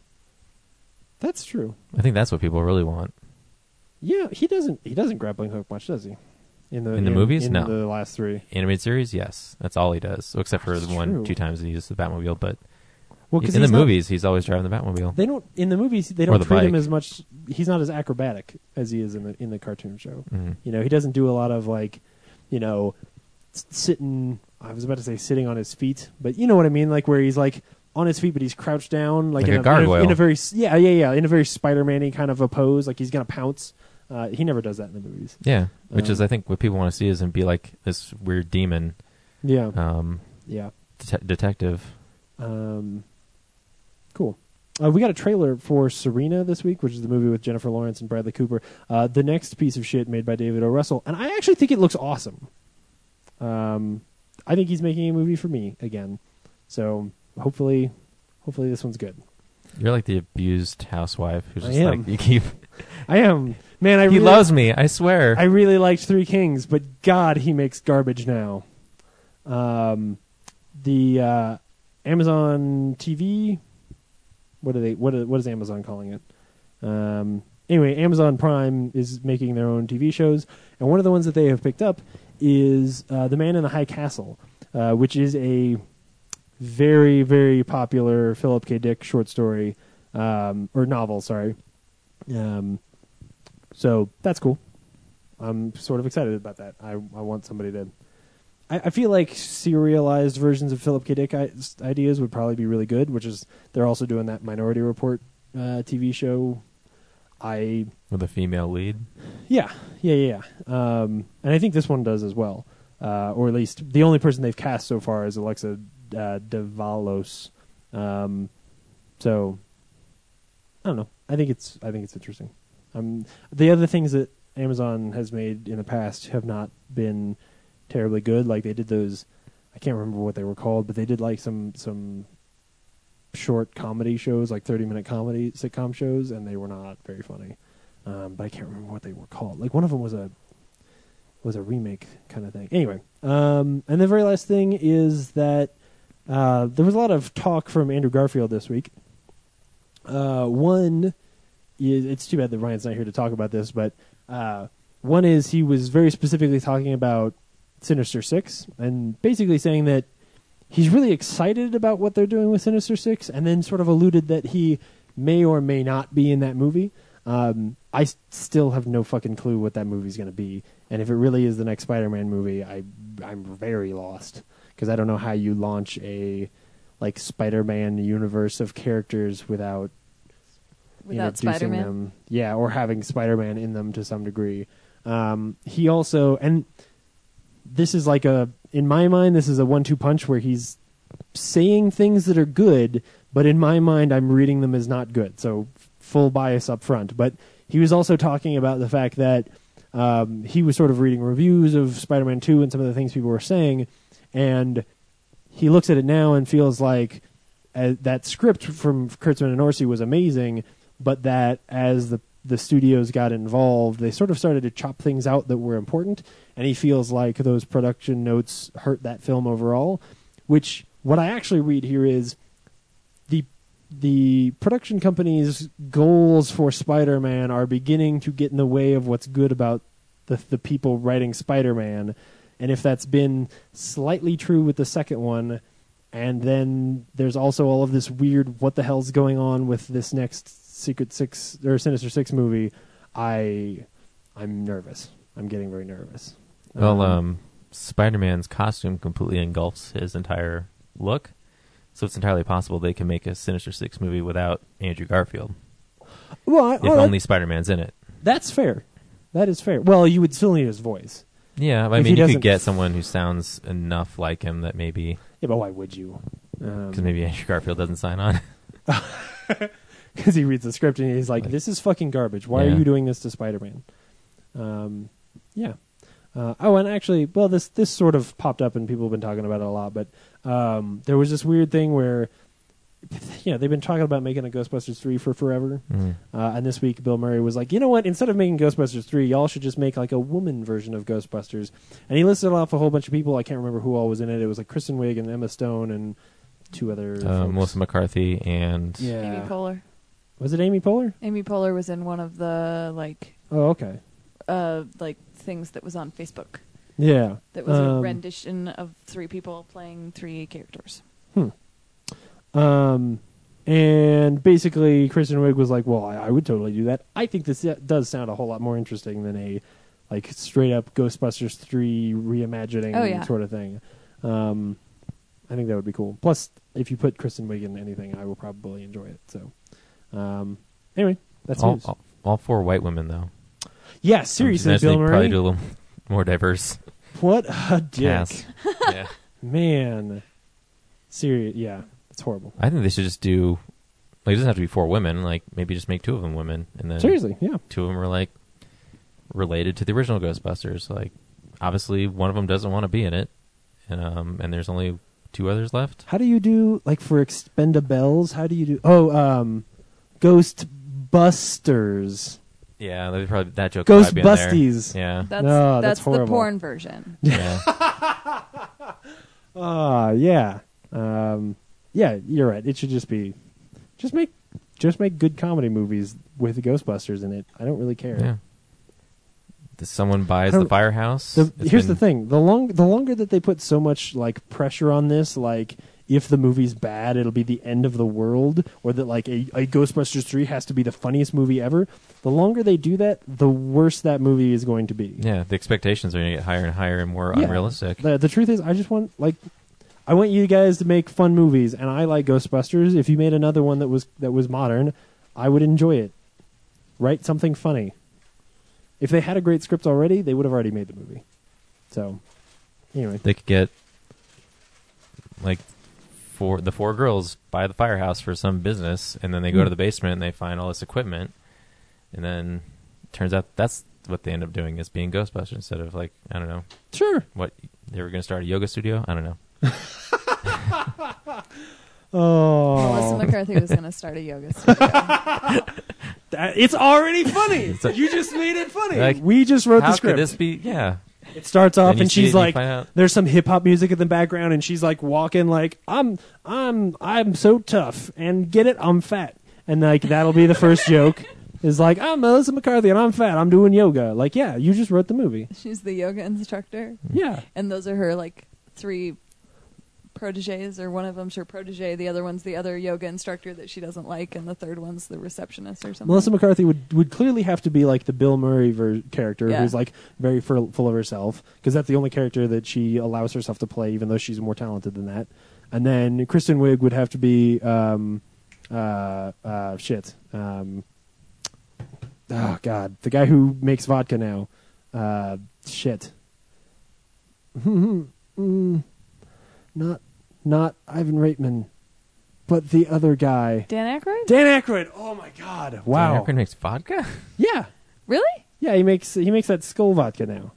Speaker 3: that's true.
Speaker 4: I think that's what people really want.
Speaker 3: Yeah, he doesn't. He doesn't grappling hook much, does he? In the
Speaker 4: In the movies?
Speaker 3: in
Speaker 4: No.
Speaker 3: the last three.
Speaker 4: Animated series, yes, that's all he does, except for
Speaker 3: That's
Speaker 4: the one
Speaker 3: true.
Speaker 4: two times he uses the Batmobile. But
Speaker 3: Well,
Speaker 4: in
Speaker 3: 'cause
Speaker 4: the
Speaker 3: he's not-
Speaker 4: movies, he's always driving the Batmobile.
Speaker 3: they don't in the movies they
Speaker 4: Or
Speaker 3: don't
Speaker 4: the
Speaker 3: treat him
Speaker 4: bike.
Speaker 3: as much. He's not as acrobatic as he is in the in the cartoon show.
Speaker 4: Mhm.
Speaker 3: You know, he doesn't do a lot of like, you know, s- sitting. I was about to say sitting on his feet, but you know what I mean, like where he's like on his feet, but he's crouched down, like,
Speaker 4: Like
Speaker 3: in,
Speaker 4: a
Speaker 3: in
Speaker 4: gargoyle.
Speaker 3: in a very s- yeah yeah yeah in a very Spider-Man-y kind of a pose, like he's gonna pounce. Uh, he never does that in the movies.
Speaker 4: Yeah, which is
Speaker 3: Um,
Speaker 4: I think what people want to see is him be like this weird demon
Speaker 3: Yeah,
Speaker 4: um,
Speaker 3: yeah.
Speaker 4: det- detective.
Speaker 3: Um, cool. Uh, we got a trailer for Serena this week, which is the movie with Jennifer Lawrence and Bradley Cooper. Uh, the next piece of shit made by David O. Russell, and I actually think it looks awesome. Um, I think he's making a movie for me again, so hopefully, hopefully this one's good.
Speaker 4: You're like the abused housewife who's
Speaker 3: I
Speaker 4: just
Speaker 3: am.
Speaker 4: like you keep.
Speaker 3: I am man. I
Speaker 4: he
Speaker 3: really,
Speaker 4: loves me, I swear.
Speaker 3: I really liked Three Kings, but God, he makes garbage now. Um, the uh, Amazon TV. What are they? What are, what is Amazon calling it? Um, anyway, Amazon Prime is making their own TV shows, and one of the ones that they have picked up is uh, The Man in the High Castle, uh, which is a very very popular Philip K. Dick short story um, or novel. Sorry. Um, so that's cool. I'm sort of excited about that. I I want somebody to. I, I feel like serialized versions of Philip K. Dick i- ideas would probably be really good. Which is they're also doing that Minority Report uh, TV show. I
Speaker 4: with a female lead.
Speaker 3: yeah yeah yeah, yeah. Um, and I think this one does as well. Uh, or at least the only person they've cast so far is Alexa uh, Davalos. Um, so I don't know. I think it's I think it's interesting. Um, the other things that Amazon has made in the past have not been terribly good. Like they did those, I can't remember what they were called, but they did like some some short comedy shows, like thirty minute comedy sitcom shows, and they were not very funny. Um, but I can't remember what they were called. Like one of them was a was a remake kind of thing. Anyway, um, and the very last thing is that uh, there was a lot of talk from Andrew Garfield this week. Uh, one is it's too bad that Ryan's not here to talk about this, but uh, one is he was very specifically talking about Sinister Six and basically saying that he's really excited about what they're doing with Sinister Six, and then sort of alluded that he may or may not be in that movie. Um, I s- still have no fucking clue what that movie's going to be, and if it really is the next Spider-Man movie, I I'm very lost because I don't know how you launch a like Spider-Man universe of characters without
Speaker 5: without
Speaker 3: introducing
Speaker 5: Spider Man,
Speaker 3: them. Yeah, or having Spider-Man in them to some degree. Um, he also and this is like a in my mind this is a one-two punch where he's saying things that are good, but in my mind I'm reading them as not good. So f- full bias up front. But he was also talking about the fact that um, he was sort of reading reviews of Spider-Man 2 and some of the things people were saying and he looks at it now and feels like uh, that script from Kurtzman and Orsi was amazing, but that as the the studios got involved, they sort of started to chop things out that were important, and he feels like those production notes hurt that film overall. Which what I actually read here is the the production company's goals for Spider-Man are beginning to get in the way of what's good about the the people writing Spider-Man, and if that's been slightly true with the second one, and then there's also all of this weird what the hell's going on with this next Secret Six or Sinister Six movie, I I'm nervous. I'm getting very nervous.
Speaker 4: Well,
Speaker 3: Uh-huh.
Speaker 4: um, Spider-Man's costume completely engulfs his entire look, so it's entirely possible they can make a Sinister Six movie without Andrew Garfield,
Speaker 3: well, I,
Speaker 4: if
Speaker 3: all right,
Speaker 4: only Spider-Man's in it.
Speaker 3: that's fair. That is fair. Well, you would still need his voice.
Speaker 4: Yeah, I
Speaker 3: If he
Speaker 4: mean, you
Speaker 3: doesn't-
Speaker 4: could get someone who sounds enough like him that maybe
Speaker 3: Yeah, but why would you? Um,
Speaker 4: because maybe Andrew Garfield doesn't sign on.
Speaker 3: because he reads the script and he's like, "This is fucking garbage. Why
Speaker 4: Yeah.
Speaker 3: are you doing this to Spider-Man?" Um, yeah. Uh, oh, and actually, well, this this sort of popped up and people have been talking about it a lot, but um, there was this weird thing where, you know, they've been talking about making a Ghostbusters three for forever, uh, and this week Bill Murray was like, you know what? Instead of making Ghostbusters three, y'all should just make like a woman version of Ghostbusters, and he listed off a whole bunch of people. I can't remember who all was in it. It was like Kristen Wiig and Emma Stone and two other.
Speaker 4: Uh,
Speaker 3: folks.
Speaker 4: Melissa McCarthy and
Speaker 3: Yeah.
Speaker 5: Amy Poehler.
Speaker 3: Was it Amy Poehler?
Speaker 5: Amy Poehler was in one of the like
Speaker 3: Oh, okay.
Speaker 5: uh like things that was on Facebook.
Speaker 3: Yeah.
Speaker 5: That was a
Speaker 3: Um,
Speaker 5: rendition of three people playing three characters.
Speaker 3: Um, and basically, Kristen Wiig was like, "Well, I, I would totally do that. I think this uh, does sound a whole lot more interesting than a like straight up Ghostbusters three reimagining
Speaker 5: Oh, yeah.
Speaker 3: sort of thing." Um, I think that would be cool. Plus, if you put Kristen Wiig in anything, I will probably enjoy it. So, um, anyway, that's
Speaker 4: all,
Speaker 3: news.
Speaker 4: all, all four white women though.
Speaker 3: yeah, seriously,
Speaker 4: I'm just imagining
Speaker 3: Bill
Speaker 4: they
Speaker 3: Murray,
Speaker 4: probably do a little more diverse
Speaker 3: what a dick,
Speaker 4: cast. yeah,
Speaker 3: man. Serious, yeah, it's horrible.
Speaker 4: I think they should just do. Like, it doesn't have to be four women. Like, maybe just make two of them women, and then
Speaker 3: Seriously, yeah.
Speaker 4: two of them are like related to the original Ghostbusters. Like, obviously, one of them doesn't want to be in it, and um, and there's only two others left.
Speaker 3: How do you do like for expendables? How do you do? Oh, um, Ghost Busters.
Speaker 4: Yeah, that'd probably that joke. would probably be in there.
Speaker 3: Ghostbusties.
Speaker 4: Yeah,
Speaker 5: That's
Speaker 3: No, that's
Speaker 5: that's the
Speaker 3: horrible.
Speaker 5: porn version.
Speaker 4: yeah.
Speaker 3: Ah, yeah, um, yeah. You're right. It should just be, just make, just make good comedy movies with Ghostbusters in it. I don't really care.
Speaker 4: yeah. Does someone buys
Speaker 3: I
Speaker 4: the
Speaker 3: don't-
Speaker 4: firehouse?
Speaker 3: The,
Speaker 4: It's
Speaker 3: here's
Speaker 4: been-
Speaker 3: the thing: the long, the longer that they put so much like pressure on this, like if the movie's bad, it'll be the end of the world, or that like a, a Ghostbusters three has to be the funniest movie ever. The longer they do that, the worse that movie is going to be.
Speaker 4: Yeah, the expectations are going to get higher and higher and more
Speaker 3: Yeah.
Speaker 4: unrealistic.
Speaker 3: The, the truth is, I just want like, I want you guys to make fun movies, and I like Ghostbusters. If you made another one that was that was modern, I would enjoy it. Write something funny. If they had a great script already, they would have already made the movie. So, anyway,
Speaker 4: They could get like four the four girls buy the firehouse for some business, and then they go to the basement and they find all this equipment, and then turns out that's what they end up doing is being Ghostbusters instead of like I don't know
Speaker 3: sure.
Speaker 4: what they were going to start a yoga studio. I don't know.
Speaker 3: Oh,
Speaker 4: Oh.
Speaker 5: Melissa McCarthy was going to start a yoga studio.
Speaker 3: that- it's already funny. you just made it funny.
Speaker 4: Like,
Speaker 3: we just wrote
Speaker 4: How
Speaker 3: the script.
Speaker 4: could this be? Yeah,
Speaker 3: It starts off
Speaker 4: Then you
Speaker 3: and
Speaker 4: see
Speaker 3: she's
Speaker 4: it and you
Speaker 3: like,
Speaker 4: find out.
Speaker 3: there's some hip hop music in the background, and she's like walking like, I'm, I'm, I'm so tough, and get it, I'm fat, and like that'll be the first joke. Is like I'm Melissa McCarthy and I'm fat. I'm doing yoga. Like, yeah, you just wrote the movie.
Speaker 5: She's the yoga instructor,
Speaker 3: Yeah,
Speaker 5: and those are her like three proteges, or one of them's her protege, the other one's the other yoga instructor that she doesn't like, and the third one's the receptionist or something.
Speaker 3: Melissa McCarthy would would clearly have to be like the Bill Murray ver- character,
Speaker 5: Yeah.
Speaker 3: who's like very full, full of herself, because that's the only character that she allows herself to play, even though she's more talented than that. And then Kristen Wiig would have to be, um, uh, uh, shit, um, oh god, the guy who makes vodka now, uh, shit, Mm, not not Ivan Reitman, but the other guy.
Speaker 5: Dan Aykroyd?
Speaker 3: Dan Aykroyd. Oh my God! Wow.
Speaker 4: Aykroyd makes vodka.
Speaker 3: Yeah,
Speaker 5: really?
Speaker 3: yeah. He makes he makes that skull vodka now.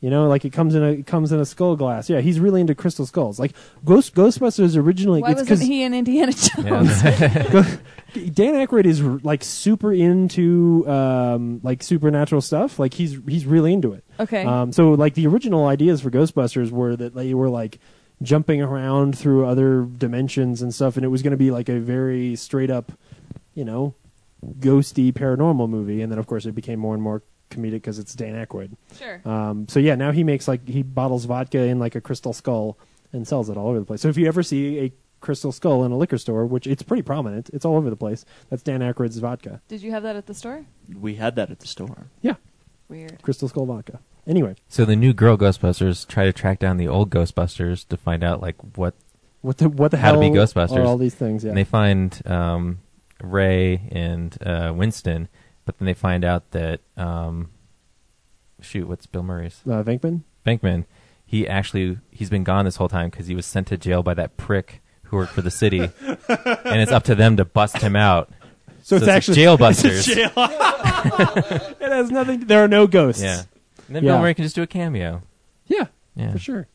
Speaker 3: You know, like it comes in a it comes in a skull glass. Yeah, he's really into crystal skulls. Like Ghost Ghostbusters originally.
Speaker 5: Why
Speaker 3: it's
Speaker 5: wasn't
Speaker 3: 'cause
Speaker 5: he in Indiana Jones?
Speaker 4: Yeah,
Speaker 3: Dan Aykroyd is like super into um, like supernatural stuff. Like he's he's really into it.
Speaker 5: Okay.
Speaker 3: Um, so like the original ideas for Ghostbusters were that they were like jumping around through other dimensions and stuff, and it was going to be like a very straight up, you know, ghosty paranormal movie. And then of course it became more and more comedic because it's Dan Aykroyd.
Speaker 5: Sure.
Speaker 3: Um, so yeah, now he makes like he bottles vodka in like a crystal skull and sells it all over the place. So if you ever see a crystal skull in a liquor store, which it's pretty prominent, it's all over the place. That's Dan Aykroyd's vodka.
Speaker 5: Did you have that at the store?
Speaker 7: We had that at the store.
Speaker 3: Yeah,
Speaker 5: Weird.
Speaker 3: crystal skull vodka. Anyway,
Speaker 4: So the new girl Ghostbusters try to track down the old Ghostbusters to find out like what,
Speaker 3: what the what the
Speaker 4: How
Speaker 3: hell
Speaker 4: to be Ghostbusters.
Speaker 3: are all these things? Yeah,
Speaker 4: and they find um, Ray and uh, Winston, but then they find out that um, shoot, what's Bill Murray's
Speaker 3: uh, Venkman.
Speaker 4: Bankman? He actually he's been gone this whole time because he was sent to jail by that prick who worked for the city, and it's up to them to bust him out.
Speaker 3: So, it's,
Speaker 4: like
Speaker 3: actually
Speaker 4: jail busters.
Speaker 3: jail. it has nothing. There are no ghosts.
Speaker 4: Yeah. And then
Speaker 3: Yeah.
Speaker 4: Bill Murray can just do a cameo.
Speaker 3: yeah,
Speaker 4: Yeah.
Speaker 3: for sure.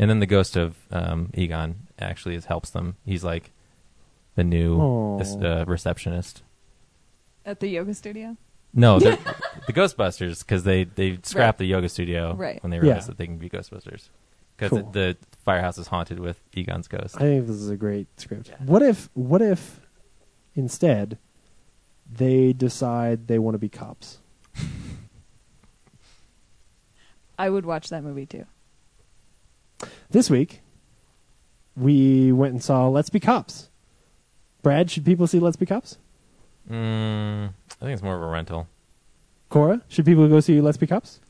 Speaker 4: And then the ghost of um, Egon actually is, helps them. He's like the new
Speaker 3: Aw.
Speaker 4: uh, receptionist.
Speaker 5: At the yoga studio?
Speaker 4: No, they're- the Ghostbusters because they they scrapped the yoga studio
Speaker 5: Right.
Speaker 4: when they realized
Speaker 3: Yeah.
Speaker 4: that they can be Ghostbusters because
Speaker 3: Cool.
Speaker 4: the firehouse is haunted with Egon's ghost.
Speaker 3: I think this is a great script. What if what if instead they decide they want to be cops?
Speaker 5: I would watch that movie too.
Speaker 3: This week we went and saw Let's Be Cops. Brad, should people see Let's Be Cops?
Speaker 4: mm, I think it's more of a rental.
Speaker 3: Cora, should people go see Let's Be Cops?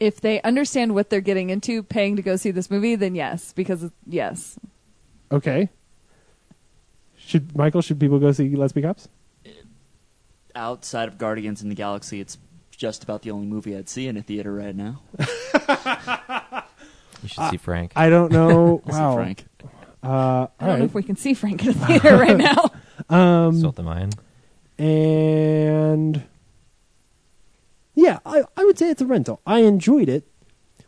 Speaker 5: If they understand what they're getting into paying to go see this movie, then yes, because it- yes.
Speaker 3: Okay. Should Michael, should people go see Let's Be Cops?
Speaker 7: Outside of Guardians in the Galaxy, it's just about the only movie I'd see in a theater right now.
Speaker 4: You
Speaker 3: Uh,
Speaker 4: should see Frank.
Speaker 3: I don't know.
Speaker 7: I'll see
Speaker 3: wow. Uh,
Speaker 7: Frank.
Speaker 5: I don't know if we can see Frank in the theater right now.
Speaker 3: um,
Speaker 4: Salt the mine.
Speaker 3: and yeah, I, I would say it's a rental. I enjoyed it,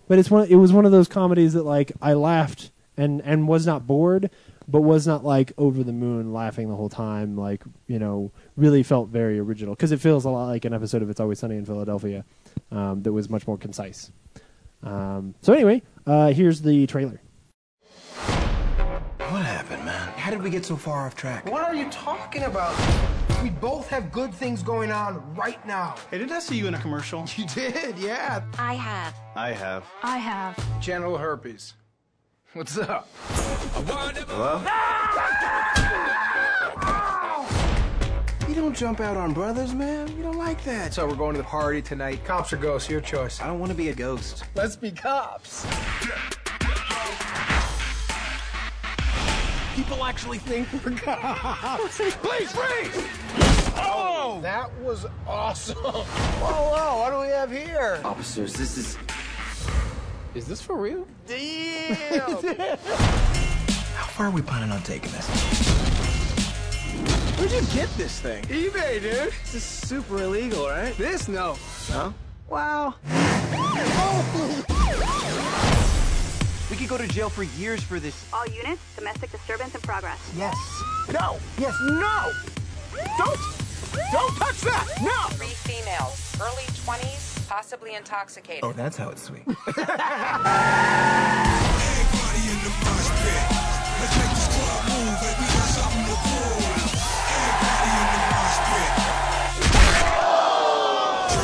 Speaker 3: but it's one. It was one of those comedies that like I laughed and and was not bored, but was not like over the moon laughing the whole time. Like you know, really felt very original because it feels a lot like an episode of It's Always Sunny in Philadelphia um, that was much more concise. Um, so anyway, uh, here's the trailer.
Speaker 8: What happened, man?
Speaker 9: How did we get so far off track?
Speaker 8: What are you talking about?
Speaker 9: We both have good things going on right now.
Speaker 8: Hey, did I see you in a commercial? You did, yeah.
Speaker 10: I have.
Speaker 8: I have.
Speaker 10: I have.
Speaker 9: Genital herpes. What's up? You don't jump out on brothers, man. You don't like that. So we're going to the party tonight. Cops or ghosts, your choice.
Speaker 8: I don't want to be a ghost.
Speaker 9: Let's be cops.
Speaker 8: People actually think we're cops. Please freeze! Oh!
Speaker 9: That was awesome. Whoa, whoa, what do we have here?
Speaker 8: Officers, this is.
Speaker 9: Is this for real?
Speaker 8: How far are we planning on taking this? Where'd you get this thing?
Speaker 9: eBay, dude.
Speaker 8: This is super illegal, right?
Speaker 9: This no.
Speaker 8: Huh? Wow. We could go to jail for years for this.
Speaker 10: All units, domestic disturbance in progress.
Speaker 8: Yes. No. Yes. No. Don't. Don't touch that. No.
Speaker 11: Three females, early 20s, possibly intoxicated.
Speaker 8: Oh, that's how it's sweet.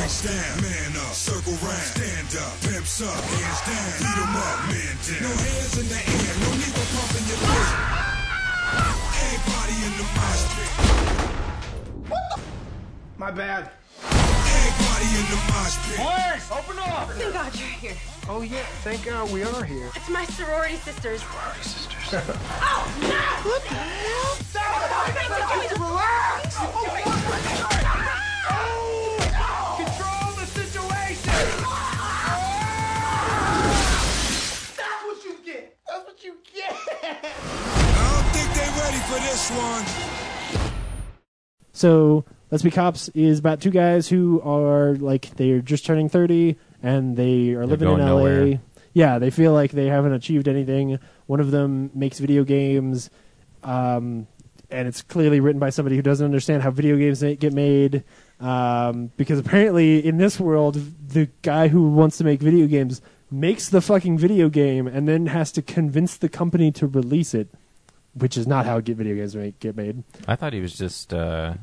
Speaker 12: Stand, man up, circle round, stand up, pimps up, hands down, beat 'em up, man down. No hands in the air, no need for pumping your lips. Everybody in the mosh pit,
Speaker 9: My bad.
Speaker 12: everybody in the mosh pit.
Speaker 9: Boys, open up.
Speaker 11: Thank Oh God you're here.
Speaker 9: Oh yeah, thank God we are here.
Speaker 11: It's my sorority sisters. Oh,
Speaker 9: Relax. Control the situation. That's what you get. That's what you get.
Speaker 12: I don't think they ready for this one.
Speaker 3: So Let's Be Cops is about two guys who are like they're just turning thirty and they are living in
Speaker 4: going
Speaker 3: LA.
Speaker 4: nowhere.
Speaker 3: Yeah, they feel like they haven't achieved anything. One of them makes video games, um, and it's clearly written by somebody who doesn't understand how video games ma- get made. Um, because apparently, in this world, the guy who wants to make video games makes the fucking video game and then has to convince the company to release it, which is not how get video games make, get made.
Speaker 4: I thought he was just. Uh,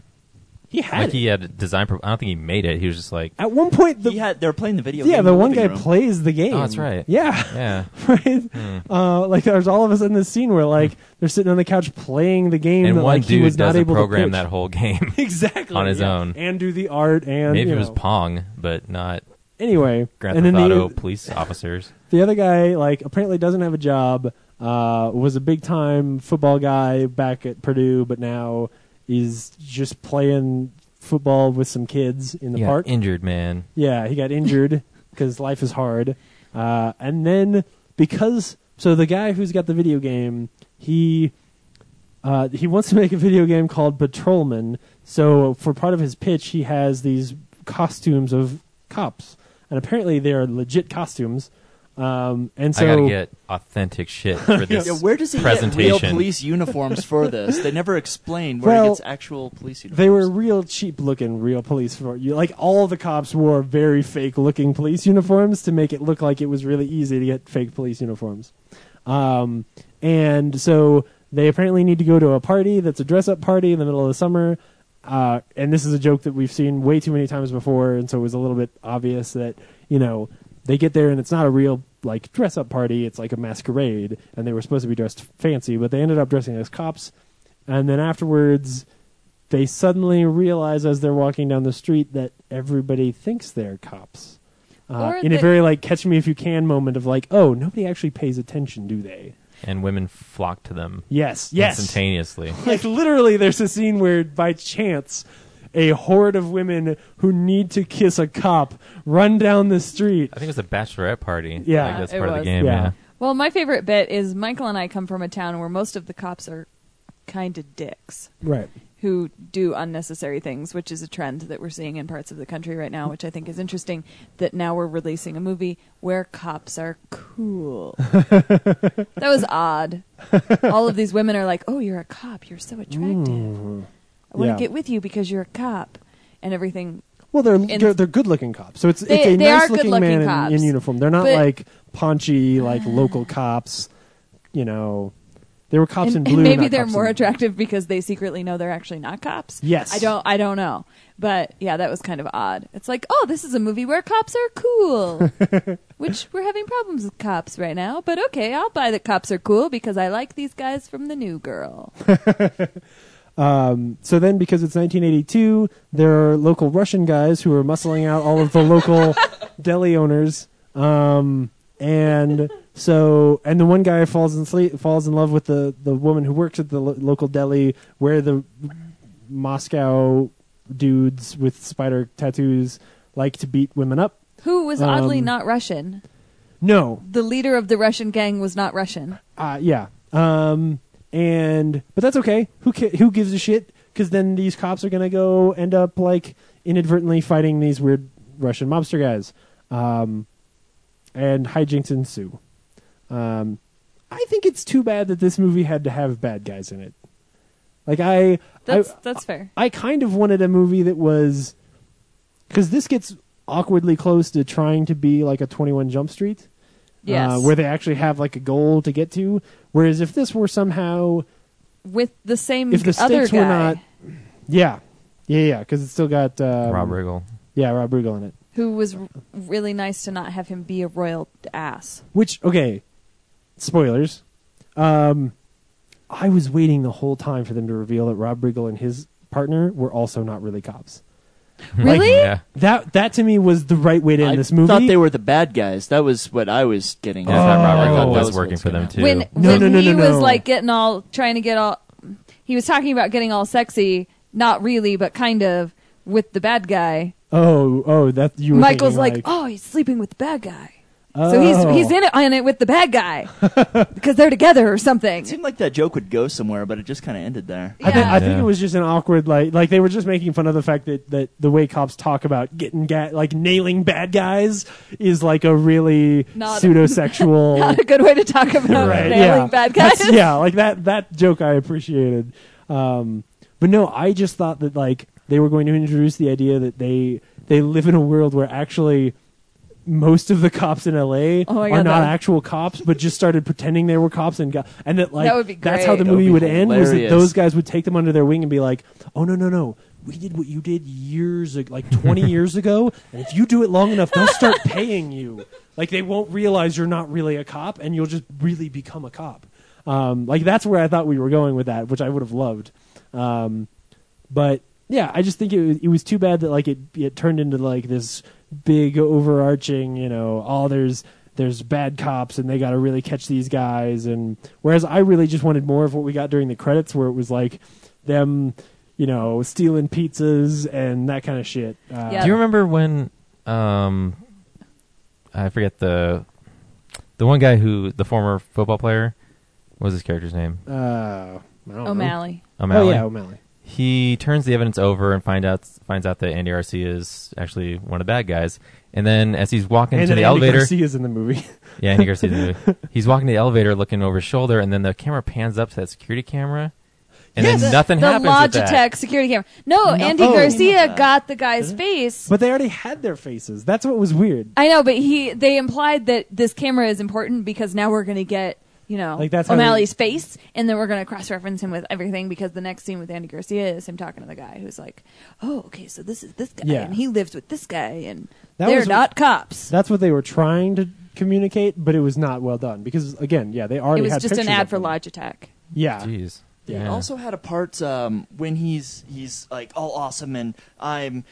Speaker 3: he had
Speaker 4: like he had design. Pro- I don't think he made it. He was just like
Speaker 3: At one point, the
Speaker 7: they're playing the video.
Speaker 3: yeah,
Speaker 7: game
Speaker 3: the
Speaker 7: in
Speaker 3: one
Speaker 7: living
Speaker 3: guy
Speaker 7: room.
Speaker 3: plays the game.
Speaker 4: Oh, that's right.
Speaker 3: Yeah.
Speaker 4: Yeah. Hmm.
Speaker 3: right? Uh, like there's all of a sudden this scene where like they're sitting on the couch playing the game
Speaker 4: and
Speaker 3: that
Speaker 4: one
Speaker 3: like he
Speaker 4: dude
Speaker 3: was not
Speaker 4: doesn't
Speaker 3: able to
Speaker 4: program that
Speaker 3: pitch.
Speaker 4: whole game
Speaker 3: exactly
Speaker 4: on his
Speaker 3: yeah.
Speaker 4: own.
Speaker 3: and do the art and
Speaker 4: Maybe
Speaker 3: you
Speaker 4: it was
Speaker 3: know.
Speaker 4: Pong, but not
Speaker 3: Anyway,
Speaker 4: Grand
Speaker 3: and
Speaker 4: Theft
Speaker 3: then the-
Speaker 4: Auto police officers.
Speaker 3: The other guy, like, apparently doesn't have a job. Uh, was a big time football guy back at Purdue, but now is just playing football with some kids in the
Speaker 4: Yeah,
Speaker 3: park.
Speaker 4: injured man.
Speaker 3: Yeah, he got injured because life is hard. Uh, and then because so the guy who's got the video game, he uh, he wants to make a video game called Patrolman. So for part of his pitch, he has these costumes of cops, and apparently they are legit costumes. Um, and so
Speaker 4: I gotta get authentic shit for this
Speaker 7: Yeah, where does he get
Speaker 4: presentation.
Speaker 7: real police uniforms for this? They never explained where
Speaker 3: Well,
Speaker 7: he gets actual police uniforms.
Speaker 3: They were real cheap looking real police for you. Like all the cops wore very fake looking police uniforms to make it look like it was really easy to get fake police uniforms. Um, and so they apparently need to go to a party that's a dress up party in the middle of the summer. Uh, and this is a joke that we've seen way too many times before, and so it was a little bit obvious that you know they get there and it's not a real like dress up party; it's like a masquerade, and they were supposed to be dressed fancy, but they ended up dressing as cops. And then afterwards, they suddenly realize as they're walking down the street that everybody thinks they're cops. Uh,
Speaker 5: Or
Speaker 3: in a
Speaker 5: they-
Speaker 3: very like catch me if you can moment of like, oh, nobody actually pays attention, do they?
Speaker 4: and women flock to them.
Speaker 3: Yes, yes.
Speaker 4: Instantaneously.
Speaker 3: like literally there's a scene where by chance a horde of women who need to kiss a cop run down the street.
Speaker 4: I think it was a bachelorette party.
Speaker 3: Yeah.
Speaker 4: I think that's
Speaker 5: It
Speaker 4: part of
Speaker 5: was.
Speaker 4: the game.
Speaker 3: Yeah.
Speaker 4: Yeah.
Speaker 5: Well, my favorite bit is Michael and I come from a town where most of the cops are kind of dicks.
Speaker 3: Right.
Speaker 5: Who do unnecessary things, which is a trend that we're seeing in parts of the country right now, which I think is interesting. That now we're releasing a movie where cops are cool. that was odd. All of these women are like, "Oh, you're a cop. You're so attractive. I want to
Speaker 3: Yeah.
Speaker 5: get with you because you're a cop." And everything
Speaker 3: Well, they're
Speaker 5: in-
Speaker 3: they're, they're good-looking cops. So it's
Speaker 5: They-
Speaker 3: it's a
Speaker 5: they are
Speaker 3: nice looking
Speaker 5: good-looking
Speaker 3: man in-
Speaker 5: cops,
Speaker 3: in, uniform. They're not
Speaker 5: but-
Speaker 3: like paunchy like local cops, you know. They were cops
Speaker 5: and,
Speaker 3: in blue.
Speaker 5: and maybe
Speaker 3: not
Speaker 5: they're
Speaker 3: cops
Speaker 5: more
Speaker 3: in-
Speaker 5: attractive because they secretly know they're actually not cops.
Speaker 3: Yes.
Speaker 5: I don't. I don't know. But yeah, that was kind of odd. It's like, oh, this is a movie where cops are cool, which we're having problems with cops right now. But okay, I'll buy that cops are cool because I like these guys from The New Girl.
Speaker 3: Um, so then, because it's 1982, there are local Russian guys who are muscling out all of the local deli owners, um, and so and the one guy falls in sleep, falls in love with the the woman who works at the lo- local deli where the Moscow dudes with spider tattoos like to beat women up.
Speaker 5: Who was oddly
Speaker 3: Um,
Speaker 5: not Russian.
Speaker 3: No,
Speaker 5: The leader of the Russian gang was not Russian.
Speaker 3: Uh, yeah. Um, and but that's okay. Who ca- who gives a shit? Because then these cops are gonna go end up like inadvertently fighting these weird Russian mobster guys, um, and hijinks ensue. Um, I think it's too bad that this movie had to have bad guys in it. Like I,
Speaker 5: That's
Speaker 3: I, uh,
Speaker 5: that's fair.
Speaker 3: I kind of wanted a movie that was because this gets awkwardly close to trying to be like a 21 Jump Street.
Speaker 5: Yes.
Speaker 3: Uh, where they actually have like a goal to get to. Whereas if this were somehow,
Speaker 5: With the same
Speaker 3: if the
Speaker 5: other
Speaker 3: stakes
Speaker 5: guy.
Speaker 3: were not, yeah, yeah, yeah, because it's still got um,
Speaker 4: Rob Riggle.
Speaker 3: yeah, Rob Riggle in it.
Speaker 5: who was r- really nice to not have him be a royal ass.
Speaker 3: Which okay, spoilers. Um, I was waiting the whole time for them to reveal that Rob Riggle and his partner were also not really cops. Like,
Speaker 5: Really?
Speaker 4: Yeah.
Speaker 3: That that to me was the right way to end
Speaker 7: I
Speaker 3: this movie.
Speaker 7: thought they were the bad guys. That was what I was getting.
Speaker 4: I
Speaker 7: at.
Speaker 4: thought Rob
Speaker 7: I thought
Speaker 4: Riggle
Speaker 7: that
Speaker 4: was,
Speaker 7: what
Speaker 4: working for
Speaker 7: gonna
Speaker 4: them
Speaker 7: happen.
Speaker 4: too.
Speaker 5: when
Speaker 3: Oh. No,
Speaker 5: when
Speaker 3: no, no,
Speaker 5: he
Speaker 3: no,
Speaker 5: was
Speaker 3: no.
Speaker 5: like getting all trying to get all he was talking about getting all sexy not really but kind of with the bad guy
Speaker 3: oh oh that you. Were
Speaker 5: michael's
Speaker 3: thinking,
Speaker 5: like,
Speaker 3: like
Speaker 5: oh he's sleeping with the bad guy so he's
Speaker 3: Oh.
Speaker 5: he's in it, on it with the bad guy because they're together or something
Speaker 7: It seemed like that joke would go somewhere, but it just kind of ended there.
Speaker 3: I, think,
Speaker 5: Yeah.
Speaker 3: I think
Speaker 4: Yeah.
Speaker 3: it was just an awkward like like they were just making fun of the fact that, that the way cops talk about getting ga- like nailing bad guys is like a really
Speaker 5: Not-
Speaker 3: pseudosexual
Speaker 5: not a good way to talk about
Speaker 4: Right,
Speaker 5: nailing
Speaker 3: yeah.
Speaker 5: bad guys
Speaker 3: That's- yeah, like that that joke I appreciated. Um, but no, I just thought that like they were going to introduce the idea that they they live in a world where actually most of the cops in LA
Speaker 5: Oh my
Speaker 3: are
Speaker 5: God,
Speaker 3: not
Speaker 5: that-
Speaker 3: actual cops, but just started pretending they were cops and got and that like
Speaker 5: That would be
Speaker 3: that's how the
Speaker 5: great.
Speaker 3: movie
Speaker 5: That would
Speaker 3: would
Speaker 5: be
Speaker 3: end was that
Speaker 5: hilarious.
Speaker 3: those guys would take them under their wing and be like, oh no no no. We did what you did years, ag- like twenty years ago, and if you do it long enough, they'll start paying you. Like they won't realize you're not really a cop, and you'll just really become a cop. Um, like that's where I thought we were going with that, which I would have loved. Um, but yeah, I just think it was, it was too bad that like it it turned into like this big overarching, you know, oh there's there's bad cops and they got to really catch these guys and whereas I really just wanted more of what we got during the credits where it was like them, you know, stealing pizzas and that kind of shit. Uh,
Speaker 4: Do you remember when um I forget the the one guy who the former football player what was his character's name?
Speaker 3: Uh, I don't know.
Speaker 5: O'Malley.
Speaker 4: O'Malley.
Speaker 3: Oh yeah, O'Malley.
Speaker 4: He turns the evidence over and find out finds out that Andy Garcia is actually one of the bad guys. And then as he's walking
Speaker 3: And
Speaker 4: to
Speaker 3: then
Speaker 4: the
Speaker 3: Andy
Speaker 4: elevator,
Speaker 3: Garcia's in the movie.
Speaker 4: yeah, Andy Garcia's in the movie. He's walking to the elevator, looking over his shoulder, and then the camera pans up to that security camera, and
Speaker 5: Yes.
Speaker 4: then nothing
Speaker 5: the
Speaker 4: happens.
Speaker 5: Logitech
Speaker 4: with that.
Speaker 5: security camera. No,
Speaker 3: Nothing
Speaker 5: Andy
Speaker 3: came of
Speaker 5: Garcia
Speaker 3: that.
Speaker 5: got the guy's face.
Speaker 3: But they already had their faces. That's what was weird.
Speaker 5: I know, but he they implied that this camera is important because now we're going to get you know
Speaker 3: Like, that's how
Speaker 5: O'Malley's face, and then we're going to cross reference him with everything because the next scene with Andy Garcia is him talking to the guy who's like, "Oh, okay, so this is this guy,
Speaker 3: Yeah.
Speaker 5: and he lived with this guy, and
Speaker 3: That
Speaker 5: they're
Speaker 3: was what-
Speaker 5: not cops."
Speaker 3: That's what they were trying to communicate, but it was not well done because again, yeah, they
Speaker 5: It
Speaker 3: already
Speaker 5: was
Speaker 3: had
Speaker 5: just an
Speaker 3: pictures
Speaker 5: ad
Speaker 3: of
Speaker 5: for
Speaker 3: them.
Speaker 5: Logitech.
Speaker 3: Yeah.
Speaker 4: Jeez.
Speaker 7: They also had a part um, when he's he's like all awesome and I'm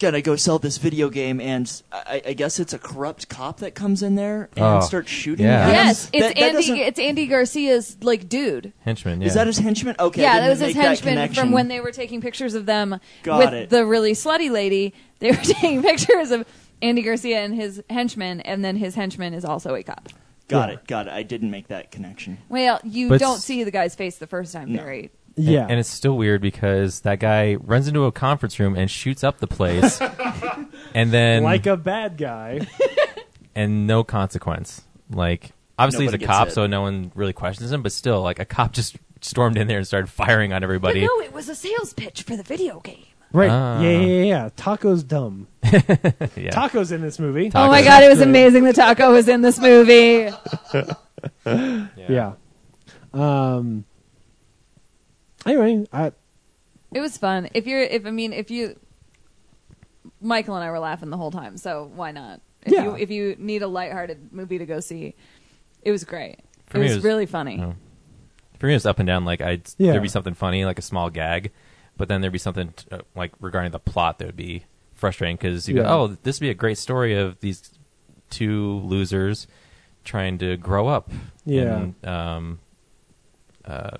Speaker 7: gonna go sell this video game and I, I guess it's a corrupt cop that comes in there and
Speaker 4: Oh,
Speaker 7: starts shooting.
Speaker 4: yeah.
Speaker 7: at him.
Speaker 5: Yes, it's
Speaker 7: That- that
Speaker 5: Andy.
Speaker 7: doesn't-
Speaker 5: it's Andy Garcia's like dude.
Speaker 4: henchman. Yeah.
Speaker 7: Is that his henchman? Okay. I
Speaker 5: yeah, that
Speaker 7: didn't
Speaker 5: was his
Speaker 7: make that
Speaker 5: henchman from
Speaker 7: connection.
Speaker 5: when they were taking pictures of them
Speaker 7: Got
Speaker 5: with
Speaker 7: it.
Speaker 5: the really slutty lady. They were taking pictures of Andy Garcia and his henchman, and then his henchman is also a cop.
Speaker 7: Got it. Got it. I didn't make that connection.
Speaker 5: Well, you
Speaker 4: But
Speaker 5: don't
Speaker 4: s-
Speaker 5: see the guy's face the first time, Barry.
Speaker 4: And-
Speaker 3: Yeah.
Speaker 4: And, it's still weird because that guy runs into a conference room and shoots up the place, and then
Speaker 3: like a bad guy.
Speaker 4: and no consequence. Like obviously
Speaker 3: Nobody
Speaker 4: he's
Speaker 3: gets
Speaker 4: a cop,
Speaker 3: hit.
Speaker 4: so no one really questions him. But still, like a cop just stormed in there and started firing on
Speaker 5: But
Speaker 4: everybody.
Speaker 5: no, it was a sales pitch for the video game.
Speaker 3: Right.
Speaker 4: Ah.
Speaker 3: Yeah, yeah, yeah, yeah. Taco's dumb.
Speaker 4: Yeah.
Speaker 3: Taco's in this movie.
Speaker 5: Oh my god, it was amazing. The taco was in this movie.
Speaker 3: yeah. Um anyway, I
Speaker 5: It was fun. If you're, if I mean, if you, Michael and I were laughing the whole time, so why not? If
Speaker 3: Yeah.
Speaker 5: you If you need a lighthearted movie to go see, it was great.
Speaker 4: For
Speaker 5: it
Speaker 4: me, Oh.
Speaker 5: was really funny.
Speaker 4: no. For me, it was up and down. Like I'd
Speaker 3: Yeah.
Speaker 4: there'd be something funny, like a small gag, but then there'd be something uh, like regarding the plot that would be frustrating because you
Speaker 3: Yeah.
Speaker 4: go, oh, this would be a great story of these two losers trying to grow up.
Speaker 3: Yeah.
Speaker 4: And, um, uh,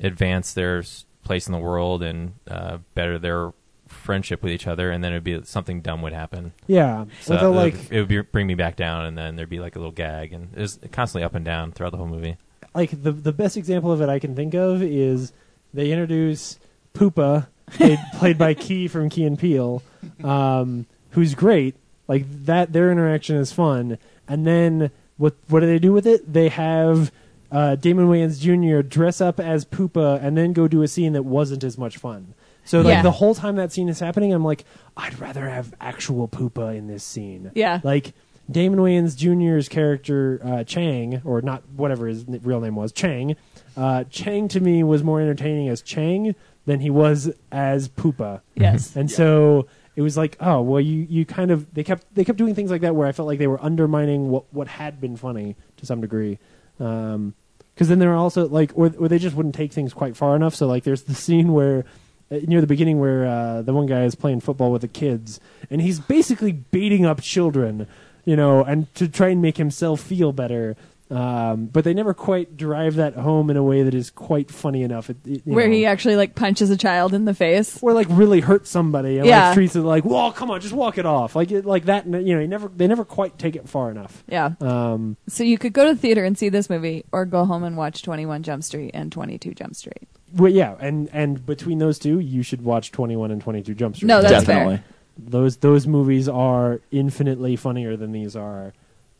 Speaker 4: advance their s- place in the world and uh, better their friendship with each other, and then it'd be something dumb would happen.
Speaker 3: Yeah.
Speaker 4: So
Speaker 3: Although,
Speaker 4: it would-
Speaker 3: like-
Speaker 4: it would be, bring me back down, and then there'd be like a little gag, and it was constantly up and down throughout the whole movie.
Speaker 3: like the the best example of it I can think of is they introduce Poopa, played, played by Key from Key and Peele, um, who's great. Like that, their interaction is fun. And then what what do they do with it? They have uh, Damon Wayans Jr. dress up as Poopa and then go do a scene that wasn't as much fun. So like
Speaker 5: Yeah.
Speaker 3: the whole time that scene is happening, I'm like, I'd rather have actual Poopa in this scene.
Speaker 5: Yeah.
Speaker 3: Like Damon Wayans Jr.'s character uh, Chang, or not whatever his n- real name was, Chang. Uh, Chang to me was more entertaining as Chang than he was as Poopa.
Speaker 5: Yes.
Speaker 3: and so it was like, oh well, you you kind of they kept they kept doing things like that where I felt like they were undermining what what had been funny to some degree. Um, because then there are also like, or or they just wouldn't take things quite far enough. So like, there's the scene where uh, near the beginning where uh, the one guy is playing football with the kids, and he's basically beating up children, you know, and to try and make himself feel better. Um, but they never quite drive that home in a way that is quite funny enough. It, it- you
Speaker 5: Where
Speaker 3: know,
Speaker 5: he actually like punches a child in the face.
Speaker 3: or like really hurt somebody and
Speaker 5: Yeah.
Speaker 3: like treats it like, well, come on, just walk it off, like it, like that. You know, you never they never quite take it far enough.
Speaker 5: Yeah.
Speaker 3: Um,
Speaker 5: So you could go to the theater and see this movie, or go home and watch Twenty One Jump Street and Twenty Two Jump Street.
Speaker 3: Well, yeah, and and between those two, you should watch Twenty One and Twenty Two Jump Street.
Speaker 5: No, that's Definitely. fair.
Speaker 3: Those those movies are infinitely funnier than these are,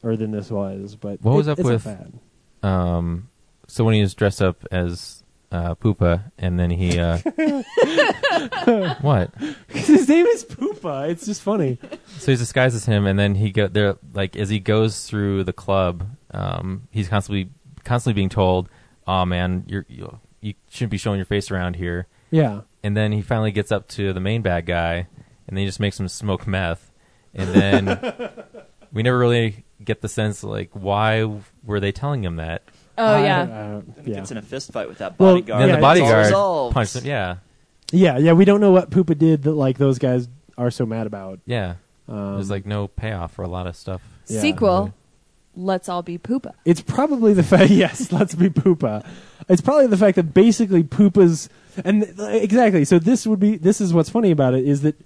Speaker 3: or than this was. But
Speaker 4: What was
Speaker 3: it-
Speaker 4: up
Speaker 3: it's not
Speaker 4: with
Speaker 3: bad.
Speaker 4: um so when he was dressed up as uh, Poopa, and then he uh, what?
Speaker 3: His name is Poopa. It's just funny.
Speaker 4: So he's disguised as him, and then he go there like as he goes through the club, um, he's constantly constantly being told, "Oh man, you're you, you shouldn't be showing your face around here."
Speaker 3: Yeah.
Speaker 4: And then he finally gets up to the main bad guy, and then he just makes him smoke meth, and then we never really get the sense like why were they telling him that?
Speaker 5: Oh yeah.
Speaker 7: And he gets in a fist fight with that
Speaker 3: Well,
Speaker 7: bodyguard.
Speaker 3: Then the
Speaker 7: It's all
Speaker 3: bodyguard
Speaker 7: resolved.
Speaker 4: Punched him. Yeah.
Speaker 3: Yeah, yeah. We don't know what Poopa did that like those guys are so mad about.
Speaker 4: Yeah.
Speaker 3: Um,
Speaker 4: There's like no payoff for a lot of stuff.
Speaker 5: Sequel. Let's all be Poopa.
Speaker 3: It's probably the fact. Yes, let's be Poopa. It's probably the fact that basically Poopa's and exactly. So this would be this is what's funny about it is that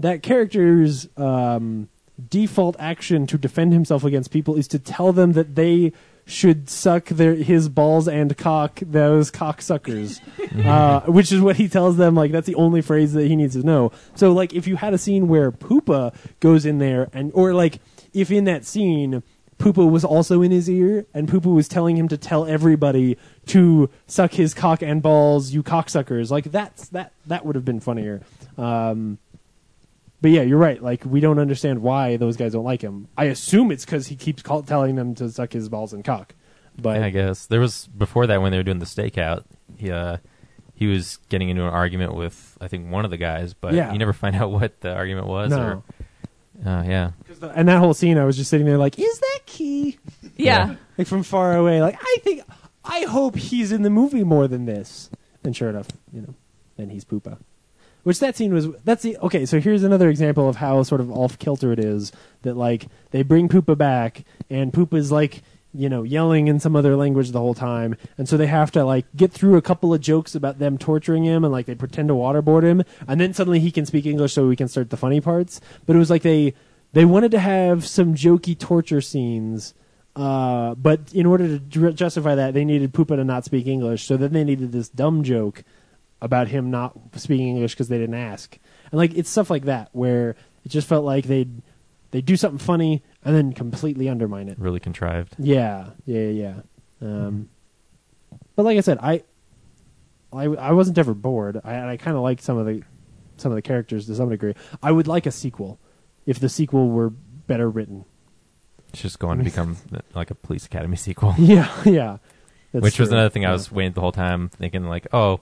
Speaker 3: that character's um, default action to defend himself against people is to tell them that they should suck their his balls and cock those cocksuckers, uh, which is what he tells them. Like that's the only phrase that he needs to know. So like if you had a scene where Poopa goes in there and or like if in that scene Poopa was also in his ear, and Poopa was telling him to tell everybody to suck his cock and balls, you cocksuckers. Like that's that that would have been funnier. Um, but yeah, you're right. Like we don't understand why those guys don't like him. I assume it's because he keeps call- telling them to suck his balls and cock. But
Speaker 4: Yeah, I guess there was before that when they were doing the stakeout. He uh, he was getting into an argument with I think one of the guys, but
Speaker 3: Yeah.
Speaker 4: you never find out what the argument was.
Speaker 3: No.
Speaker 4: Or, uh, yeah.
Speaker 3: and that whole scene, I was just sitting there like, is that key?
Speaker 5: Yeah.
Speaker 3: like from far away. Like I think I hope he's in the movie more than this. And sure enough, you know, then he's Poopa. Which that scene was that's the okay, so here's another example of how sort of off kilter it is that like they bring Poopa back and Poopa's like, you know, yelling in some other language the whole time. And so they have to like get through a couple of jokes about them torturing him and like they pretend to waterboard him and then suddenly he can speak English so we can start the funny parts. But it was like they they wanted to have some jokey torture scenes uh, but in order to dr- justify that, they needed Poopa to not speak English. So then they needed this dumb joke about him not speaking English because they didn't ask. And like it's stuff like that where it just felt like they'd they'd do something funny and then completely undermine it.
Speaker 4: Really contrived.
Speaker 3: Yeah, yeah, yeah. yeah. Um, but like I said, I I, I wasn't ever bored. I, and I kind of liked some of the some of the characters to some degree. I would like a sequel if the sequel were better written.
Speaker 4: It's just going to become uh, like a police academy sequel.
Speaker 3: Yeah, yeah. That's
Speaker 4: Which was
Speaker 3: true.
Speaker 4: another thing I
Speaker 3: Yeah.
Speaker 4: was waiting the whole time, thinking like, oh,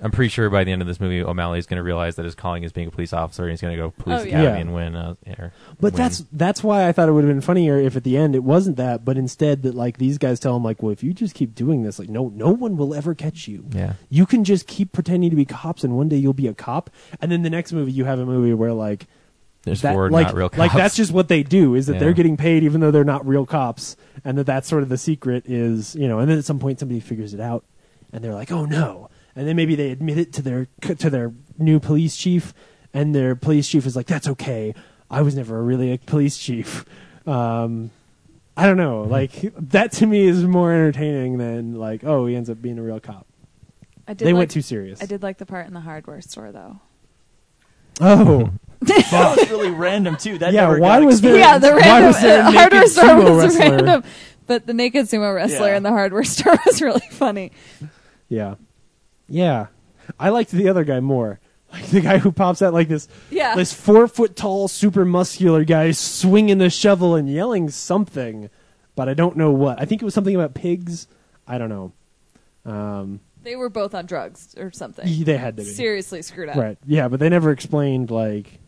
Speaker 4: I'm pretty sure by the end of this movie, O'Malley's going to realize that his calling is being a police officer, and he's going to go police
Speaker 3: Oh, yeah.
Speaker 4: academy
Speaker 3: Yeah.
Speaker 4: and win. Uh, or
Speaker 3: But
Speaker 4: win.
Speaker 3: that's that's why I thought it would have been funnier if at the end it wasn't that, but instead that like these guys tell him like, well, if you just keep doing this, like no no one will ever catch you.
Speaker 4: Yeah.
Speaker 3: You can just keep pretending to be cops, and one day you'll be a cop. And then the next movie, you have a movie where like
Speaker 4: There's
Speaker 3: that,
Speaker 4: four
Speaker 3: like,
Speaker 4: not real cops.
Speaker 3: Like that's just what they do is that
Speaker 4: Yeah.
Speaker 3: they're getting paid even though they're not real cops, and that that's sort of the secret is you know. And then at some point somebody figures it out, and they're like, oh no. And then maybe they admit it to their to their new police chief, and their police chief is like, that's okay. I was never really a police chief. Um, I don't
Speaker 4: Hmm.
Speaker 3: know. Like that to me is more entertaining than like oh he ends up being a real cop.
Speaker 5: I
Speaker 3: They went too serious.
Speaker 5: I did like the part in the hardware store though.
Speaker 3: Oh.
Speaker 7: that was really random too. That
Speaker 3: Yeah,
Speaker 7: never
Speaker 3: why
Speaker 7: got
Speaker 3: was there-
Speaker 7: explained.
Speaker 5: yeah, the
Speaker 3: Why
Speaker 5: random
Speaker 3: was there a
Speaker 5: uh,
Speaker 3: naked
Speaker 5: hardware store
Speaker 3: sumo
Speaker 5: was
Speaker 3: wrestler?
Speaker 5: random, but the naked sumo wrestler
Speaker 7: Yeah.
Speaker 5: in the hardware store was really funny.
Speaker 3: Yeah. Yeah. I liked the other guy more. Like the guy who pops out like this
Speaker 5: Yeah.
Speaker 3: this four foot tall, super muscular guy swinging a shovel and yelling something, but I don't know what. I think it was something about pigs. I don't know. Um,
Speaker 5: They were both on drugs or something.
Speaker 3: Yeah, they had to be.
Speaker 5: seriously screwed up.
Speaker 3: right. Yeah, but they never explained like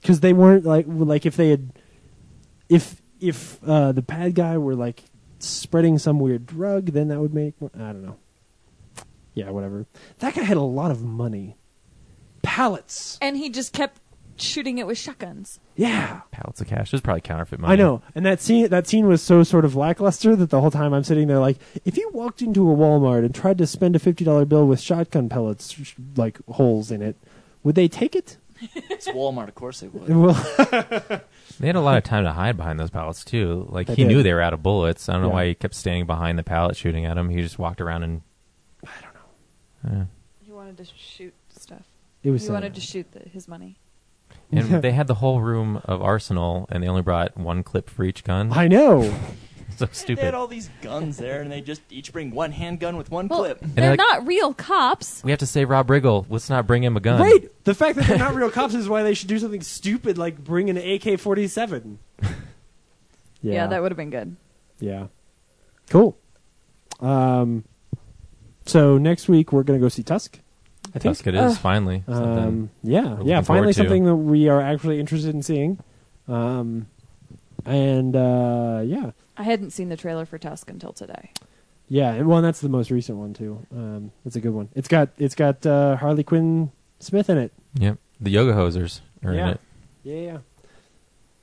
Speaker 3: because they weren't like like if they had if if uh, the bad guy were like spreading some weird drug, then that would make more, I don't know. Yeah, whatever. That guy had a lot of money. Pallets.
Speaker 5: And he just kept shooting it with shotguns.
Speaker 3: Yeah.
Speaker 4: pallets of cash. There's probably counterfeit money.
Speaker 3: I know. And that scene that scene was so sort of lackluster that the whole time I'm sitting there like, if you walked into a Walmart and tried to spend a fifty dollar bill with shotgun pellets sh- like holes in it, would they take it?
Speaker 7: It's Walmart, of course they would.
Speaker 3: Well,
Speaker 4: They had a lot of time to hide behind those pallets too. Like
Speaker 3: They
Speaker 4: he knew
Speaker 3: did.
Speaker 4: they were out of bullets. I don't know
Speaker 3: Yeah.
Speaker 4: why he kept standing behind the pallet shooting at him. He just walked around and I don't know.
Speaker 5: He wanted to shoot stuff.
Speaker 3: It was
Speaker 5: he
Speaker 3: sad.
Speaker 5: wanted to shoot the, his money.
Speaker 4: And they had the whole room of arsenal, and they only brought one clip for each gun.
Speaker 3: I know.
Speaker 4: so
Speaker 7: They
Speaker 4: stupid.
Speaker 7: had all these guns there, and they just each bring one handgun with one clip.
Speaker 5: They're
Speaker 4: like-
Speaker 5: not real cops.
Speaker 4: We have to save Rob Riggle. Let's not bring him a gun.
Speaker 3: Right. The fact that they're not real cops is why they should do something stupid like bring an AK-47.
Speaker 5: Yeah, that would have been good.
Speaker 3: Yeah. Cool. Um, so next week we're going to go see Tusk. I think uh,
Speaker 4: Tusk it is, Ugh. finally. Something
Speaker 3: Um,
Speaker 4: we're
Speaker 3: yeah,
Speaker 4: looking
Speaker 3: yeah, finally
Speaker 4: forward to.
Speaker 3: something that we are actually interested in seeing. Um, and uh, yeah,
Speaker 5: I hadn't seen the trailer for Tusk until today.
Speaker 3: yeah, and well, and that's the most recent one too. Um, that's a good one. It's got it's got uh, Harley Quinn Smith in it.
Speaker 4: Yep. The yoga hosers are
Speaker 3: yeah.
Speaker 4: in it.
Speaker 3: yeah, yeah,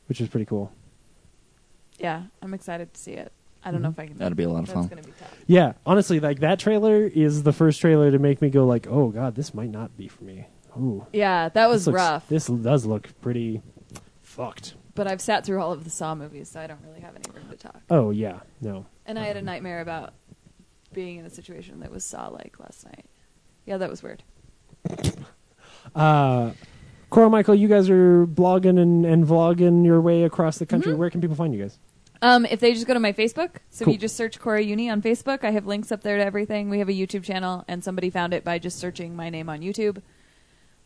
Speaker 3: which is pretty cool.
Speaker 5: Yeah, I'm excited to see it. I don't know if I can.
Speaker 7: Mm-hmm. That'd be a lot of
Speaker 5: that's
Speaker 7: fun.
Speaker 5: Gonna be tough.
Speaker 3: Yeah, honestly, like that trailer is the first trailer to make me go like, "Oh God, this might not be for me." Ooh,
Speaker 5: Yeah, that was
Speaker 3: this looks-
Speaker 5: rough.
Speaker 3: This does look pretty fucked.
Speaker 5: But I've sat through all of the Saw movies, so I don't really have any room to
Speaker 7: Uh,
Speaker 5: talk.
Speaker 3: Oh yeah, no.
Speaker 5: And I had a nightmare about being in a situation that was Saw like last night. Yeah, that was weird.
Speaker 3: Uh, Coral Michael, you guys are blogging and, and vlogging your way across the country.
Speaker 5: Mm-hmm.
Speaker 3: Where can people find you guys?
Speaker 5: Um, if they just go to my Facebook, so
Speaker 3: Cool.
Speaker 5: if you just search Cora Uni on Facebook, I have links up there to everything. We have a YouTube channel, and somebody found it by just searching my name on YouTube.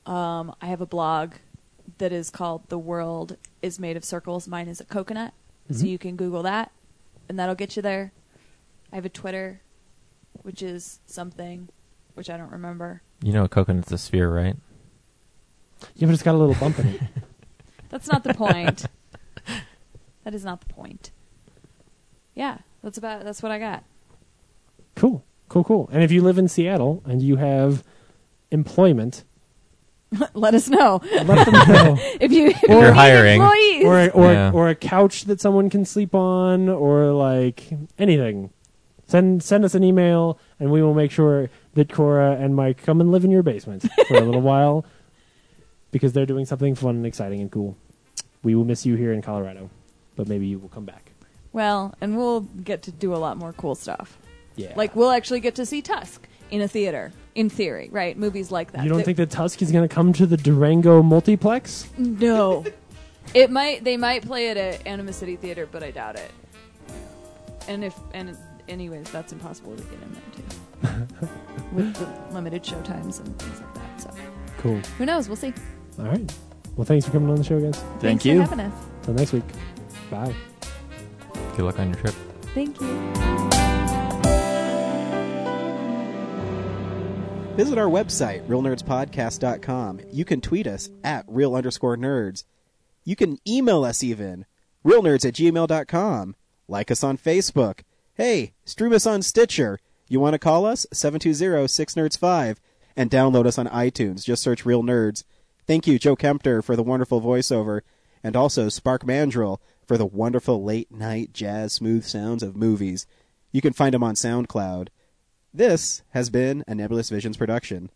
Speaker 5: Um, I have a blog that is called "The World Is Made of Circles." Mine is a coconut, so
Speaker 13: Mhm.
Speaker 5: you can Google that, and that'll get you there. I have a Twitter, which is something, which I don't remember.
Speaker 4: You know a coconut's a sphere, right?
Speaker 3: Yeah, but it's got a little bump in it.
Speaker 5: That's not the point. that is not the point. Yeah, that's about. That's what I got.
Speaker 3: Cool, cool, cool. And if you live in Seattle and you have employment,
Speaker 5: Let us know.
Speaker 3: Let them know.
Speaker 5: if you if
Speaker 3: Or-
Speaker 5: you need employees.
Speaker 3: or or
Speaker 4: Yeah.
Speaker 3: or a couch that someone can sleep on, or like anything, send send us an email and we will make sure that Cora and Mike come and live in your basement for a little while because they're doing something fun and exciting and cool. We will miss you here in Colorado, but maybe you will come back.
Speaker 5: well, and we'll get to do a lot more cool stuff.
Speaker 3: Yeah.
Speaker 5: Like we'll actually get to see Tusk in a theater, in theory, right? Movies like that.
Speaker 3: You don't
Speaker 5: That-
Speaker 3: think that Tusk is going to come to the Durango multiplex?
Speaker 5: No. it might. They might play it at Anima City Theater, but I doubt it. And if and anyways, that's impossible to get in there too, with the limited show times and things like that. So
Speaker 3: Cool.
Speaker 5: who knows? We'll see.
Speaker 3: All right. Well, thanks for coming on the show, guys.
Speaker 5: Thanks you. for having us.
Speaker 3: Till next week. Bye.
Speaker 4: Good luck on your trip.
Speaker 5: Thank you.
Speaker 2: Visit our website, realnerdspodcast.com. You can tweet us at real underscore nerds. You can email us even, realnerds at gmail.com. Like us on Facebook. Hey, stream us on Stitcher. You want to call us? 720-6nerds5. And download us on iTunes. Just search Real Nerds. Thank you, Joe Kempter, for the wonderful voiceover. And also Spark Mandrill for the wonderful late night jazz smooth sounds of movies. You can find him on SoundCloud. This has been a Nebulous Visions production.